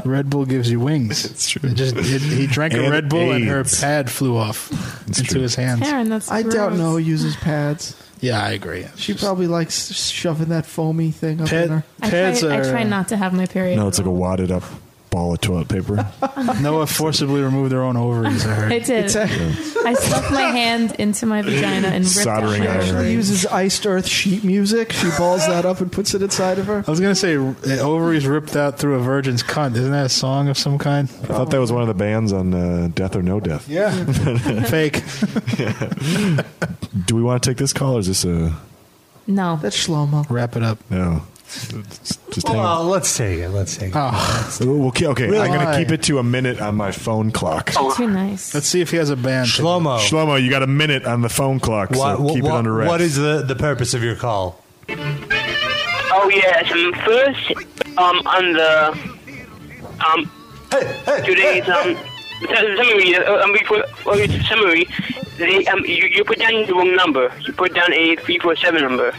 Speaker 3: Red Bull gives you wings. It's
Speaker 16: true.
Speaker 3: just it- he drank a
Speaker 16: And
Speaker 3: Red Bull and her
Speaker 16: AIDS.
Speaker 3: pad flew off
Speaker 16: It's
Speaker 3: into
Speaker 16: true.
Speaker 3: his hands.
Speaker 7: Darren, that's
Speaker 6: I doubt
Speaker 7: gross.
Speaker 6: Noah uses pads.
Speaker 3: Yeah, I agree.
Speaker 6: She probably likes shoving that foamy thing up
Speaker 3: Pad-
Speaker 6: in her.
Speaker 7: I
Speaker 3: pads
Speaker 7: try, I
Speaker 3: are-
Speaker 7: try not to have my period.
Speaker 16: no, it's like a wadded up ball of toilet paper.
Speaker 3: Noah forcibly removed their own ovaries. I heard.
Speaker 7: It did. I stuck my hand into my vagina and ripped
Speaker 16: Soldering
Speaker 7: out my
Speaker 16: iron.
Speaker 6: She uses iced earth sheet music. She balls that up and puts it inside of her.
Speaker 3: I was gonna say uh, ovaries ripped out through a virgin's cunt. Isn't that a song of some kind?
Speaker 16: I thought that was one of the bands on uh, Death or No Death.
Speaker 3: Yeah. Fake.
Speaker 16: Do we want to take this call or is this a.
Speaker 7: No.
Speaker 6: That's shlomo.
Speaker 3: Wrap it up.
Speaker 16: No. Just hang
Speaker 2: Well,
Speaker 16: on.
Speaker 2: let's take it. Let's take it.
Speaker 3: Ah.
Speaker 16: We'll ke- okay,
Speaker 2: Really?
Speaker 16: I'm going
Speaker 2: Why?
Speaker 16: to keep it to a minute on my phone clock.
Speaker 7: Too nice.
Speaker 3: Let's see if he has a band.
Speaker 2: Shlomo.
Speaker 16: Shlomo, you got a minute on the phone clock, so keep it under wraps.
Speaker 2: what is the, the purpose of your call?
Speaker 10: Oh yes, um, first um on the um today's um su- summary uh, um before well, it's summary they um you, you put down the wrong number you put down a three four seven number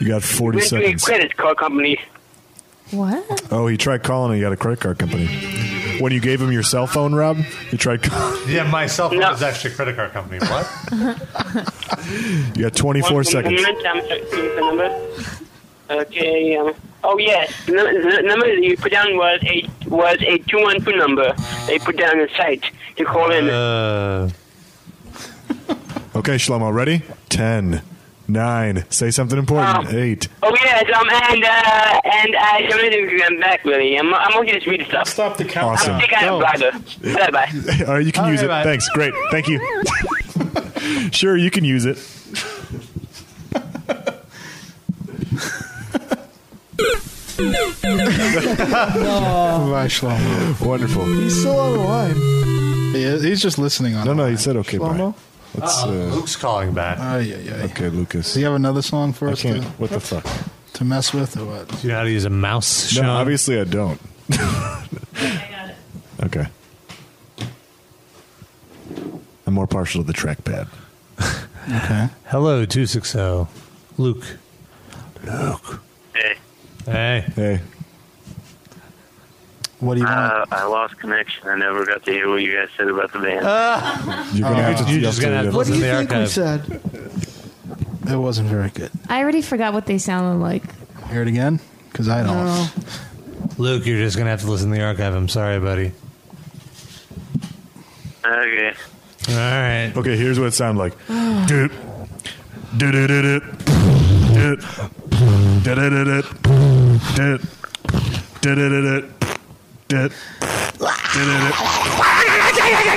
Speaker 16: You got 40
Speaker 10: went to a
Speaker 16: seconds.
Speaker 10: credit card company
Speaker 7: What?
Speaker 16: Oh, he tried calling and he got a credit card company. When you gave him your cell phone, Rob, he tried calling.
Speaker 2: Yeah, my cell phone is actually a credit card company. What?
Speaker 16: You got 24
Speaker 10: One
Speaker 16: seconds.
Speaker 10: moment, I'm sorry, the number okay um oh yes the, num- the number that you put down was a was a two one two number they put down the site to call in
Speaker 16: Uh. Okay, Shlomo, ready? 10, 9, say something important. 8,
Speaker 10: Oh yes, um, and uh, and I donated I'm back, really. I'm I'm gonna just read stuff.
Speaker 3: Stop the count.
Speaker 16: Awesome.
Speaker 10: I think I have
Speaker 16: Go.
Speaker 10: a bladder. Bye bye.
Speaker 16: All right, you can
Speaker 10: All
Speaker 16: use
Speaker 10: right,
Speaker 16: it.
Speaker 10: bye.
Speaker 16: Thanks. Great. Thank you. sure, you can use it.
Speaker 3: Bye, Shlomo.
Speaker 16: Wonderful. He's
Speaker 6: still on the line.
Speaker 3: He is, he's just listening on.
Speaker 16: No, no, he said okay.
Speaker 3: Shlomo.
Speaker 16: Bye. Let's, uh,
Speaker 2: Luke's calling back.
Speaker 3: Ay, ay, ay.
Speaker 16: Okay, Lucas.
Speaker 3: Do you have another song for us?
Speaker 16: can't-
Speaker 3: To,
Speaker 16: what the fuck?
Speaker 3: To mess with or what?
Speaker 2: Do you know how to use a mouse?
Speaker 16: No, obviously I don't. Okay. I'm more partial to the trackpad.
Speaker 3: Okay.
Speaker 2: Hello, 260. Luke. Luke.
Speaker 18: Hey,
Speaker 2: Hey.
Speaker 16: Hey.
Speaker 3: What do you
Speaker 18: uh, I lost connection. I never got to hear what you guys said about the band.
Speaker 16: You're gonna Uh, have to
Speaker 2: You're
Speaker 16: you'll
Speaker 2: Ah. Uh, just gonna have to
Speaker 16: do it.
Speaker 2: listen to the archive.
Speaker 6: said?
Speaker 3: It wasn't very good.
Speaker 7: I already forgot what they sounded like.
Speaker 3: Hear it again? Because I don't.
Speaker 2: Luke, you're just going to have to listen to the archive. I'm sorry, buddy.
Speaker 18: Okay.
Speaker 2: All right.
Speaker 16: Okay, here's what it sounded like. Doot. Doot doot doot doot. Doot. Doot doot doot doot. Doot doot doot doot. Doot. Doot doot doot.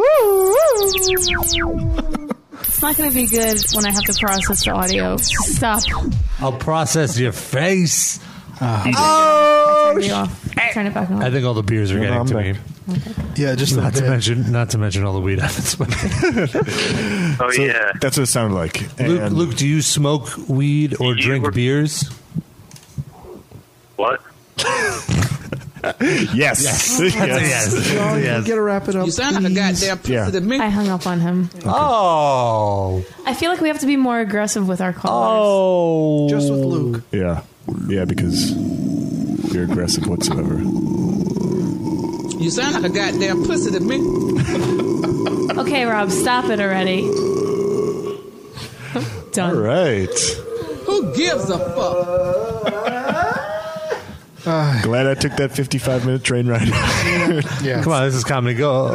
Speaker 7: Oh. It's not going to be good when I have to process the audio. Stop.
Speaker 2: I'll process your face.
Speaker 7: Ah. Oh, turn, you off. turn it back on.
Speaker 2: I think all the beers are getting to
Speaker 3: me. Yeah, just
Speaker 2: not to mention not to mention all the weed I've been smoking.
Speaker 18: Oh yeah.
Speaker 16: That's what it sounded like.
Speaker 2: Luke, Luke, do you smoke weed or drink beers?
Speaker 18: What?
Speaker 16: yes.
Speaker 2: Yes. Yes. Yes.
Speaker 6: John,
Speaker 2: Yes.
Speaker 6: get a wrap it up.
Speaker 7: You sound like a goddamn
Speaker 2: pussy Yeah. to
Speaker 7: I hung up on him.
Speaker 2: Oh.
Speaker 7: I feel like we have to be more aggressive with our callers.
Speaker 2: Oh.
Speaker 6: Just with Luke.
Speaker 16: Yeah. Yeah, because you're aggressive whatsoever.
Speaker 5: You sound like a goddamn pussy to me.
Speaker 7: Okay, Rob, stop it already. Done.
Speaker 16: All right.
Speaker 5: Who gives a fuck?
Speaker 6: Ah.
Speaker 16: Glad I took that 55 minute train ride.
Speaker 3: yeah.
Speaker 2: Come on, this is comedy go.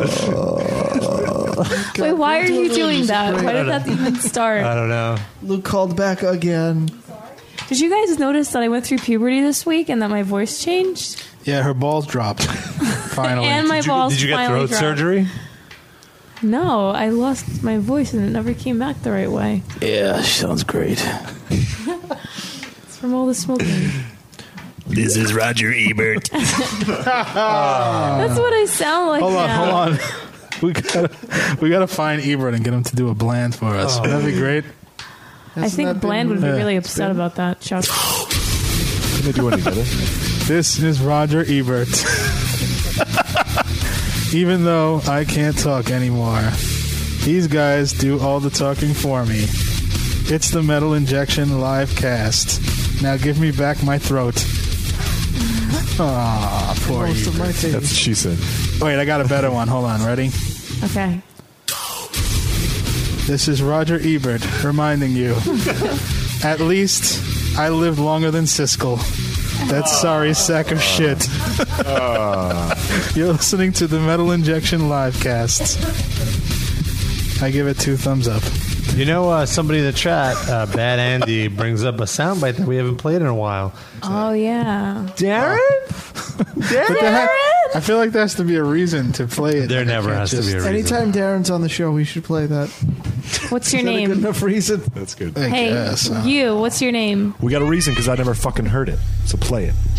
Speaker 7: Wait, why are you doing that? Why
Speaker 2: I
Speaker 7: did that even
Speaker 2: I
Speaker 7: start?
Speaker 2: don't know.
Speaker 6: Luke called back again.
Speaker 7: Did you guys notice that I went through puberty this week and that my voice changed?
Speaker 3: Yeah, her balls dropped. Finally.
Speaker 7: And my Did you- balls
Speaker 2: Did you get
Speaker 7: finally
Speaker 2: throat
Speaker 7: dropped.
Speaker 2: surgery?
Speaker 7: No, I lost my voice and it never came back the right way.
Speaker 6: Yeah, sounds great.
Speaker 7: It's from all the smoking.
Speaker 20: This is Roger Ebert.
Speaker 7: That's what I sound like
Speaker 3: hold on,
Speaker 7: now.
Speaker 3: hold on. We gotta, we gotta find Ebert and get him to do a bland for us.
Speaker 2: Oh.
Speaker 3: That'd be great.
Speaker 7: I think Bland would be
Speaker 3: Yeah.
Speaker 7: really upset about that, Chuck.
Speaker 16: Can they do any better?
Speaker 3: This is Roger Ebert. Even though I can't talk anymore, these guys do all the talking for me. It's the Metal Injection live cast. Now give me back my throat. Ah, poor
Speaker 6: Most
Speaker 3: you.
Speaker 6: of my face. That's what
Speaker 3: she said. Wait, I got a better one. Hold on, ready?
Speaker 7: Okay.
Speaker 3: This is Roger Ebert reminding you. At least I lived longer than Siskel. That sorry sack of shit. You're listening to the Metal Injection live cast. I give it two thumbs up.
Speaker 2: You know, uh, somebody in the chat, uh, Bad Andy, brings up a soundbite that we haven't played in a while.
Speaker 7: Oh yeah.
Speaker 2: Darren?
Speaker 3: But there ha- I feel like there has to be a reason to play it.
Speaker 2: There never has to be a reason.
Speaker 6: Anytime Darren's on the show, we should play that.
Speaker 7: What's your
Speaker 6: Is that a
Speaker 7: name?
Speaker 6: good enough reason?
Speaker 16: That's good.
Speaker 7: hey,
Speaker 6: uh,
Speaker 7: you. What's your name?
Speaker 16: We got a reason because I never fucking heard it. So play it.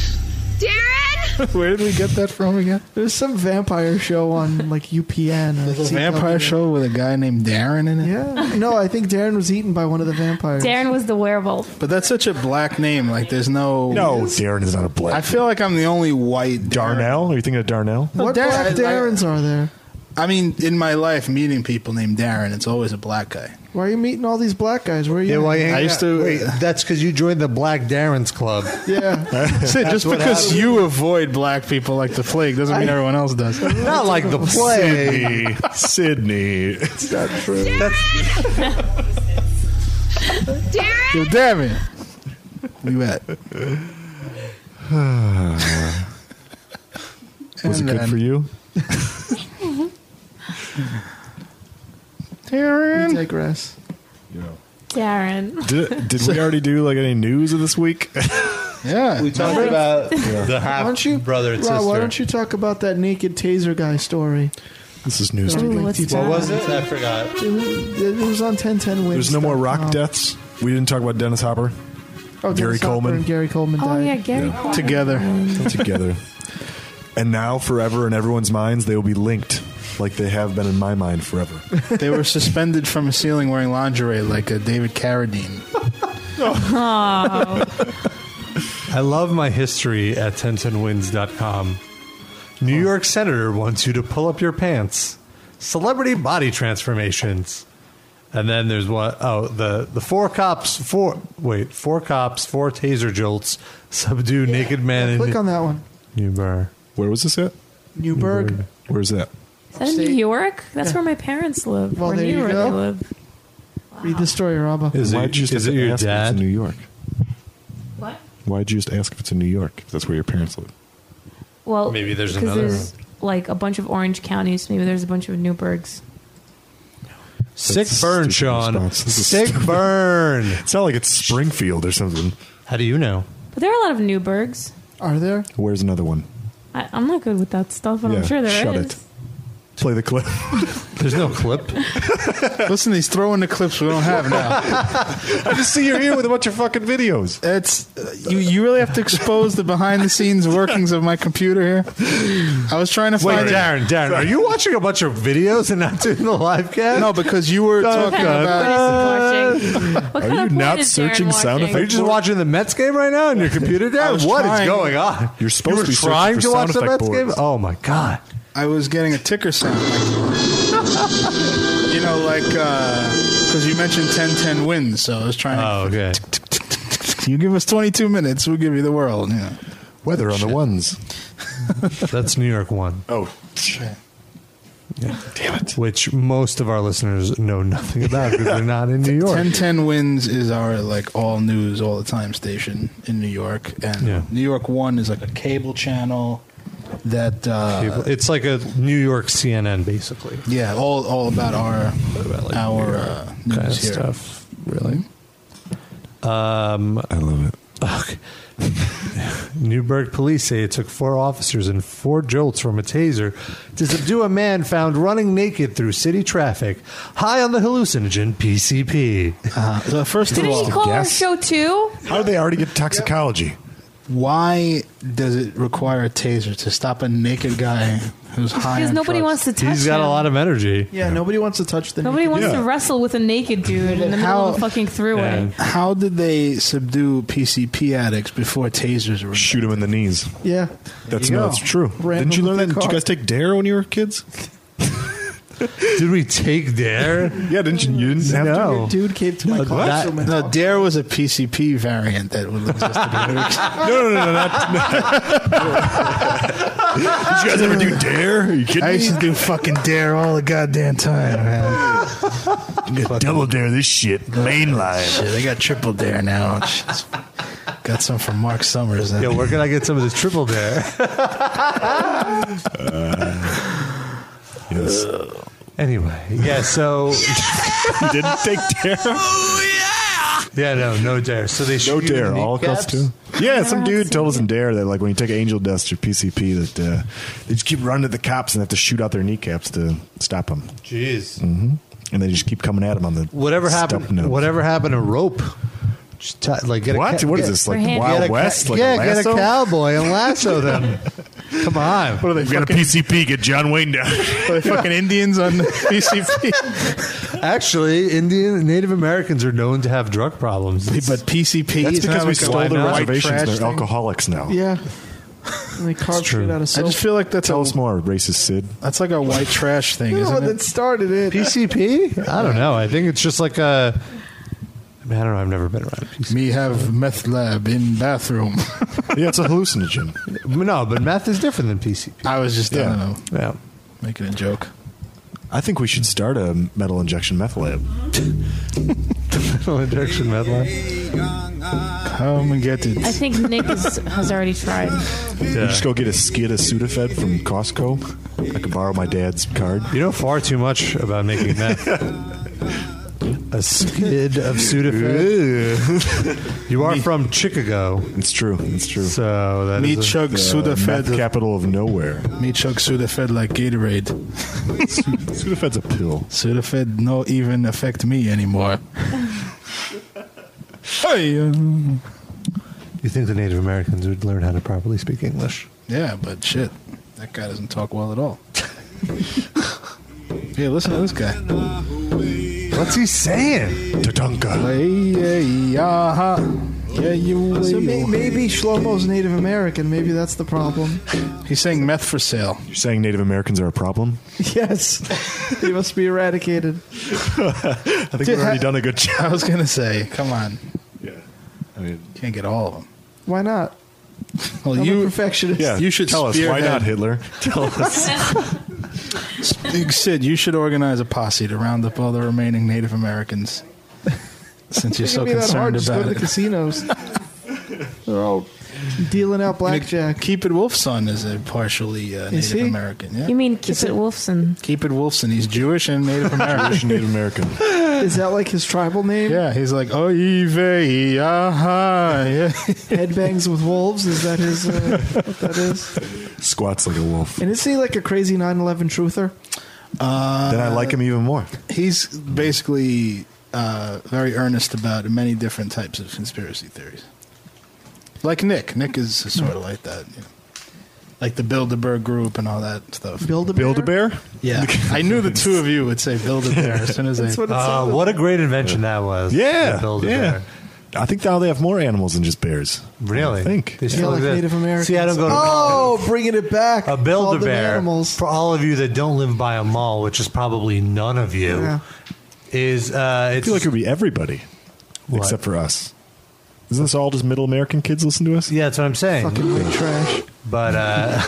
Speaker 7: Darren.
Speaker 3: Where did we get that from again?
Speaker 6: There's some vampire show on like UPN. Or
Speaker 3: There's a vampire show with a guy named Darren in it.
Speaker 6: Yeah. No, I think Darren was eaten by one of the vampires.
Speaker 7: Darren was the werewolf.
Speaker 3: But that's such a black name. Like, there's no.
Speaker 16: No, Darren is not a black.
Speaker 3: I feel like I'm the only white Darren.
Speaker 16: Darnell? Are you thinking of Darnell?
Speaker 6: What black Darrens are there?
Speaker 3: I mean, in my life, meeting people named Darren, it's always a black guy.
Speaker 6: Why are you meeting all these black guys? Where are you?
Speaker 2: Yeah, well, yeah,
Speaker 3: I used to-
Speaker 2: Wait, uh, that's because you joined the Black Darren's Club.
Speaker 6: Yeah.
Speaker 3: Sid,
Speaker 2: That's
Speaker 3: just
Speaker 2: what
Speaker 3: because
Speaker 2: happened.
Speaker 3: you avoid black people like the plague doesn't mean
Speaker 2: I-
Speaker 3: everyone else does.
Speaker 2: Not like the play.
Speaker 16: Sydney. Sydney. It's not true.
Speaker 3: Yo, damn it. We met.
Speaker 16: Was it
Speaker 3: And
Speaker 16: good
Speaker 3: then-
Speaker 16: for you? Mm-hmm.
Speaker 6: Darren. We digress.
Speaker 7: Darren.
Speaker 16: Did, did we already do like any news of this week?
Speaker 3: yeah.
Speaker 2: We talked
Speaker 6: Remember?
Speaker 2: about the
Speaker 6: Why
Speaker 2: half
Speaker 6: don't you,
Speaker 2: brother and
Speaker 6: Rob, Why
Speaker 2: sister.
Speaker 6: don't you talk about that naked taser guy story?
Speaker 16: This is news
Speaker 6: Ooh,
Speaker 16: to me.
Speaker 6: what's What that? was it?
Speaker 2: I forgot.
Speaker 6: It was, it was on 1010 Wins.
Speaker 16: There's no more rock deaths. We didn't talk about Dennis Hopper.
Speaker 6: Oh, Dennis
Speaker 16: Gary
Speaker 6: Hopper
Speaker 16: Coleman.
Speaker 6: and Gary Coleman
Speaker 7: Oh
Speaker 6: died.
Speaker 7: yeah, Gary.
Speaker 3: Together.
Speaker 16: together. And now, forever in everyone's minds, they will be linked like they have been in my mind forever.
Speaker 3: They were suspended from a ceiling wearing lingerie like a David Carradine.
Speaker 2: I love my history at 1010wins.com. New York senator wants you to pull up your pants. Celebrity body transformations. And then there's what? Oh, the, the four cops, four, wait, four cops, four taser jolts subdue naked man in
Speaker 6: Click on that one.
Speaker 2: Newburgh.
Speaker 16: Where was this at?
Speaker 6: Newburgh.
Speaker 16: Where's that?
Speaker 7: Is that in New York? That's where my parents live.
Speaker 6: Well,
Speaker 7: or
Speaker 6: there
Speaker 7: near
Speaker 6: you
Speaker 7: where
Speaker 6: go.
Speaker 7: They live.
Speaker 6: Read the story, Robba.
Speaker 2: Is
Speaker 16: Why'd
Speaker 2: it-
Speaker 16: you just
Speaker 2: is
Speaker 16: have
Speaker 2: it
Speaker 16: to
Speaker 2: your
Speaker 16: ask if it's
Speaker 2: dad?
Speaker 16: in New York?
Speaker 7: What?
Speaker 16: Why'd you just ask if it's in New York? If that's where your parents live.
Speaker 7: Well,
Speaker 2: Maybe there's
Speaker 7: 'cause
Speaker 2: another
Speaker 7: There's, like a bunch of Orange counties. Maybe there's a bunch of Newburghs.
Speaker 2: Sick burn, Sean. Sick burn.
Speaker 16: It's not like it's Springfield or something.
Speaker 2: How do you know?
Speaker 7: But there are a lot of Newburghs.
Speaker 6: Are there?
Speaker 16: Where's another one?
Speaker 7: I, I'm not good with that stuff, but I'm sure there is.
Speaker 16: shut it. Play the clip.
Speaker 2: There's no clip.
Speaker 3: Listen, he's throwing the clips we don't have now.
Speaker 16: I just see you're here with a bunch of fucking videos.
Speaker 3: It's you. You really have to expose the behind the scenes workings of my computer here. I was trying to
Speaker 2: Wait,
Speaker 3: find it.
Speaker 2: Darren, Darren, are you watching a bunch of videos and not doing the live cast?
Speaker 3: No, because you were
Speaker 2: Dun,
Speaker 3: talking
Speaker 2: dun,
Speaker 3: about.
Speaker 7: What
Speaker 16: Uh, Are
Speaker 7: kind
Speaker 16: you
Speaker 7: of porn
Speaker 16: not
Speaker 7: is Darren
Speaker 16: searching
Speaker 7: watching?
Speaker 16: sound effects?
Speaker 2: Are you just watching the Mets game right now on your computer,
Speaker 3: I
Speaker 2: Darren?
Speaker 3: was
Speaker 2: What is
Speaker 3: trying.
Speaker 2: going on?
Speaker 16: You're supposed
Speaker 2: You were
Speaker 16: to be searching
Speaker 2: trying
Speaker 16: for
Speaker 2: to watch
Speaker 16: sound
Speaker 2: the
Speaker 16: effect
Speaker 2: Mets game?
Speaker 16: boards.
Speaker 2: Oh my god!
Speaker 3: I was getting a ticker sound. you know, like uh, because you mentioned ten ten wins, so I was trying. to...
Speaker 2: Oh okay.
Speaker 3: You give us twenty two minutes, we'll give you the world. You know.
Speaker 16: Weather on the ones.
Speaker 2: That's New York one,
Speaker 16: Oh, damn it.
Speaker 2: which most of our listeners know nothing about because they're not in New York.
Speaker 3: 1010 Wins is our like all news all the time station in New York, and
Speaker 2: Yeah.
Speaker 3: New York One is like a cable channel that uh,
Speaker 2: It's like a New York CNN, basically.
Speaker 3: yeah, all all about our
Speaker 2: About like
Speaker 3: our
Speaker 2: New York
Speaker 3: uh, news
Speaker 2: kind of
Speaker 3: here.
Speaker 2: stuff. Really? Um,
Speaker 16: I love it.
Speaker 2: Okay. Newburgh police say it took four officers and four jolts from a taser to subdue a man found running naked through city traffic, high on the hallucinogen PCP.
Speaker 3: Uh, so first of
Speaker 7: Didn't
Speaker 3: all,
Speaker 7: he call our
Speaker 16: guess.
Speaker 7: show too?
Speaker 16: How did they already get toxicology?
Speaker 3: why does it require a taser to stop a naked guy who's high?
Speaker 7: Because
Speaker 3: on
Speaker 7: nobody wants
Speaker 3: drugs?
Speaker 7: to touch
Speaker 2: He's got a
Speaker 7: him.
Speaker 2: lot of energy.
Speaker 6: Yeah, nobody wants to touch the
Speaker 7: Nobody wants
Speaker 2: Yeah.
Speaker 7: to wrestle with a naked dude in the middle
Speaker 3: How-
Speaker 7: of a fucking throughway.
Speaker 3: How did they subdue PCP addicts before tasers were?
Speaker 16: Shoot him in the knees.
Speaker 6: Yeah.
Speaker 16: That's
Speaker 3: you
Speaker 16: no,
Speaker 3: go.
Speaker 16: that's true.
Speaker 6: Ram
Speaker 16: Didn't you
Speaker 6: him
Speaker 16: learn
Speaker 6: with
Speaker 16: that?
Speaker 6: the
Speaker 16: Did you
Speaker 6: car.
Speaker 16: guys take Dare when you were kids?
Speaker 2: Did we take Dare?
Speaker 16: yeah, didn't you? you didn't
Speaker 2: have no.
Speaker 6: dude came to my classroom. and-
Speaker 3: no, Dare was a PCP variant that would exist.
Speaker 16: no, no, no, no, not. Did you guys ever do Dare? Are you kidding
Speaker 3: I
Speaker 16: me?
Speaker 3: used to do fucking Dare all the goddamn time, man.
Speaker 13: Double dare this shit. Mainline.
Speaker 3: Shit, they got triple dare now. Jeez. got some from Mark Summers.
Speaker 2: Yo, where can I get some of this triple dare?
Speaker 16: yes.
Speaker 2: Anyway, yeah. So
Speaker 3: Oh.
Speaker 16: You didn't take dare.
Speaker 2: Yeah, no, no dare. So they
Speaker 16: No
Speaker 2: shoot you in
Speaker 16: dare,
Speaker 2: the
Speaker 16: all cuffs too.
Speaker 2: kneecaps?
Speaker 16: Yeah, some dude told us in Dare that like when you take angel dust or PCP, that uh, they just keep running at the cops and have to shoot out their kneecaps to stop them.
Speaker 2: Jeez.
Speaker 16: hmm And they just keep coming at them on the
Speaker 2: Whatever happened?
Speaker 16: Stumped nose.
Speaker 2: Whatever happened to rope? Just tie- like get
Speaker 16: What?
Speaker 2: A
Speaker 16: What is this, like For hand- Wild
Speaker 2: Get a
Speaker 16: West, like a
Speaker 2: yeah, get a
Speaker 16: lasso?
Speaker 2: cowboy and lasso them. Come on. What
Speaker 16: are they?
Speaker 13: We got a PCP. Get John Wayne down.
Speaker 3: fucking Indians on
Speaker 2: PCP. Actually, Indian Native Americans are known to have drug problems.
Speaker 3: But PCP
Speaker 16: That's because we stole their reservations.
Speaker 2: reservations.
Speaker 16: They're alcoholics now.
Speaker 6: Yeah. And they carved shit out of
Speaker 3: I
Speaker 6: soap.
Speaker 3: just feel like that's
Speaker 16: Tell
Speaker 3: a,
Speaker 16: us more, racist Sid.
Speaker 3: that's like a white trash thing,
Speaker 6: You're the
Speaker 3: isn't
Speaker 6: one
Speaker 3: it?
Speaker 6: that Oh, started it.
Speaker 2: PCP? I don't know. I think it's just like a. I, mean, I don't know. I've never been around.
Speaker 3: Me have meth lab in bathroom.
Speaker 16: yeah, it's a hallucinogen.
Speaker 2: No, but meth is different than PCP.
Speaker 3: I was just I don't
Speaker 16: Yeah.
Speaker 3: know,
Speaker 2: Yeah.
Speaker 3: making a joke.
Speaker 16: I think we should start a metal injection meth lab.
Speaker 2: injection meth lab.
Speaker 3: Come and get it.
Speaker 7: I think Nick is, has already tried.
Speaker 16: You just go get a skid of Sudafed from Costco. I could borrow my dad's card.
Speaker 2: You know far too much about making meth. a skid of Sudafed. you are from Chicago,
Speaker 16: It's true. It's true.
Speaker 2: so that
Speaker 3: Me
Speaker 2: is a-
Speaker 3: chug
Speaker 16: meth
Speaker 3: Sudafed.
Speaker 16: capital of nowhere.
Speaker 3: Me chug Sudafed like Gatorade.
Speaker 16: Sudafed's a pill.
Speaker 3: Sudafed no even affect me anymore. hey, um,
Speaker 2: you think the Native Americans would learn how to properly speak English?
Speaker 3: yeah, but shit, that guy doesn't talk well at all. yeah, listen to this guy.
Speaker 2: What's he saying? Tatanka.
Speaker 3: Hey, yeah, yeah, huh. yeah, you.
Speaker 6: Uh-huh. So may,
Speaker 3: you.
Speaker 6: maybe Shlomo's Native American. Maybe that's the problem.
Speaker 3: He's saying meth for sale.
Speaker 16: You're saying Native Americans are a problem?
Speaker 6: Yes, they must be eradicated.
Speaker 16: I think we've already done a good job.
Speaker 3: I was gonna say, come on,
Speaker 16: Yeah. I mean,
Speaker 3: can't get all of them.
Speaker 6: Why not?
Speaker 3: Well,
Speaker 6: I'm a
Speaker 3: you
Speaker 6: perfectionist.
Speaker 16: yeah.
Speaker 3: You should
Speaker 16: tell us why
Speaker 3: spearhead-
Speaker 16: not Hitler. Tell us.
Speaker 3: Sid, you should organize a posse to round up all the remaining Native Americans. Since you're
Speaker 6: It's
Speaker 3: so
Speaker 6: gonna be that
Speaker 3: concerned
Speaker 6: hard. Just go
Speaker 3: about
Speaker 6: to the
Speaker 3: it,
Speaker 6: casinos. They're all dealing out blackjack.
Speaker 3: Keep It Wolfson is a partially uh,
Speaker 6: Is
Speaker 3: Native
Speaker 6: he?
Speaker 3: American. Yeah,
Speaker 7: You mean Keep It Wolfson?
Speaker 3: Keep It Wolfson. He's Jewish and Native American.
Speaker 16: Jewish Native American.
Speaker 6: Is that like his tribal name?
Speaker 3: yeah, he's like oh yeah.
Speaker 6: Headbangs with wolves. Is that his? Uh, what that is?
Speaker 16: Squats like a wolf.
Speaker 6: And is he like a crazy 9/11 truther?
Speaker 16: then I like him even more.
Speaker 3: He's basically uh, very earnest about many different types of conspiracy theories. Like Nick. Nick is sort of like that. You know. Like the Bilderberg group and all that stuff.
Speaker 6: Build a
Speaker 16: Build a bear?
Speaker 3: Yeah, I knew the two of you would say build a bear as soon as
Speaker 6: That's
Speaker 3: I.
Speaker 6: what it
Speaker 2: Uh,
Speaker 6: sounded
Speaker 2: what a great invention that was.
Speaker 16: Yeah.
Speaker 2: The Build-A-Bear.
Speaker 16: yeah. I think now they have more animals than just bears.
Speaker 2: Really?
Speaker 16: I think.
Speaker 2: They still
Speaker 6: like
Speaker 2: exist.
Speaker 6: Native Americans.
Speaker 2: See, I don't go to
Speaker 6: oh, bringing it back.
Speaker 2: a
Speaker 6: Call
Speaker 2: build a
Speaker 6: them
Speaker 2: bear
Speaker 6: Animals.
Speaker 2: for all of you that don't live by a mall, which is probably none of you.
Speaker 6: Yeah.
Speaker 2: Is uh,
Speaker 16: I
Speaker 2: it's
Speaker 16: feel like it would be everybody
Speaker 2: What?
Speaker 16: except for us. Isn't this all just middle American kids listen to us?
Speaker 2: yeah, that's what I'm saying.
Speaker 6: Fucking big trash.
Speaker 2: But uh,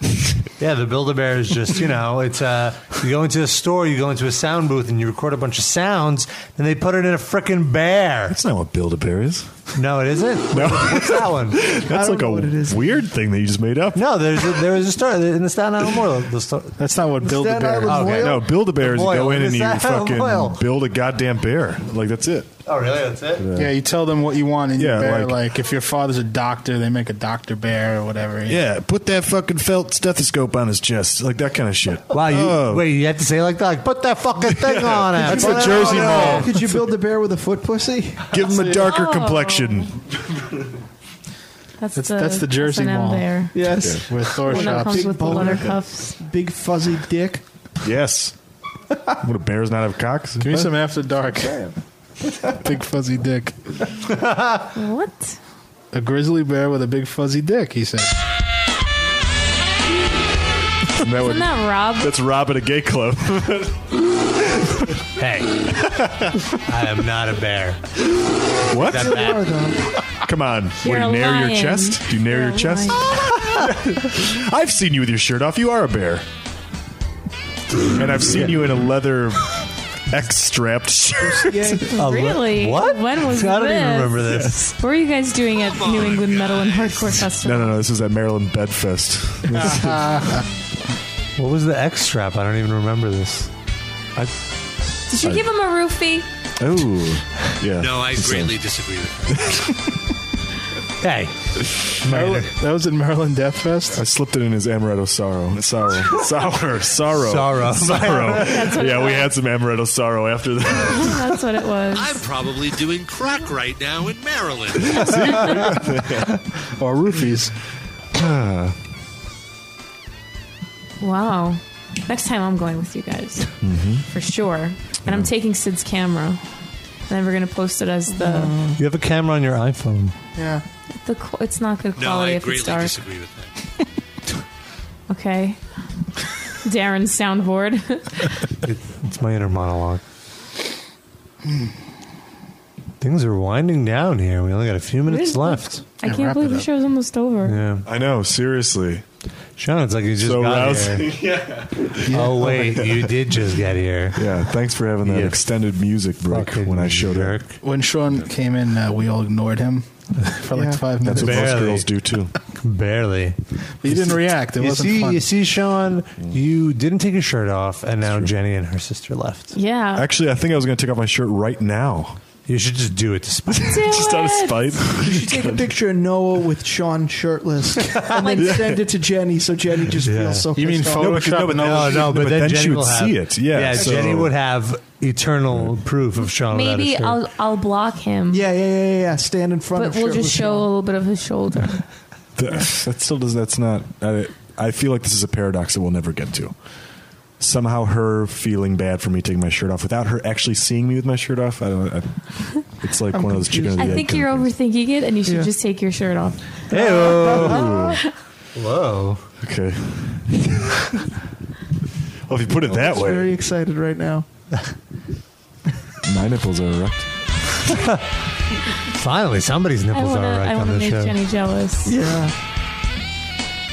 Speaker 2: yeah, the Build a Bear is just you know it's uh, you go into a store, you go into a sound booth, and you record a bunch of sounds, and they put it in a freaking bear.
Speaker 16: That's not what Build a Bear is.
Speaker 2: No, it isn't.
Speaker 16: No.
Speaker 2: What's that one?
Speaker 16: That's like a
Speaker 6: what it is.
Speaker 16: weird thing that you just made up.
Speaker 2: No, there's a, there was a story in the Staten Island Memorial. The sto-
Speaker 3: That's not what build a
Speaker 6: Staten
Speaker 3: bear.
Speaker 6: Island
Speaker 2: Okay.
Speaker 16: No, build a bear is you
Speaker 2: Boil.
Speaker 16: go in
Speaker 2: Is
Speaker 16: and you
Speaker 2: that how
Speaker 16: fucking
Speaker 2: boil?
Speaker 16: build a goddamn bear. Like that's it.
Speaker 2: oh, really? That's it.
Speaker 3: Yeah, you tell them what you want in
Speaker 16: Yeah,
Speaker 3: your bear.
Speaker 16: like-
Speaker 3: Like, if your father's a doctor, they make a doctor bear or whatever.
Speaker 16: Yeah, put that fucking felt stethoscope on his chest, like that kind of shit.
Speaker 2: Wow, you,
Speaker 16: Oh.
Speaker 2: wait, you have to say it like that? Like, put that fucking thing on it.
Speaker 16: That's
Speaker 2: Put
Speaker 16: a
Speaker 2: it
Speaker 16: Jersey
Speaker 2: on it.
Speaker 16: mall.
Speaker 6: Could you build a bear with a foot pussy?
Speaker 16: Give him a darker complexion.
Speaker 7: Oh, That's,
Speaker 3: That's-
Speaker 7: the,
Speaker 3: that's the Jersey
Speaker 7: S&M
Speaker 3: Mall.
Speaker 7: There.
Speaker 6: Yes.
Speaker 3: with Thor
Speaker 7: One that
Speaker 3: shops.
Speaker 7: comes with the
Speaker 6: boner.
Speaker 7: leather cuffs.
Speaker 6: Big fuzzy dick.
Speaker 16: Yes. Would a bears not have cocks?
Speaker 3: Give me some after dark. big fuzzy dick.
Speaker 7: What?
Speaker 3: A grizzly bear with a big fuzzy dick. He said.
Speaker 16: Isn't that,
Speaker 7: Isn't that Rob?
Speaker 16: That's Rob at a gay club.
Speaker 2: hey, I am not a bear.
Speaker 16: What?
Speaker 2: Is that bad?
Speaker 16: Come on.
Speaker 2: You're
Speaker 16: Wait,
Speaker 2: a
Speaker 16: nair your
Speaker 2: lion.
Speaker 16: chest? Do you nair your chest? I've seen you with your shirt off. You are a bear. And I've seen you in a leather X strapped shirt.
Speaker 7: A le- Really? what? When was I don't even this? remember this. What were you guys doing at New England Metal and Hardcore Festival?
Speaker 16: No, no, no. This was at Maryland Bedfest.
Speaker 2: What was the X strap? I don't even remember this.
Speaker 16: I,
Speaker 7: Did you give him a roofie?
Speaker 16: Oh, yeah.
Speaker 11: No, I greatly disagree with
Speaker 2: Hey.
Speaker 16: That was at Maryland Death Fest. I slipped it in his amaretto sorrow. Sorrow. Sour. Sorrow.
Speaker 2: Sorrow.
Speaker 16: Sorrow.
Speaker 7: That's what
Speaker 16: yeah,
Speaker 7: it
Speaker 16: we had some amaretto sorrow after that.
Speaker 7: That's what it was.
Speaker 11: I'm probably doing crack right now in Maryland.
Speaker 3: or roofies.
Speaker 7: Wow. Next time I'm going with you guys.
Speaker 2: Mm-hmm.
Speaker 7: For sure. And I'm taking Sid's camera. And then we're going to post it as the.
Speaker 2: You have a camera on your iPhone.
Speaker 7: Yeah. The qu- It's not good
Speaker 11: No,
Speaker 7: quality
Speaker 11: I
Speaker 7: if it's
Speaker 11: greatly
Speaker 7: dark.
Speaker 11: disagree with that.
Speaker 7: Okay. Darren's soundboard.
Speaker 2: It, it's my inner monologue.
Speaker 16: Hmm.
Speaker 2: Things are winding down here. We only got a few minutes
Speaker 7: Really?
Speaker 2: left.
Speaker 7: I can't believe the show's almost over.
Speaker 2: Yeah.
Speaker 16: I know, seriously.
Speaker 2: Sean, it's like you just
Speaker 16: so
Speaker 2: got
Speaker 16: rousing.
Speaker 2: here.
Speaker 16: yeah.
Speaker 2: Oh, wait, you did just get here.
Speaker 16: Yeah, thanks for having that
Speaker 2: You
Speaker 16: extended music break when I showed up.
Speaker 3: When Sean came in, uh, we all ignored him for like five
Speaker 16: That's
Speaker 3: minutes.
Speaker 16: what most girls do too.
Speaker 2: Barely.
Speaker 3: He didn't react. It
Speaker 2: you
Speaker 3: wasn't
Speaker 2: see,
Speaker 3: fun.
Speaker 2: You see, Sean,
Speaker 16: Mm.
Speaker 2: you didn't take your shirt off, and now Jenny and her sister left.
Speaker 7: Yeah.
Speaker 16: Actually, I think I was going to take off my shirt right now.
Speaker 2: You should just do it to spite.
Speaker 16: just out of spite.
Speaker 6: You should take a picture of Noah with Sean shirtless and then send it to Jenny so Jenny just feels so
Speaker 3: You mean
Speaker 6: pissed off.
Speaker 3: photo- Photoshop
Speaker 2: no, but, no,
Speaker 3: knows.
Speaker 2: no, but,
Speaker 3: But
Speaker 2: then,
Speaker 3: then
Speaker 2: Jenny
Speaker 3: she would
Speaker 2: will have-
Speaker 3: see it. Yeah, so-
Speaker 2: Jenny would have eternal proof of Sean. without a
Speaker 7: Maybe
Speaker 2: shirt.
Speaker 7: I'll, I'll block him.
Speaker 6: Yeah, yeah, yeah, yeah, yeah. Stand in front
Speaker 7: But
Speaker 6: of
Speaker 7: we'll
Speaker 6: shirtless
Speaker 7: just show a little bit of his shoulder.
Speaker 16: Th- That still does. That's not. I, I feel like this is a paradox that we'll never get to. Somehow, her feeling bad for me taking my shirt off without her actually seeing me with my shirt off. I don't. I, it's like one of those chicken. or the
Speaker 7: I
Speaker 16: egg
Speaker 7: think
Speaker 16: kind
Speaker 7: you're
Speaker 16: of
Speaker 7: overthinking it, and you should
Speaker 16: Yeah.
Speaker 7: just take your shirt off.
Speaker 16: Hey.
Speaker 2: Whoa.
Speaker 16: Okay. well, if you put it that
Speaker 6: She's
Speaker 16: way,
Speaker 6: very excited right now.
Speaker 16: my nipples are erect.
Speaker 2: Finally, somebody's nipples
Speaker 7: I wanna,
Speaker 2: are right
Speaker 7: I
Speaker 2: on
Speaker 7: wanna
Speaker 2: the
Speaker 7: make
Speaker 2: show.
Speaker 7: Jenny jealous.
Speaker 6: Yeah.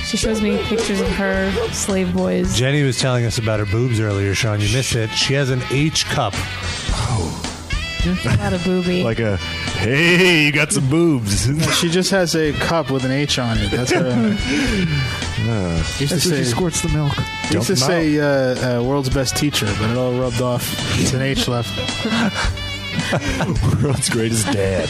Speaker 7: She shows me pictures of her slave boys.
Speaker 2: Jenny was telling us about her boobs earlier, Sean. You missed it. She has an H cup.
Speaker 7: A lot of boobie.
Speaker 16: Like a hey, you got some boobs.
Speaker 3: she just has a cup with an H on it. That's her. used to
Speaker 6: That's where
Speaker 3: say-
Speaker 6: she squirts the milk.
Speaker 3: I used to say uh, uh, world's best teacher, but it all rubbed off. It's an H left.
Speaker 16: World's greatest dad.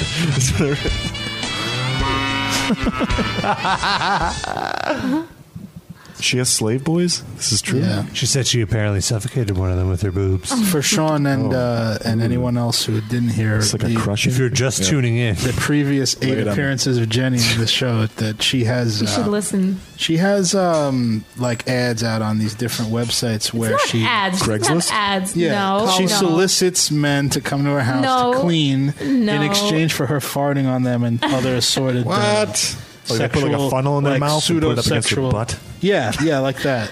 Speaker 16: she has slave boys. This is true.
Speaker 3: Yeah.
Speaker 2: She said she apparently suffocated one of them with her boobs.
Speaker 3: For Sean and uh, and anyone else who didn't hear,
Speaker 16: Oh. It's like a
Speaker 3: the-
Speaker 16: crush.
Speaker 2: If you're just tuning in,
Speaker 3: the previous eight
Speaker 16: Wait, I'm-
Speaker 3: appearances of Jenny in the show that she has.
Speaker 7: You should
Speaker 3: uh,
Speaker 7: listen.
Speaker 3: She has um like ads out on these different websites where
Speaker 7: Not
Speaker 3: she
Speaker 7: ads. It's not ads.
Speaker 3: Yeah,
Speaker 7: No.
Speaker 3: she
Speaker 7: no.
Speaker 3: solicits men to come to her house to
Speaker 7: No.
Speaker 3: clean in
Speaker 7: No.
Speaker 3: exchange for her farting on them and other assorted uh,
Speaker 16: What? Like they put like a funnel in their
Speaker 3: like
Speaker 16: mouth and put it up against
Speaker 3: pseudo-sexual-
Speaker 16: your butt.
Speaker 3: Yeah, yeah, like that.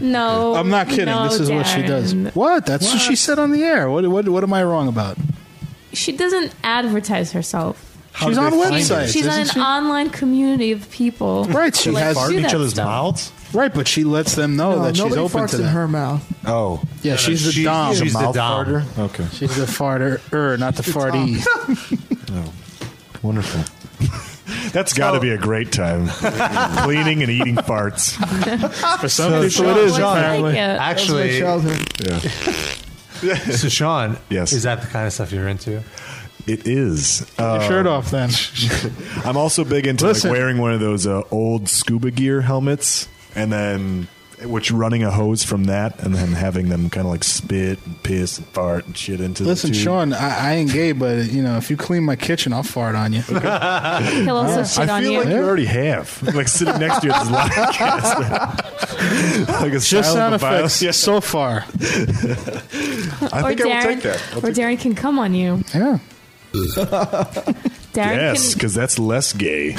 Speaker 7: No.
Speaker 3: I'm not kidding.
Speaker 7: Oh, no,
Speaker 3: this is what she does.
Speaker 7: Darren.
Speaker 3: What? That's what she said on the air. What? What? What am I wrong about?
Speaker 7: She doesn't advertise herself.
Speaker 16: How
Speaker 3: She's
Speaker 16: do
Speaker 3: on
Speaker 16: they find
Speaker 3: websites.
Speaker 7: She's on an
Speaker 3: isn't she?
Speaker 7: online community of people.
Speaker 3: Right, she
Speaker 7: who like
Speaker 3: has-
Speaker 7: to
Speaker 3: Fart
Speaker 7: do
Speaker 3: in
Speaker 7: that
Speaker 3: each other's
Speaker 7: stuff.
Speaker 16: mouths.
Speaker 3: right, but she lets them know
Speaker 6: No,
Speaker 3: that she's
Speaker 6: nobody
Speaker 3: open
Speaker 6: farts
Speaker 3: to
Speaker 6: in
Speaker 3: that.
Speaker 6: her mouth.
Speaker 16: Oh,
Speaker 3: Yeah, she's the
Speaker 2: She-
Speaker 3: dom.
Speaker 2: she's the
Speaker 16: mouth
Speaker 2: dom.
Speaker 16: farter? Okay,
Speaker 3: She's the farter, er, not the farty.
Speaker 16: wonderful. That's got to be a great time. Cleaning and eating farts.
Speaker 3: For some
Speaker 2: So
Speaker 3: people,
Speaker 2: Sean-
Speaker 3: it is
Speaker 2: Sean,
Speaker 3: apparently.
Speaker 7: Yeah.
Speaker 6: That was my
Speaker 2: actually,
Speaker 6: childhood.
Speaker 16: Yeah,
Speaker 2: so Sean,
Speaker 16: Yes.
Speaker 2: is that the kind of stuff you're into?
Speaker 16: it is. Uh,
Speaker 3: Your shirt off, then.
Speaker 16: I'm also big into like
Speaker 3: Listen.
Speaker 16: wearing one of those uh, old scuba gear helmets, and then which running a hose from that, and then having them kind of like spit and piss and fart and shit into.
Speaker 3: Listen,
Speaker 16: the tube.
Speaker 3: Sean, I, I ain't gay, but you know, if you clean my kitchen, I'll fart on you. Uh,
Speaker 7: He'll also shit
Speaker 16: I
Speaker 7: on
Speaker 16: feel
Speaker 7: you.
Speaker 16: like you already have. Like sitting next to you at this live cast. like a
Speaker 3: Just
Speaker 16: style
Speaker 3: sound
Speaker 16: of a bio-
Speaker 3: effects so far.
Speaker 7: or
Speaker 16: I
Speaker 7: Darren,
Speaker 16: think I will take that. I'll
Speaker 7: or
Speaker 16: take
Speaker 7: Darren can come on you.
Speaker 3: Yeah.
Speaker 7: Darren
Speaker 16: yes,
Speaker 7: can.
Speaker 16: because that's less gay.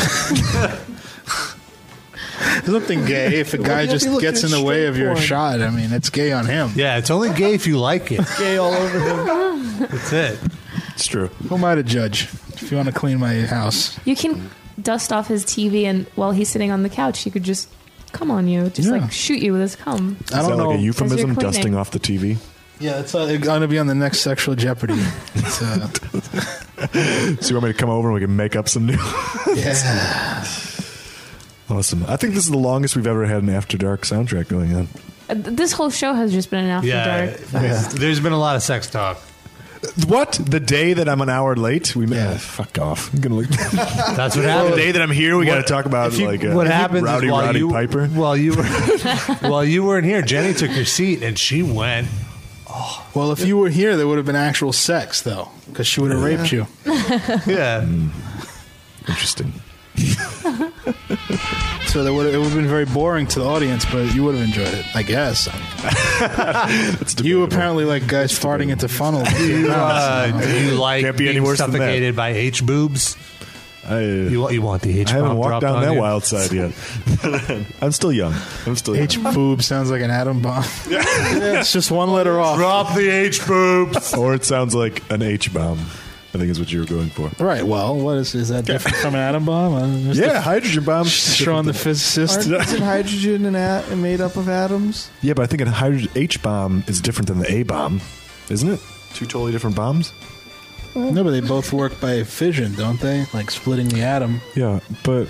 Speaker 3: There's nothing gay if a
Speaker 2: Well,
Speaker 3: guy
Speaker 2: you'll be
Speaker 3: just
Speaker 2: looking
Speaker 3: gets in
Speaker 2: at
Speaker 3: the way of
Speaker 2: straight
Speaker 3: your
Speaker 2: porn.
Speaker 3: shot. I mean, it's gay on him.
Speaker 2: Yeah, it's only gay if you like it.
Speaker 6: Gay all over him.
Speaker 2: That's it.
Speaker 16: It's true.
Speaker 3: Who am I to judge? If you want to clean my house,
Speaker 7: You can dust off his TV, and while he's sitting on the couch, he could just come on you, just like shoot you with his cum.
Speaker 3: I don't
Speaker 16: that
Speaker 3: know.
Speaker 16: like a
Speaker 7: cleaning.
Speaker 16: euphemism? Dusting off the TV?
Speaker 3: yeah, it's, uh, it's going to be on the next Sexual Jeopardy. It's, uh,
Speaker 16: So you want me to come over and we can make up some new?
Speaker 3: yeah.
Speaker 16: Awesome. I think this is the longest we've ever had an After Dark soundtrack going on.
Speaker 7: Uh, th- This whole show has just been an after
Speaker 16: Yeah.
Speaker 7: dark.
Speaker 16: Yeah.
Speaker 2: There's been a lot of sex talk.
Speaker 16: What? The day that I'm an hour late? We yeah. fuck off. I'm gonna look.
Speaker 2: That's what
Speaker 16: The
Speaker 2: happened.
Speaker 16: day that I'm here, we
Speaker 2: What-
Speaker 16: got to talk about
Speaker 2: if you-
Speaker 16: like uh,
Speaker 2: what happens is
Speaker 16: Rowdy
Speaker 2: while
Speaker 16: Roddy
Speaker 2: you-
Speaker 16: Piper.
Speaker 2: While you were while you weren't here, Jenny took your seat and she went.
Speaker 3: Well, if you were here, there would have been actual sex, though, because she would have raped you.
Speaker 2: Yeah.
Speaker 16: Interesting.
Speaker 3: So that would it would have been very boring to the audience, but you would have enjoyed it, I guess. you apparently like guys farting into funnels.
Speaker 2: Uh, do you like
Speaker 16: Can't be any
Speaker 2: being
Speaker 16: worse than that.
Speaker 2: suffocated by H boobs? you want you want the H?
Speaker 16: uh, I haven't
Speaker 2: bomb
Speaker 16: walked
Speaker 2: dropped
Speaker 16: down
Speaker 2: on
Speaker 16: that
Speaker 2: you?
Speaker 16: wild side yet. I'm still young. I'm still young.
Speaker 3: H boob sounds like an atom bomb. Yeah, it's just one letter off.
Speaker 2: Drop the H boobs.
Speaker 16: or it sounds like an H bomb. I think is what you were going for.
Speaker 3: Right. Well, what is is that different from an atom bomb? Uh, just
Speaker 16: Yeah,
Speaker 3: a-
Speaker 16: hydrogen bomb.
Speaker 3: Showing the physicist.
Speaker 6: Aren't, isn't hydrogen and at, made up of atoms?
Speaker 16: Yeah, but I think an H bomb is different than the A bomb, isn't it? Two totally different bombs.
Speaker 3: No, but they both work by fission, don't they? Like splitting the atom.
Speaker 16: Yeah, but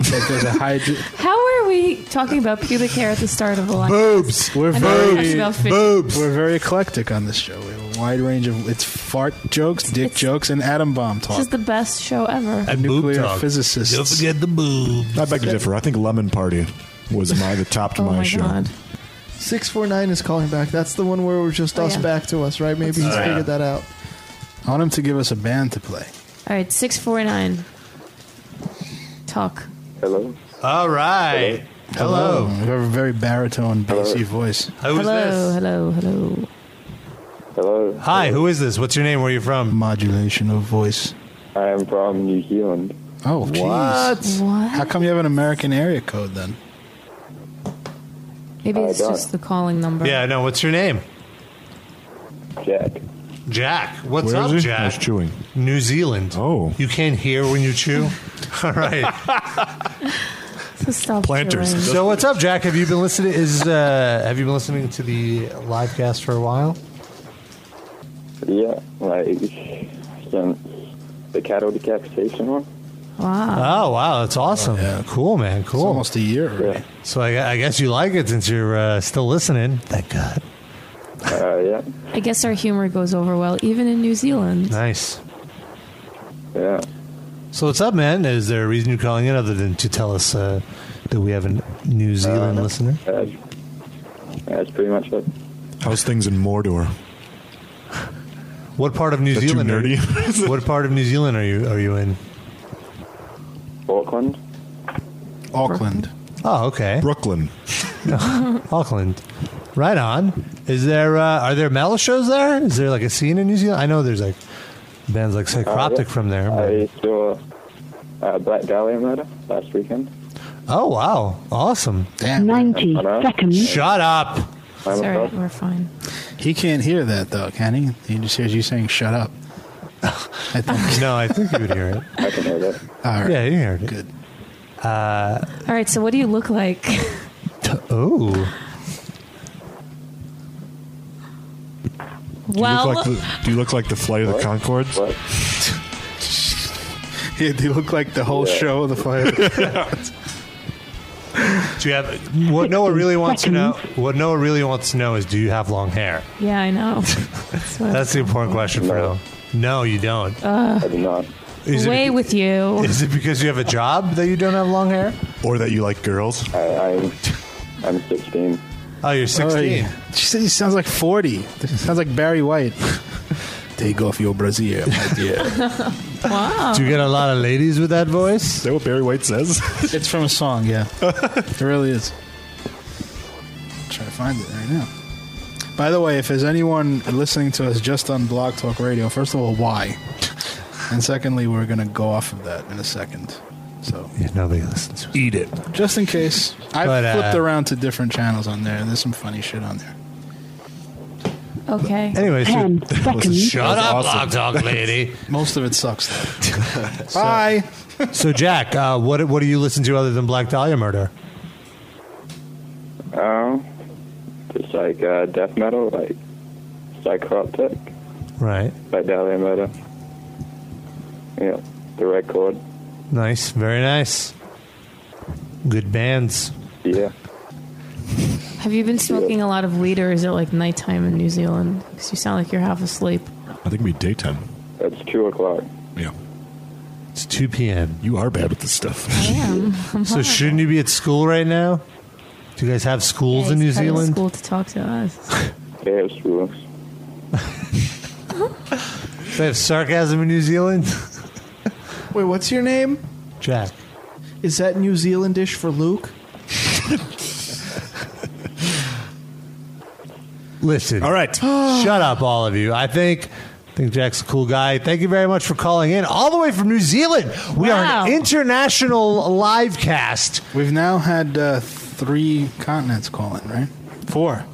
Speaker 3: like there's a hydrogen.
Speaker 7: How are we talking about pubic hair at the start of the line?
Speaker 3: Boobs. We're
Speaker 7: I know we're
Speaker 3: very
Speaker 7: talking about fish.
Speaker 3: boobs. We're very eclectic on this show. We have a wide range of it's fart jokes, dick jokes, and atom bomb
Speaker 7: This
Speaker 3: talk.
Speaker 7: is the best show ever.
Speaker 3: And nuclear physicists.
Speaker 2: Don't forget the boobs.
Speaker 16: I'd beg to differ. I think Lemon Party was my the top to
Speaker 6: Oh
Speaker 16: my,
Speaker 6: my
Speaker 16: show.
Speaker 6: God. Six four nine is calling back. That's the one where it was just
Speaker 7: Oh,
Speaker 6: us
Speaker 7: yeah.
Speaker 6: back to us, right? Maybe he's
Speaker 3: Oh, yeah.
Speaker 6: figured that out.
Speaker 3: I want him to give us a band to play.
Speaker 7: All right, six four nine. Talk.
Speaker 3: Hello.
Speaker 2: All right. Hello.
Speaker 3: You have a very baritone, bassy voice.
Speaker 2: Who is
Speaker 7: hello,
Speaker 2: this?
Speaker 7: hello, hello.
Speaker 18: Hello.
Speaker 2: Hi, who is this? What's your name? Where are you from?
Speaker 3: Modulation of voice.
Speaker 18: I am from New Zealand.
Speaker 3: Oh, jeez.
Speaker 7: What?
Speaker 3: How come you have an American area code then?
Speaker 7: Maybe
Speaker 3: I
Speaker 7: it's
Speaker 3: don't.
Speaker 7: just the calling number.
Speaker 2: Yeah, no. What's your name?
Speaker 18: Jack.
Speaker 2: Jack. What's
Speaker 16: Where
Speaker 2: up,
Speaker 16: is he?
Speaker 2: Jack?
Speaker 16: I was chewing.
Speaker 2: New Zealand.
Speaker 16: Oh.
Speaker 2: You can't hear when you chew? All right.
Speaker 7: So stop. chewing.
Speaker 2: So what's up, Jack? Have you been listening? Is uh, have you been listening to the live cast for a while?
Speaker 18: Yeah, like um, the cattle decapitation one.
Speaker 2: Wow! Oh wow, that's awesome! Cool, man. Cool.
Speaker 3: almost a year. Right?
Speaker 2: So I, I guess you like it since you're uh, still listening. Thank God.
Speaker 18: Uh, yeah,
Speaker 7: I guess our humor goes over well, even in New Zealand.
Speaker 2: Nice.
Speaker 18: yeah.
Speaker 2: So what's up, man? Is there a reason you're calling in other than to tell us uh, that we have a
Speaker 18: Uh,
Speaker 2: New Zealand listener?
Speaker 18: That's, that's pretty much it.
Speaker 16: How's things in Mordor?
Speaker 2: What part of New
Speaker 16: Is that too
Speaker 2: Zealand? Are you, what part of New Zealand are you are you in?
Speaker 18: Auckland.
Speaker 3: Auckland.
Speaker 2: Oh, okay.
Speaker 16: Brooklyn.
Speaker 2: Auckland. Right on. Is there uh, are there metal shows there? Is there like a scene in New Zealand? I know there's like bands like Psychroptic from there. But,
Speaker 18: I saw uh, Black Dahlia murder last weekend.
Speaker 2: oh wow, awesome.
Speaker 3: Damn.
Speaker 18: 90 seconds.
Speaker 2: Shut up.
Speaker 18: I'm
Speaker 7: It's all right, we're fine.
Speaker 3: He can't hear that though, can he? He just hears you saying "shut up." I think.
Speaker 2: no, I think you would hear it.
Speaker 18: I can hear that.
Speaker 3: All right.
Speaker 2: Yeah, you heard it.
Speaker 3: Good.
Speaker 2: Uh,
Speaker 7: All right, so what do you look like?
Speaker 2: oh.
Speaker 7: well,
Speaker 16: do, you look like the, do you look like the Flight of the Concords?
Speaker 3: Yeah, they look like the whole show of the fire.
Speaker 2: Do you have what Noah really wants to know? What Noah really wants to know is, do you have long hair?
Speaker 7: yeah, I
Speaker 3: Oh.
Speaker 7: know. That's what-
Speaker 2: That's the important question for Noah. No, you don't.
Speaker 7: Ugh.
Speaker 18: I do not.
Speaker 2: Is it
Speaker 7: away with you.
Speaker 2: Is it because you have a job that you don't have long hair?
Speaker 16: Or that you like girls?
Speaker 18: I, I'm I'm 16.
Speaker 2: Oh, you're 16.
Speaker 3: She said he sounds like 40. sounds like Barry White. Take off your brassiere, my dear.
Speaker 7: Wow.
Speaker 2: Do you get a lot of ladies with that voice?
Speaker 16: Is that what Barry White says?
Speaker 3: it's from a song, yeah. It really is. Try to find it eh? right now. By the way, if there's anyone listening to us just on Blog Talk Radio, first of all, why? And secondly, we're going to go off of that in a second. So
Speaker 2: yeah, nobody listens.
Speaker 3: Eat it. Just in case. I
Speaker 2: But, uh,
Speaker 3: flipped around to different channels on there. There's some funny shit on there.
Speaker 7: Okay.
Speaker 2: Anyway, so-
Speaker 3: Ten
Speaker 2: listen,
Speaker 3: seconds.
Speaker 2: shut
Speaker 3: That
Speaker 2: up,
Speaker 3: was awesome.
Speaker 2: Blog Dog Lady.
Speaker 3: Most of it sucks, though.
Speaker 2: Bye. so, Jack, uh, what what do you listen to other than Black Dahlia Murder?
Speaker 18: Um, just like uh, death metal, like Psychotic,
Speaker 2: Right.
Speaker 18: like Dahlia Murder. Yeah, the red chord.
Speaker 2: Nice. Very nice. Good bands.
Speaker 3: Mm-hmm.
Speaker 18: Yeah.
Speaker 7: Have you been smoking a lot of weed, or is it like nighttime in New Zealand? Because you sound like you're half asleep.
Speaker 16: I think we daytime.
Speaker 18: It's two o'clock.
Speaker 2: It's 2 p.m.
Speaker 16: You are bad with this stuff.
Speaker 7: am.
Speaker 2: so, shouldn't you be at school right now? Do you guys have schools in New Zealand?
Speaker 7: School to talk to us.
Speaker 18: Yeah, it's cool.
Speaker 2: Do they have sarcasm in New Zealand?
Speaker 6: Wait, what's your name?
Speaker 2: Jack.
Speaker 6: Is that New Zealandish for Luke?
Speaker 2: Listen. All right. shut up, all of you. I think. I think Jack's a cool guy. Thank you very much for calling in, all the way from New Zealand. We are an international live cast.
Speaker 3: We've now had uh, three continents calling, right? Four.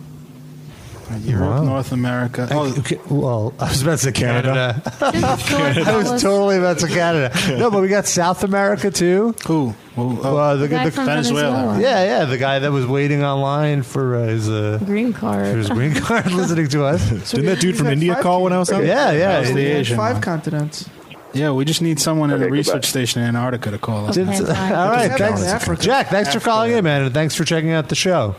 Speaker 3: Europe,
Speaker 2: Wow.
Speaker 3: North America. Oh,
Speaker 2: okay. Well, I was about to say Canada.
Speaker 3: Canada.
Speaker 2: I was totally about to Canada. No, but we got South America too.
Speaker 3: Who?
Speaker 2: uh, the,
Speaker 7: The guy
Speaker 2: the-
Speaker 7: from Venezuela. Venezuela.
Speaker 2: Yeah, yeah, the guy that was waiting online for uh, his uh,
Speaker 7: green card.
Speaker 2: For his green card, listening to us.
Speaker 16: Didn't that dude from India call when I was out?
Speaker 2: Yeah, yeah,
Speaker 3: That was the Asian
Speaker 6: Five
Speaker 3: one.
Speaker 6: continents.
Speaker 3: Yeah, we just need someone in a
Speaker 2: Okay,
Speaker 3: research
Speaker 2: goodbye.
Speaker 3: station in Antarctica to call us.
Speaker 2: Did- all right, thanks, Jack. Thanks for calling in, man, and thanks for checking out the show.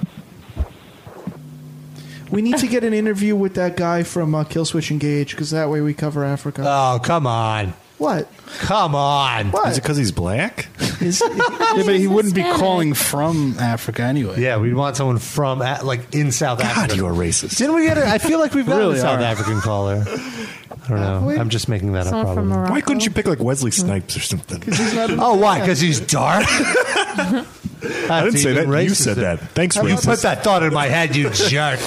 Speaker 6: We need to get an interview with that guy from uh, Killswitch Engage because that way we cover Africa.
Speaker 2: Oh, come on,
Speaker 6: what?
Speaker 2: come on!
Speaker 6: What? Is it
Speaker 2: because he's black?
Speaker 3: yeah, but he wouldn't be calling from Africa anyway.
Speaker 2: Yeah, we'd want someone from a- like in South Africa.
Speaker 16: you are racist.
Speaker 2: Didn't we get it? I feel like we've got
Speaker 16: Really
Speaker 2: a South
Speaker 16: are.
Speaker 2: African caller. I don't know. I'm just making that up.
Speaker 16: Someone from
Speaker 2: Probably.
Speaker 16: Morocco? Why couldn't you pick, like, Wesley Snipes or something?
Speaker 2: oh, why? Because he's dark.
Speaker 16: I didn't say that.
Speaker 2: even
Speaker 16: You
Speaker 2: racist.
Speaker 16: said that. Thanks,
Speaker 2: You
Speaker 16: racist.
Speaker 2: put that thought in my head, you jerk.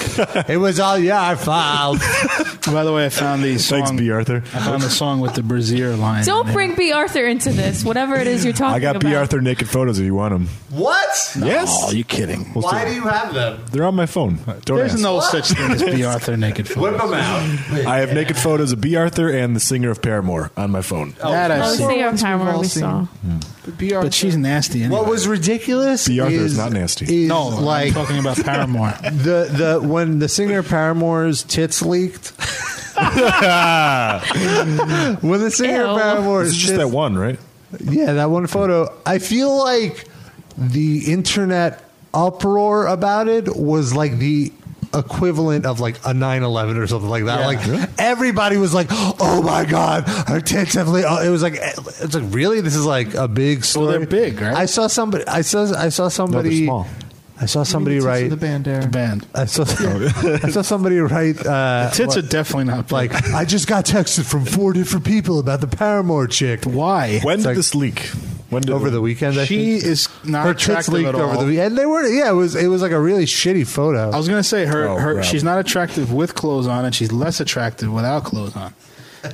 Speaker 2: It was all your fault.
Speaker 3: By the way, I found the song. Thanks, B.
Speaker 16: Arthur.
Speaker 3: I found the song with the Brazier line.
Speaker 7: Don't bring B. Arthur into this. Whatever it is you're talking
Speaker 16: I got
Speaker 7: about.
Speaker 16: B. Arthur naked photos if you want them.
Speaker 2: What?
Speaker 16: yes.
Speaker 3: you kidding?
Speaker 2: Why do you have them?
Speaker 16: They're on my phone. Don't
Speaker 3: There's
Speaker 16: ask.
Speaker 3: no such thing as B. Arthur naked
Speaker 2: Whip
Speaker 3: photos.
Speaker 2: them out.
Speaker 16: I have naked photos of B. Arthur and the singer of Paramore on my phone.
Speaker 3: That I've
Speaker 7: Oh,
Speaker 3: seen.
Speaker 7: Sarah
Speaker 6: Once we've
Speaker 7: Palmer
Speaker 6: all
Speaker 7: we
Speaker 6: seen.
Speaker 7: saw.
Speaker 6: But B. Arthur.
Speaker 3: But she's nasty. Anyway.
Speaker 2: What was ridiculous?
Speaker 16: B. Arthur is
Speaker 2: is
Speaker 16: not nasty.
Speaker 2: Is
Speaker 3: No, I'm
Speaker 2: like
Speaker 3: talking about Paramore.
Speaker 2: the the when the singer of Paramore's tits leaked. when the singer of
Speaker 16: Ew.
Speaker 2: Paramore's
Speaker 16: It's just
Speaker 2: tits-
Speaker 16: that one, right?
Speaker 2: Yeah, that one photo. I feel like the internet uproar about it was like the equivalent of like a 9-11 or something like that
Speaker 16: Yeah.
Speaker 2: like everybody was like oh my god her tits have le-" oh, it was like it's like really this is like a big story well, they're
Speaker 3: big right
Speaker 2: i saw somebody i saw i saw somebody
Speaker 16: small.
Speaker 2: i saw somebody
Speaker 6: Tits in
Speaker 2: write
Speaker 6: the band there.
Speaker 3: band.
Speaker 2: I saw, I saw somebody write. Uh,
Speaker 3: Tits are
Speaker 2: what-
Speaker 3: definitely not big.
Speaker 2: like, I just got texted from four different people about the Paramore chick.
Speaker 3: Why?
Speaker 16: When
Speaker 2: It's
Speaker 16: did
Speaker 2: like-
Speaker 16: this leak? When did
Speaker 2: Over the weekend, I
Speaker 3: She
Speaker 2: think.
Speaker 3: is not
Speaker 2: her tits
Speaker 3: attractive
Speaker 2: leaked
Speaker 3: at all.
Speaker 2: over the weekend. They were, yeah, it was, it was like a really shitty photo.
Speaker 3: I was gonna say her,
Speaker 16: Oh,
Speaker 3: her
Speaker 16: crap.
Speaker 3: she's not attractive with clothes on, and she's less attractive without clothes on.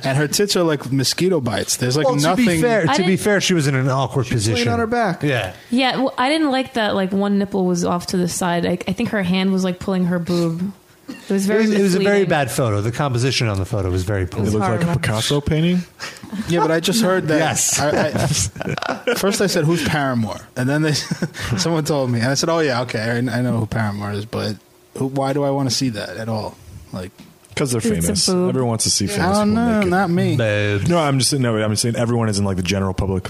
Speaker 3: And her tits are like mosquito bites. There's like
Speaker 2: well,
Speaker 3: nothing.
Speaker 2: to be fair,
Speaker 7: I
Speaker 2: to be
Speaker 7: didn't-
Speaker 2: fair, she was in an awkward
Speaker 6: Laying
Speaker 2: position.
Speaker 6: on her back.
Speaker 2: Yeah,
Speaker 7: Yeah, well, I didn't like that. Like one nipple was off to the side. I, I think her hand was like pulling her boob. It was
Speaker 2: it
Speaker 7: very.
Speaker 2: was, it was a very
Speaker 7: misleading.
Speaker 2: bad photo. The composition on the photo was very poor.
Speaker 16: It
Speaker 7: was
Speaker 16: looked like a
Speaker 7: horrible.
Speaker 16: Picasso painting.
Speaker 3: Yeah, but I just heard that.
Speaker 2: Yes.
Speaker 3: I, I, first, I said, "Who's Paramore?" And then they, someone told me, and I said, "Oh yeah, okay, I, I know who Paramore is, but who, why do I want to see that at all?" Like,
Speaker 16: Because they're
Speaker 7: It's a
Speaker 16: famous.
Speaker 7: boob.
Speaker 16: Everyone wants to see
Speaker 3: I
Speaker 16: famous
Speaker 2: Oh,
Speaker 3: don't
Speaker 16: people
Speaker 3: know,
Speaker 16: naked.
Speaker 3: not me.
Speaker 16: No, I'm just saying. No, I'm just saying everyone is in like the general public,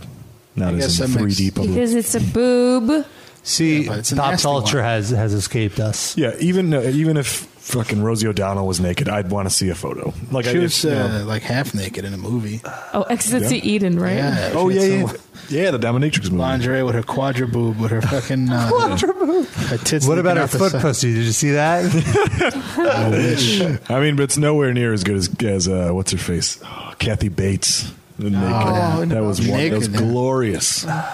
Speaker 16: not
Speaker 3: I
Speaker 16: as
Speaker 3: guess
Speaker 16: in
Speaker 3: that
Speaker 16: the
Speaker 3: makes-
Speaker 16: 3D public.
Speaker 7: because it's a boob.
Speaker 2: See,
Speaker 3: but it's a
Speaker 2: pop
Speaker 3: nasty
Speaker 2: culture
Speaker 3: one.
Speaker 2: has has escaped us.
Speaker 16: yeah, even uh, even if fucking Rosie O'Donnell was naked, I'd want to see a photo. Like I
Speaker 3: She was
Speaker 16: if, you know-
Speaker 3: uh, like half naked in a movie.
Speaker 7: Oh, Exit to Eden, right?
Speaker 3: Yeah.
Speaker 16: oh
Speaker 3: she
Speaker 16: yeah,
Speaker 3: had
Speaker 16: yeah,
Speaker 3: some
Speaker 16: yeah, the dominatrix movie.
Speaker 3: Lingerie with her quadra boob, with her fucking uh, her tits.
Speaker 2: What about
Speaker 3: leaking
Speaker 2: her
Speaker 3: out the
Speaker 2: foot
Speaker 3: side.
Speaker 2: pussy? Did you see that?
Speaker 3: I wish.
Speaker 16: I mean, but it's nowhere near as good as as uh, what's her face, oh, Kathy Bates.
Speaker 3: Oh,
Speaker 16: The naked.
Speaker 6: yeah.
Speaker 16: that was one. That was
Speaker 3: Naked, yeah.
Speaker 16: glorious. What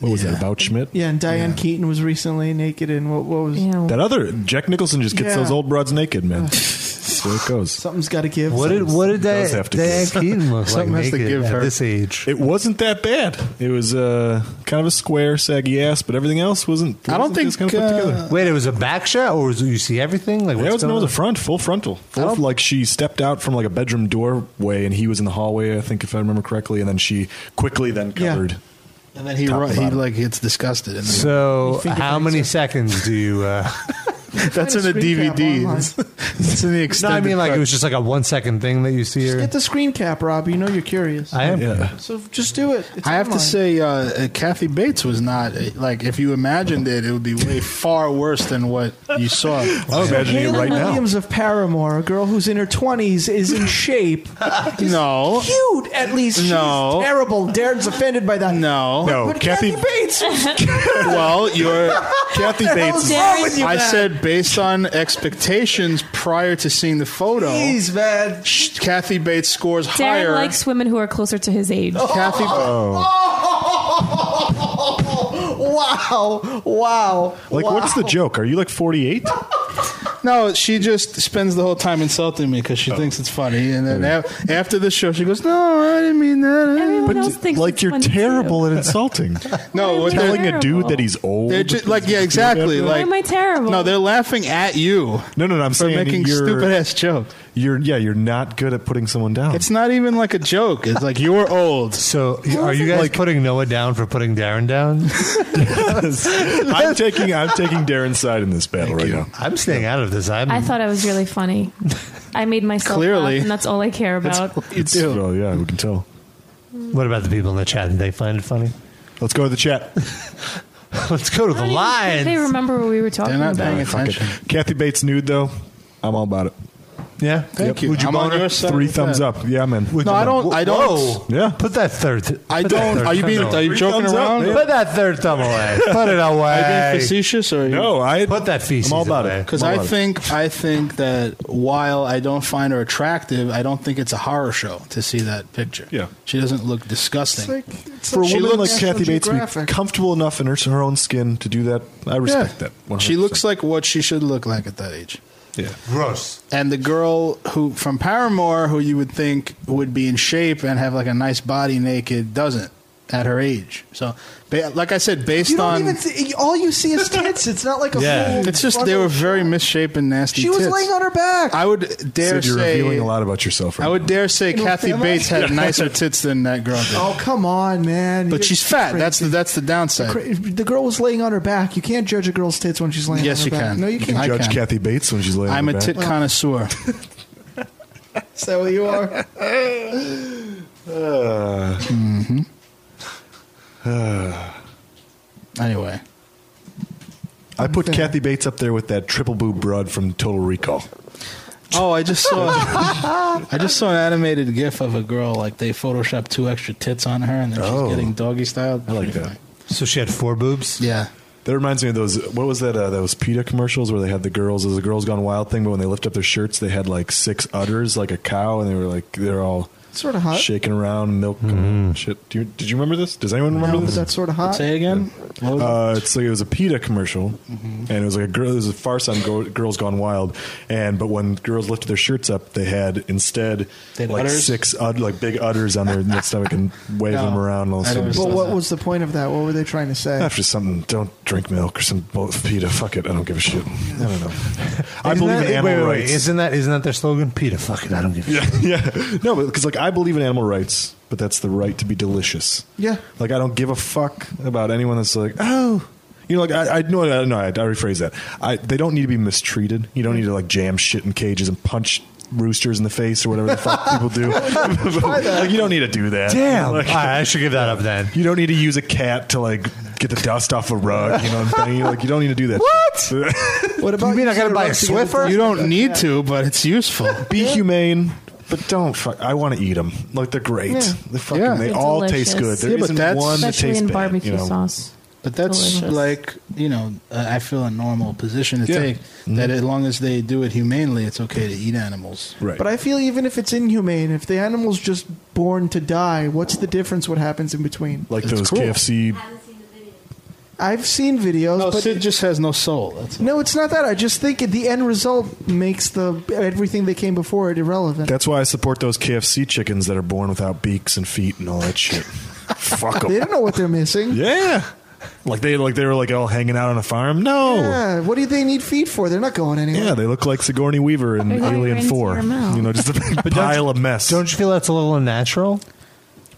Speaker 16: was
Speaker 3: Yeah.
Speaker 16: that about Schmidt?
Speaker 6: Yeah, and Diane Keaton was recently naked in what, what was
Speaker 7: Ew.
Speaker 16: That other Jack Nicholson just gets
Speaker 6: Yeah.
Speaker 16: those old broads naked, man. the way it goes.
Speaker 6: Something's got to give.
Speaker 2: What did- what did
Speaker 16: Does
Speaker 2: Di-
Speaker 16: have to
Speaker 2: Diane
Speaker 16: give.
Speaker 2: Keaton look Something like has to naked give at her. this age?
Speaker 16: It wasn't that bad. It was uh, kind of a square, saggy ass, but everything else wasn't.
Speaker 2: I don't
Speaker 16: wasn't- it was
Speaker 2: think, uh,
Speaker 16: kind of put together.
Speaker 2: Wait, it was a back shot, or was, you see everything? Like
Speaker 16: Yeah, it
Speaker 2: what's
Speaker 16: was, no, it
Speaker 2: going
Speaker 16: was a
Speaker 2: on?
Speaker 16: front, full frontal. Full, like she stepped out from like a bedroom doorway, and he was in the hallway. I think if I remember correctly, and then she quickly then covered.
Speaker 3: And then he
Speaker 16: Top
Speaker 3: ru-
Speaker 16: to
Speaker 3: he
Speaker 16: bottom.
Speaker 3: like gets disgusted. And
Speaker 2: So how many seconds do you? Uh,
Speaker 3: That's in the DVD. It's, it's in the
Speaker 2: no,
Speaker 3: extended.
Speaker 2: I mean like it
Speaker 3: cut.
Speaker 2: was just like a one second thing that you see. Or,
Speaker 6: Get the screen cap, Rob. You know you're curious.
Speaker 2: I am.
Speaker 6: So just do it. It's
Speaker 3: I have to
Speaker 6: online.
Speaker 3: say, uh, uh, Kathy Bates was not uh, like if you imagined it, it would be way far worse than what you saw.
Speaker 16: I'm imagining it
Speaker 6: Hayley
Speaker 16: right now.
Speaker 6: Williams of Paramore, a girl who's in her 20s, is in shape. is
Speaker 3: No.
Speaker 6: Cute, at least.
Speaker 3: No.
Speaker 6: She's terrible. Darren's offended by that.
Speaker 3: No.
Speaker 6: But,
Speaker 3: No,
Speaker 6: But
Speaker 3: Kathy-
Speaker 6: Kathy, Bates.
Speaker 3: well, you're Kathy
Speaker 6: How
Speaker 3: Bates.
Speaker 6: dare you,
Speaker 3: I
Speaker 6: man.
Speaker 3: said based on expectations prior to seeing the photo.
Speaker 6: Jeez, man.
Speaker 3: Kathy Bates scores
Speaker 7: Darren
Speaker 3: higher.
Speaker 7: likes women who are closer to his age.
Speaker 3: Kathy. Oh.
Speaker 5: Oh.
Speaker 6: wow. Wow.
Speaker 16: Like, what's the joke? Are you like forty-eight?
Speaker 3: No, she just spends the whole time insulting me
Speaker 16: Oh.
Speaker 3: because she thinks it's funny, and then af- after the show, she goes, "No, I didn't mean that."
Speaker 7: Everyone else thinks
Speaker 16: like you're terrible at insulting.
Speaker 3: No, what
Speaker 16: telling
Speaker 3: they're-
Speaker 16: a dude that he's old.
Speaker 3: They're just, like, yeah, exactly. Like,
Speaker 7: Am I terrible?
Speaker 3: no, they're laughing at you.
Speaker 16: No, no, no. I'm
Speaker 3: for
Speaker 16: saying
Speaker 3: making
Speaker 16: you're,
Speaker 3: stupid ass jokes.
Speaker 16: You're yeah, you're not good at putting someone down.
Speaker 3: It's not even like a joke. It's like you're old.
Speaker 2: So are you guys putting Noah down for putting Darren down?
Speaker 16: I'm taking I'm taking Darren's side in this battle right now.
Speaker 2: I'm staying out of this. I'm
Speaker 7: I thought I was really funny. I made myself
Speaker 2: Clearly.
Speaker 7: laugh, and that's all I care about.
Speaker 3: you do.
Speaker 16: Oh yeah, we can tell.
Speaker 2: What about the people in the chat? Did they find it funny?
Speaker 16: Let's go to the chat.
Speaker 2: Let's go to the
Speaker 7: I
Speaker 2: lines.
Speaker 7: they remember what we were talking about.
Speaker 16: Fuck it. Kathy Bates nude though. I'm all about it.
Speaker 2: Yeah,
Speaker 3: Thank you.
Speaker 16: Would you
Speaker 3: I'm on
Speaker 16: boner?
Speaker 3: your side
Speaker 16: Three
Speaker 3: with
Speaker 16: thumbs
Speaker 3: that.
Speaker 16: up. Yeah, man.
Speaker 3: No, I don't. I don't.
Speaker 2: Whoa.
Speaker 16: Yeah.
Speaker 2: Put that third. th-
Speaker 3: I
Speaker 2: put that
Speaker 3: don't-
Speaker 2: third
Speaker 3: are you being-
Speaker 2: thumb
Speaker 3: are you
Speaker 2: away.
Speaker 3: joking
Speaker 2: Thumbs up,
Speaker 3: around?
Speaker 2: man. Put that third thumb away. Put it away.
Speaker 3: Are you being facetious or
Speaker 16: No, I
Speaker 2: Put that feces.
Speaker 16: I'm all about it.
Speaker 2: away.
Speaker 3: Because
Speaker 16: I'm all
Speaker 3: I
Speaker 16: about it.
Speaker 3: think I think that while I don't find her attractive, I don't think it's a horror show to see that picture.
Speaker 16: Yeah.
Speaker 3: she doesn't look disgusting.
Speaker 6: It's like, it's
Speaker 16: For a
Speaker 6: like
Speaker 16: woman
Speaker 6: National
Speaker 16: like Kathy Bates, to be
Speaker 6: Geographic.
Speaker 16: comfortable enough in her, her own skin to do that, I respect that. 100%.
Speaker 3: She looks like what she should look like at that age.
Speaker 16: Yeah.
Speaker 2: Gross.
Speaker 3: And the girl who from Paramore, who you would think would be in shape and have like a nice body naked, doesn't at her age. So, ba- like I said, based
Speaker 6: You don't
Speaker 3: on
Speaker 6: even see, all you see is tits. It's not like a
Speaker 2: Yeah.
Speaker 6: full
Speaker 3: it's just they
Speaker 6: frontal-
Speaker 3: were very misshapen, nasty.
Speaker 6: She was
Speaker 3: tits.
Speaker 6: laying on her back.
Speaker 3: I would dare
Speaker 16: Sid, you're
Speaker 3: say
Speaker 16: revealing a lot about yourself. Right
Speaker 3: I would dare say
Speaker 6: Little
Speaker 3: Kathy
Speaker 6: fella.
Speaker 3: Bates had nicer tits than that girl did.
Speaker 6: oh, come on, man.
Speaker 3: But
Speaker 6: You're
Speaker 3: she's fat.
Speaker 6: crazy.
Speaker 3: That's the that's the downside.
Speaker 6: Cra- The girl was laying on her back. You can't judge a girl's tits when she's laying
Speaker 3: Yes,
Speaker 6: on her
Speaker 3: you
Speaker 6: back.
Speaker 3: can.
Speaker 6: No, you
Speaker 3: You
Speaker 6: can't.
Speaker 3: I
Speaker 16: Judge
Speaker 3: can.
Speaker 16: Kathy Bates when she's laying. on
Speaker 3: I'm
Speaker 16: her
Speaker 3: a
Speaker 16: back.
Speaker 3: tit connoisseur.
Speaker 6: Is that what you are?
Speaker 16: Uh,
Speaker 3: Mm-hmm. Anyway,
Speaker 16: I put Kathy Bates up there with that triple boob broad from Total Recall.
Speaker 3: oh, I just saw I just saw an animated GIF of a girl like they photoshopped two extra tits on her, and then
Speaker 16: Oh.
Speaker 3: she's getting doggy style.
Speaker 16: I like that.
Speaker 2: So she had four boobs.
Speaker 3: Yeah,
Speaker 16: That reminds me of those. What was that? Uh, those PETA commercials where they had the girls. It was a Girls Gone Wild thing, but when they lift up their shirts, they had like six udders, like a cow, and they were like they're all
Speaker 6: sort of hot.
Speaker 16: shaking around, milk and shit. Do you, did you remember this? Does anyone remember
Speaker 6: No, but
Speaker 16: this?
Speaker 6: that's sort of hot.
Speaker 3: say again. What was it? Mm-hmm.
Speaker 16: Uh, it's like it was a PETA commercial, and it was like a girl. It was a farce on go, Girls Gone Wild, and but when girls lifted their shirts up, they had instead
Speaker 3: They had
Speaker 16: like
Speaker 3: udders?
Speaker 16: six ud, like big udders on their, their stomach and wave
Speaker 3: No.
Speaker 16: them around. And all
Speaker 3: I
Speaker 16: sort of
Speaker 3: never
Speaker 16: stuff.
Speaker 6: Well, what was the point of that? What were they trying to say?
Speaker 16: After something, don't drink milk or some bull- PETA. Fuck it, I don't give a shit. I don't know. I
Speaker 2: Isn't
Speaker 16: believe
Speaker 2: that-
Speaker 16: in animal
Speaker 2: wait, wait, wait.
Speaker 16: rights.
Speaker 2: Isn't that isn't that their slogan? Peter, fuck it, I don't give a
Speaker 16: yeah, yeah. No, because like I believe in animal rights, but that's the right to be delicious.
Speaker 6: Yeah.
Speaker 16: Like I don't give a fuck about anyone that's like, oh, you know, like I, I no, no, no, I, I rephrase that. I they don't need to be mistreated. You don't need to like jam shit in cages and punch roosters in the face or whatever the fuck people do. like you don't need to do that.
Speaker 2: Damn.
Speaker 16: Like,
Speaker 2: All right, I should give that up then.
Speaker 16: you don't need to use a cat to like get the dust off a rug. You know what I'm saying? Like you don't need to do that. What?
Speaker 6: What about
Speaker 2: You mean I gotta
Speaker 6: said
Speaker 2: buy a
Speaker 6: about the other
Speaker 2: Swiffer?
Speaker 6: day?
Speaker 3: You don't need to, but it's useful.
Speaker 16: Be humane, but don't fuck. I want to eat them. Like they're great.
Speaker 3: Yeah.
Speaker 16: They're fucking.
Speaker 3: Yeah.
Speaker 16: They
Speaker 7: They're
Speaker 16: all
Speaker 7: delicious.
Speaker 16: taste good. There
Speaker 3: Yeah, but
Speaker 16: not
Speaker 3: that's-
Speaker 16: one that
Speaker 7: Especially
Speaker 16: tastes
Speaker 7: in
Speaker 16: bad,
Speaker 7: barbecue
Speaker 16: you know?
Speaker 7: sauce.
Speaker 3: But that's
Speaker 7: Delicious.
Speaker 3: like you know, uh, I feel a normal position to
Speaker 16: Yeah.
Speaker 3: take. That as long as they do it humanely, it's okay to eat animals.
Speaker 16: Right.
Speaker 6: But I feel even if it's inhumane, if the animal's just born to die, what's the difference? What happens in between?
Speaker 16: like
Speaker 3: It's
Speaker 16: those
Speaker 3: cool.
Speaker 16: KFC
Speaker 6: I've seen videos.
Speaker 3: No,
Speaker 6: but
Speaker 3: Sid just has no soul. That's
Speaker 6: No, it's not that. I just think the end result makes the everything that came before it irrelevant.
Speaker 16: That's why I support those KFC chickens that are born without beaks and feet and all that shit. Fuck
Speaker 6: They
Speaker 16: them.
Speaker 6: don't know what they're missing.
Speaker 16: Yeah. Like they like they were like all hanging out on a farm. No.
Speaker 6: Yeah, what do they need feet for? They're not going anywhere.
Speaker 16: Yeah, they look like Sigourney Weaver in
Speaker 6: They're going
Speaker 16: Alien
Speaker 6: into
Speaker 16: Four.
Speaker 6: your mouth.
Speaker 16: You know, just a big pile of mess. Don't
Speaker 2: you feel that's a little unnatural?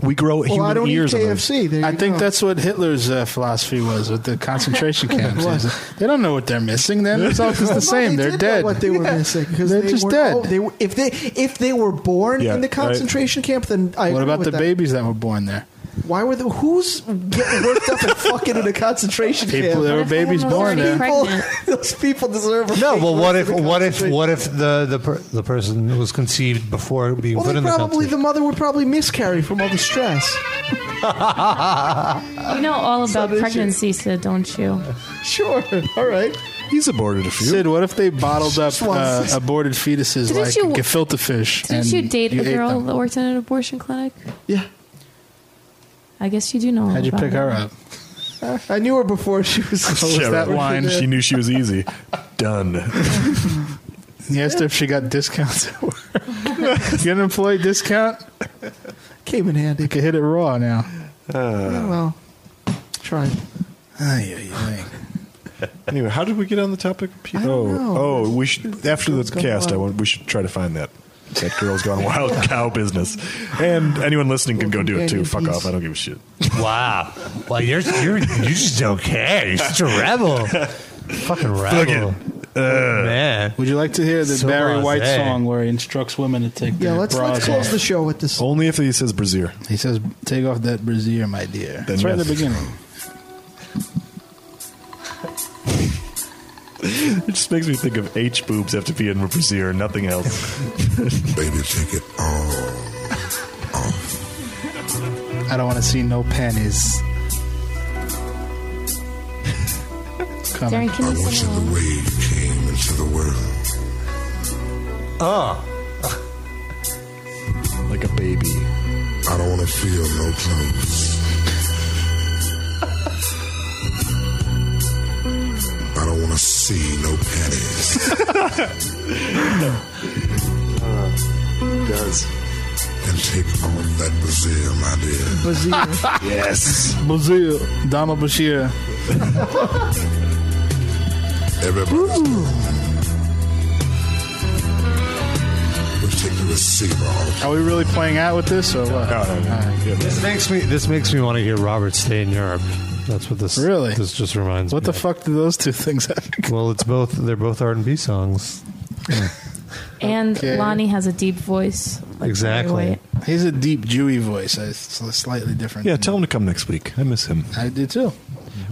Speaker 16: We grow
Speaker 6: Well, human I don't eat ears on those. KFC. There
Speaker 3: I
Speaker 6: you
Speaker 3: think
Speaker 6: go.
Speaker 3: that's what Hitler's uh, philosophy was with the concentration camps. is they don't know what they're missing. Their result is
Speaker 6: Well,
Speaker 3: the same.
Speaker 6: They
Speaker 3: They're
Speaker 6: did know
Speaker 3: dead.
Speaker 6: What they were missing because they're
Speaker 3: just
Speaker 6: were,
Speaker 3: dead.
Speaker 6: oh, they were, if they if they were born
Speaker 3: Yeah,
Speaker 6: in the
Speaker 3: right.
Speaker 6: concentration camp, then I.
Speaker 3: what
Speaker 6: agree
Speaker 3: about
Speaker 6: with
Speaker 3: the
Speaker 6: that.
Speaker 3: babies that were born there?
Speaker 6: Why were the who's getting worked up and fucking in a concentration
Speaker 3: People-
Speaker 6: camp?
Speaker 3: there were What if babies one was born already there.
Speaker 6: People- those people deserve.
Speaker 2: No,
Speaker 6: but
Speaker 2: well, what if what if what if the the, per, the person was conceived before being
Speaker 6: Well,
Speaker 2: put
Speaker 6: they
Speaker 2: in the
Speaker 6: probably
Speaker 2: concentration?
Speaker 6: the mother would probably miscarry from all the stress.
Speaker 7: You know all about pregnancy, Sid, don't you?
Speaker 6: Sure. All right.
Speaker 16: He's aborted a few.
Speaker 3: Sid, what if they bottled up uh, aborted fetuses
Speaker 7: Didn't
Speaker 3: like
Speaker 7: you-
Speaker 3: gefilte fish?
Speaker 7: Didn't
Speaker 3: and
Speaker 7: you date a
Speaker 3: ate
Speaker 7: girl
Speaker 3: them?
Speaker 7: that worked in an abortion clinic?
Speaker 6: Yeah.
Speaker 7: I guess you do know.
Speaker 3: How'd you
Speaker 7: about
Speaker 3: pick
Speaker 7: it.
Speaker 3: her up?
Speaker 6: I knew her before she was.
Speaker 3: was
Speaker 16: Yeah,
Speaker 3: that
Speaker 16: right.
Speaker 3: line?
Speaker 16: She knew she was easy. Done.
Speaker 3: He asked her if she got discounts at work. you get an employee discount?
Speaker 6: Came in handy.
Speaker 3: You could hit it raw now.
Speaker 16: Uh.
Speaker 6: Yeah, well, try.
Speaker 16: anyway, how did we get on the topic? of pe- oh,
Speaker 6: know.
Speaker 16: oh, we should after the
Speaker 6: going
Speaker 16: cast. I
Speaker 6: wild.
Speaker 16: want we should try to find that that girl's gone wild cow business, and anyone listening can go do it too. Fuck off! I don't give a shit.
Speaker 2: Wow. Well, you're you're you just don't care. You're such a rebel. Fucking
Speaker 16: Fuck it.
Speaker 2: rebel. Oh, Uh,
Speaker 16: man.
Speaker 3: Would you like to hear the
Speaker 2: So
Speaker 3: Barry White
Speaker 2: blasé.
Speaker 3: song where he instructs women to take
Speaker 6: Yeah,
Speaker 3: their
Speaker 6: let's
Speaker 3: bras
Speaker 6: let's close
Speaker 3: off?
Speaker 6: the show with this.
Speaker 16: Only if he says brazier.
Speaker 3: He says, "Take off that brazier, my dear." That's right at the
Speaker 16: yes.
Speaker 3: beginning.
Speaker 16: It just makes me think of H boobs have to be in a brazier and nothing else.
Speaker 15: Baby, take it all.
Speaker 3: I don't want to see no panties. Coming.
Speaker 15: I want you the way you came into the world.
Speaker 2: Oh.
Speaker 16: like a baby.
Speaker 15: I don't want to feel no clothes. I don't want to see no panties. Uh, does. And take off that Brazil, my dear.
Speaker 6: Brazil.
Speaker 15: yes.
Speaker 3: Brazil, Dama Bashir.
Speaker 15: Everybody. We'll take the receiver off.
Speaker 3: Are we really playing out with this or what?
Speaker 2: This makes me this makes me want to hear Robert stay in Europe. That's what this
Speaker 3: Really?
Speaker 2: This just reminds
Speaker 3: What
Speaker 2: me.
Speaker 3: the fuck do those two things have?
Speaker 2: Well, it's both. They're both R and B songs.
Speaker 7: And
Speaker 3: Okay.
Speaker 7: Lonnie has a deep voice.
Speaker 2: exactly.
Speaker 3: He's a deep Jewy voice. I- It's slightly different.
Speaker 16: Yeah, tell him to come next week. I miss him.
Speaker 3: I do too.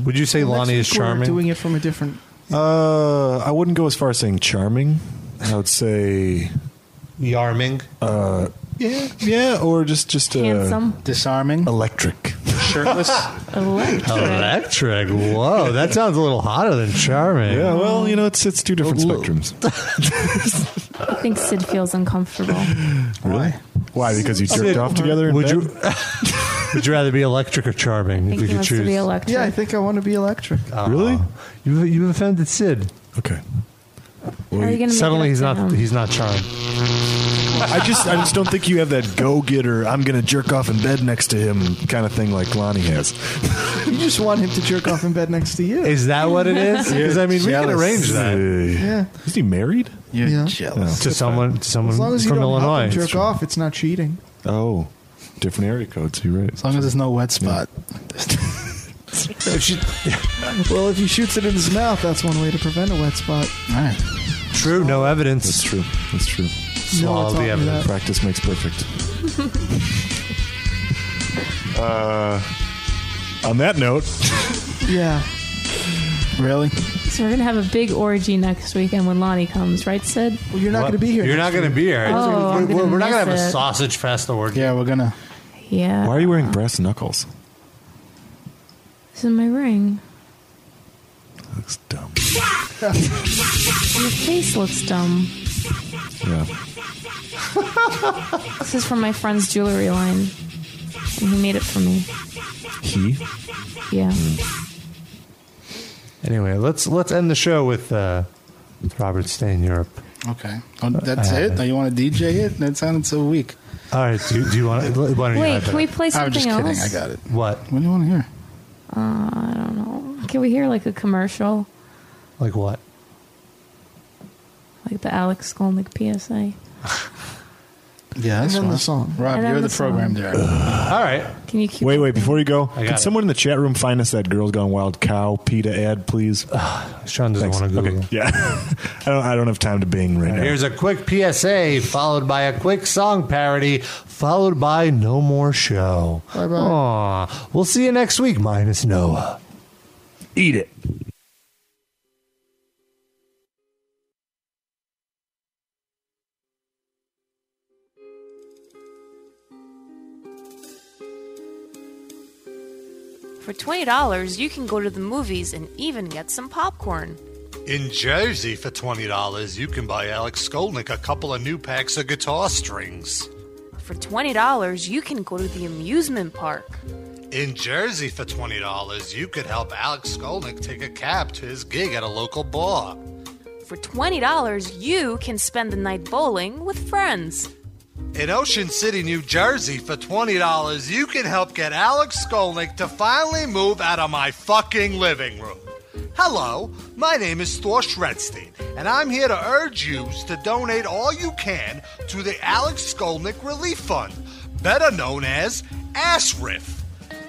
Speaker 2: Would you say
Speaker 6: Well, next
Speaker 2: Lonnie is
Speaker 6: week we're
Speaker 2: charming?
Speaker 6: Doing it from a different.
Speaker 16: Uh, I wouldn't go as far as saying charming. I would say
Speaker 2: yarming.
Speaker 16: Uh, yeah, yeah, or just just uh,
Speaker 7: Handsome.
Speaker 3: disarming,
Speaker 16: electric,
Speaker 3: shirtless.
Speaker 2: Electric. Whoa, that sounds a little hotter than charming.
Speaker 16: Yeah, well, you know, it's it's two different
Speaker 2: Well,
Speaker 16: spectrums.
Speaker 7: I think Sid feels uncomfortable.
Speaker 16: Really? Why? Because you jerked off together? in
Speaker 2: Would
Speaker 16: bed?
Speaker 2: you? would you rather be electric or charming?
Speaker 7: think
Speaker 2: if
Speaker 7: he
Speaker 2: you could
Speaker 7: wants to
Speaker 2: choose.
Speaker 7: be electric.
Speaker 6: Yeah, I think I want to be electric.
Speaker 2: really?
Speaker 21: Uh,
Speaker 2: You you offended Sid.
Speaker 16: Okay.
Speaker 7: How are you gonna make
Speaker 2: suddenly
Speaker 7: it
Speaker 2: he's
Speaker 7: up
Speaker 2: not
Speaker 7: to him?
Speaker 2: he's not charmed.
Speaker 16: I just I just don't think you have that go getter. I'm gonna jerk off in bed next to him kind of thing like Lonnie has.
Speaker 6: You just want him to jerk off in bed next to you.
Speaker 2: Is that what it is? Because I mean, we can
Speaker 3: jealous.
Speaker 2: arrange that
Speaker 6: Yeah.
Speaker 16: Is he married?
Speaker 3: You're
Speaker 6: Yeah.
Speaker 3: jealous.
Speaker 2: to someone to someone
Speaker 6: As long as you
Speaker 2: from
Speaker 6: don't help him
Speaker 2: Illinois.
Speaker 6: jerk off, it's not cheating.
Speaker 16: Oh, different area codes. You're right.
Speaker 3: As long as there's no wet spot.
Speaker 6: Well, if he shoots it in his mouth, that's one way to prevent a wet spot.
Speaker 3: All right.
Speaker 2: True, no evidence.
Speaker 16: That's true. That's true.
Speaker 2: Swallow
Speaker 6: taught
Speaker 2: the
Speaker 6: me
Speaker 2: evidence.
Speaker 16: Practice makes perfect. uh, on that note,
Speaker 6: Yeah.
Speaker 3: Really?
Speaker 7: So we're gonna have a big orgy next weekend when Lonnie comes, right, Sid?
Speaker 6: Well, you're not going to be here.
Speaker 2: You're not going to be here.
Speaker 7: Oh, I'm
Speaker 2: we're,
Speaker 7: gonna
Speaker 2: we're not going to have
Speaker 7: miss
Speaker 2: a
Speaker 7: it.
Speaker 2: sausage fest or
Speaker 3: Yeah, we're gonna.
Speaker 7: Yeah.
Speaker 16: why are you wearing brass knuckles?
Speaker 7: This is my ring.
Speaker 16: Looks dumb.
Speaker 7: Your face looks dumb.
Speaker 16: Yeah.
Speaker 7: This is from my friend's jewelry line, and he made it for me.
Speaker 16: He?
Speaker 7: Yeah.
Speaker 21: Anyway, let's let's end the show with uh, with Robert Stay in Europe.
Speaker 3: Okay. Oh,
Speaker 22: Uh,
Speaker 3: that's it? Now you want to DJ it? That sounded so weak.
Speaker 21: All right. Do, do you want to? Why don't
Speaker 23: Wait,
Speaker 21: you
Speaker 23: can we play
Speaker 3: I'm just
Speaker 23: something
Speaker 3: kidding.
Speaker 23: else?
Speaker 3: I got it.
Speaker 21: What?
Speaker 3: What do you want to hear?
Speaker 23: Uh, I don't know. Can we hear like a commercial,
Speaker 21: Like what?
Speaker 23: like the Alex Skolnick PSA?
Speaker 3: Yeah,
Speaker 22: that's
Speaker 23: fine.
Speaker 22: the song.
Speaker 3: Rob,
Speaker 23: And then
Speaker 3: you're the,
Speaker 23: the
Speaker 3: program
Speaker 23: song.
Speaker 3: director.
Speaker 21: All right.
Speaker 23: Can you keep?
Speaker 16: Wait, wait, before you go,
Speaker 21: got
Speaker 16: can
Speaker 21: it.
Speaker 16: someone in the chat room find us that Girls Gone Wild cow PETA ad, please?
Speaker 21: Sean doesn't
Speaker 16: Thanks.
Speaker 21: want to Google. Uh,
Speaker 16: Okay, yeah. I, don't, I don't have time to bing right now.
Speaker 21: Here's a quick PSA, followed by a quick song parody, followed by no more show. Bye bye. we'll see you next week, minus Noah.
Speaker 16: Eat it.
Speaker 7: For $20, you can go to the movies and even get some popcorn.
Speaker 2: In Jersey, for $20, you can buy Alex Skolnick a couple of new packs of guitar strings.
Speaker 7: For $20, you can go to the amusement park.
Speaker 2: In Jersey, for $20, you could help Alex Skolnick take a cab to his gig at a local bar.
Speaker 7: For $20, you can spend the night bowling with friends.
Speaker 2: In Ocean City, New Jersey, for $20, you can help get Alex Skolnick to finally move out of my fucking living room. Hello, my name is Thor Shredstein, and I'm here to urge you to donate all you can to the Alex Skolnick Relief Fund, better known as ASRIF.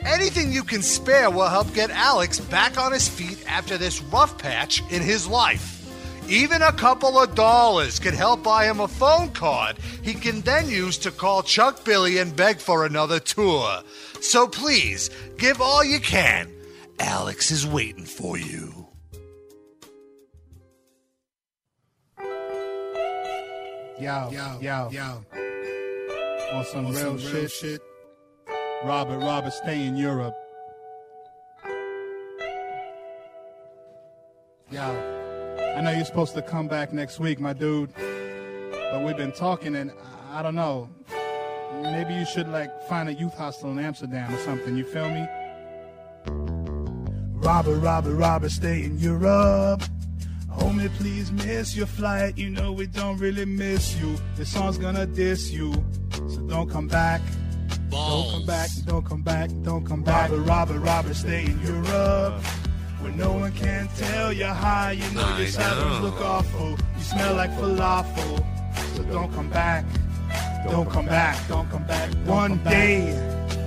Speaker 2: Anything you can spare will help get Alex back on his feet after this rough patch in his life. Even a couple of dollars could help buy him a phone card he can then use to call Chuck Billy and beg for another tour. So please, give all you can. Alex is waiting for you.
Speaker 3: Yo, yo, yo, yo. On some, real, shit. Robert, Robert, stay in Europe. Yo, I know you're supposed to come back next week, my dude. But we've been talking, and I- I don't know. Maybe you should like find a youth hostel in Amsterdam or something. You feel me?
Speaker 15: Robber, robber, robber, stay in Europe. Homie, please miss your flight. You know we don't really miss you. This song's gonna diss you. So don't come back. Don't come back, don't come back, don't come back. Robber, robber, robber, stay in Europe. Where no one can tell you high. You know your
Speaker 24: I
Speaker 15: sideburns
Speaker 24: know.
Speaker 15: look awful. You smell like falafel. So don't come back. Don't come back, don't come back. One day,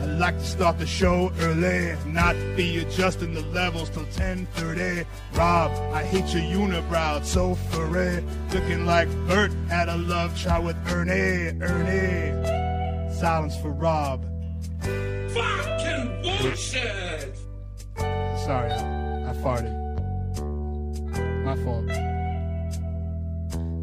Speaker 15: I like to start the show early, not be adjusting the levels till 10:30. Rob, I hate your unibrow, it's so furry, looking like Bert had a love child with Ernie, Ernie. Silence for Rob.
Speaker 5: Fucking bullshit!
Speaker 15: Sorry, I I farted. My fault.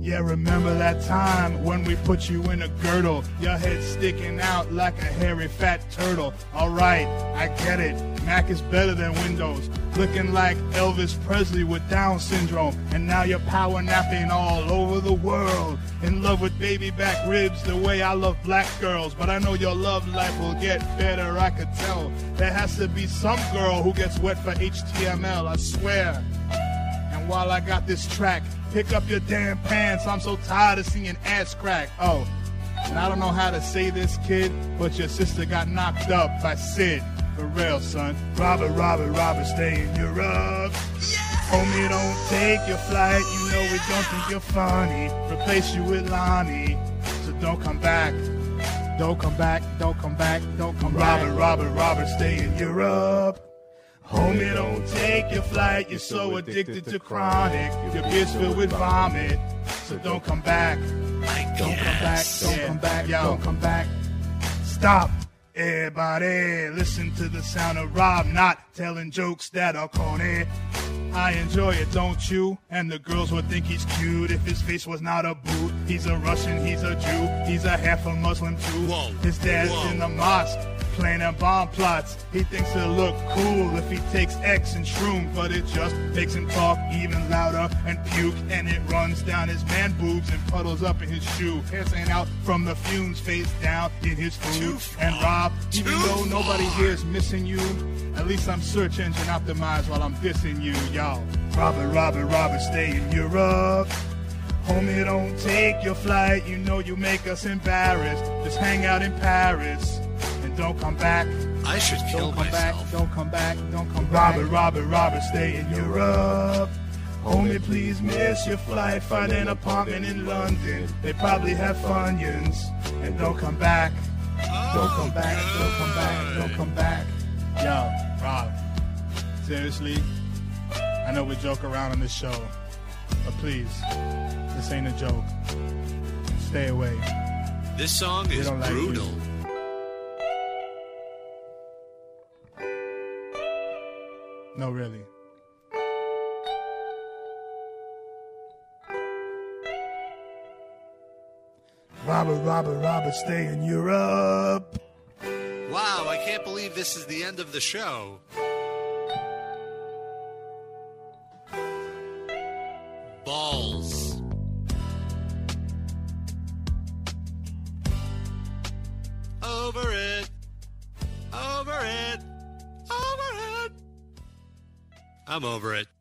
Speaker 15: Yeah, remember that time when we put you in a girdle, your head sticking out like a hairy fat turtle. Alright, I get it. Mac is better than Windows. Looking like Elvis Presley with Down syndrome. And now you're power napping all over the world. In love with baby back ribs the way I love black girls. But I know your love life will get better, I could tell. There has to be some girl who gets wet for HTML, I swear. And while I got this track, pick up your damn pants. I'm so tired of seeing ass crack. Oh, and I don't know how to say this, kid, but your sister got knocked up by Sid. For real, son. Robert, Robert, Robert, stay in Europe. Homie, don't take your flight. You know we don't think you're funny. Replace you with Lonnie. So don't come back. Don't come back. Don't come back. Don't come back. Robert, Robert, Robert, stay in Europe. Homie, don't take your flight. You're so addicted to chronic. Your beer's filled with vomit. So don't come back. Don't come back. Don't come back. Don't come back. Stop. Everybody, listen to the sound of Rob not telling jokes that are corny. I enjoy it, don't you? And the girls would think he's cute if his face was not a boot. He's a Russian, he's a Jew, he's a half a Muslim too. His dad's in the mosque, planning bomb plots. He thinks it'll look cool if he takes X and shroom, but it just makes him talk even louder and puke, and it runs down his man boobs and puddles up in his shoe, pissing out from the fumes face down in his food. And Rob, even though nobody here is missing you, at least I'm search engine optimized while I'm dissing you, y'all. Robin, Robin, Robin, stay in Europe. Homie, don't take your flight. You know you make us embarrassed. Just hang out in Paris and don't come back.
Speaker 11: I should kill
Speaker 15: don't come
Speaker 11: myself.
Speaker 15: back. Don't come back. Don't come back. Robin, Robin, Robin, stay in Europe. Homie, please miss your flight. Find an apartment in London. They probably have funyuns and don't come back. Don't come back. Don't come back. Don't come back. Yo, Rob. Seriously, I know we joke around on this show, but please, this ain't a joke. Stay away.
Speaker 11: This song
Speaker 15: We
Speaker 11: is
Speaker 15: don't like you.
Speaker 11: brutal.
Speaker 15: No, really. Robert, Robert, Robert, stay in Europe.
Speaker 11: Wow, I can't believe this is the end of the show. Balls. Over it. Over it. Over it. I'm over it.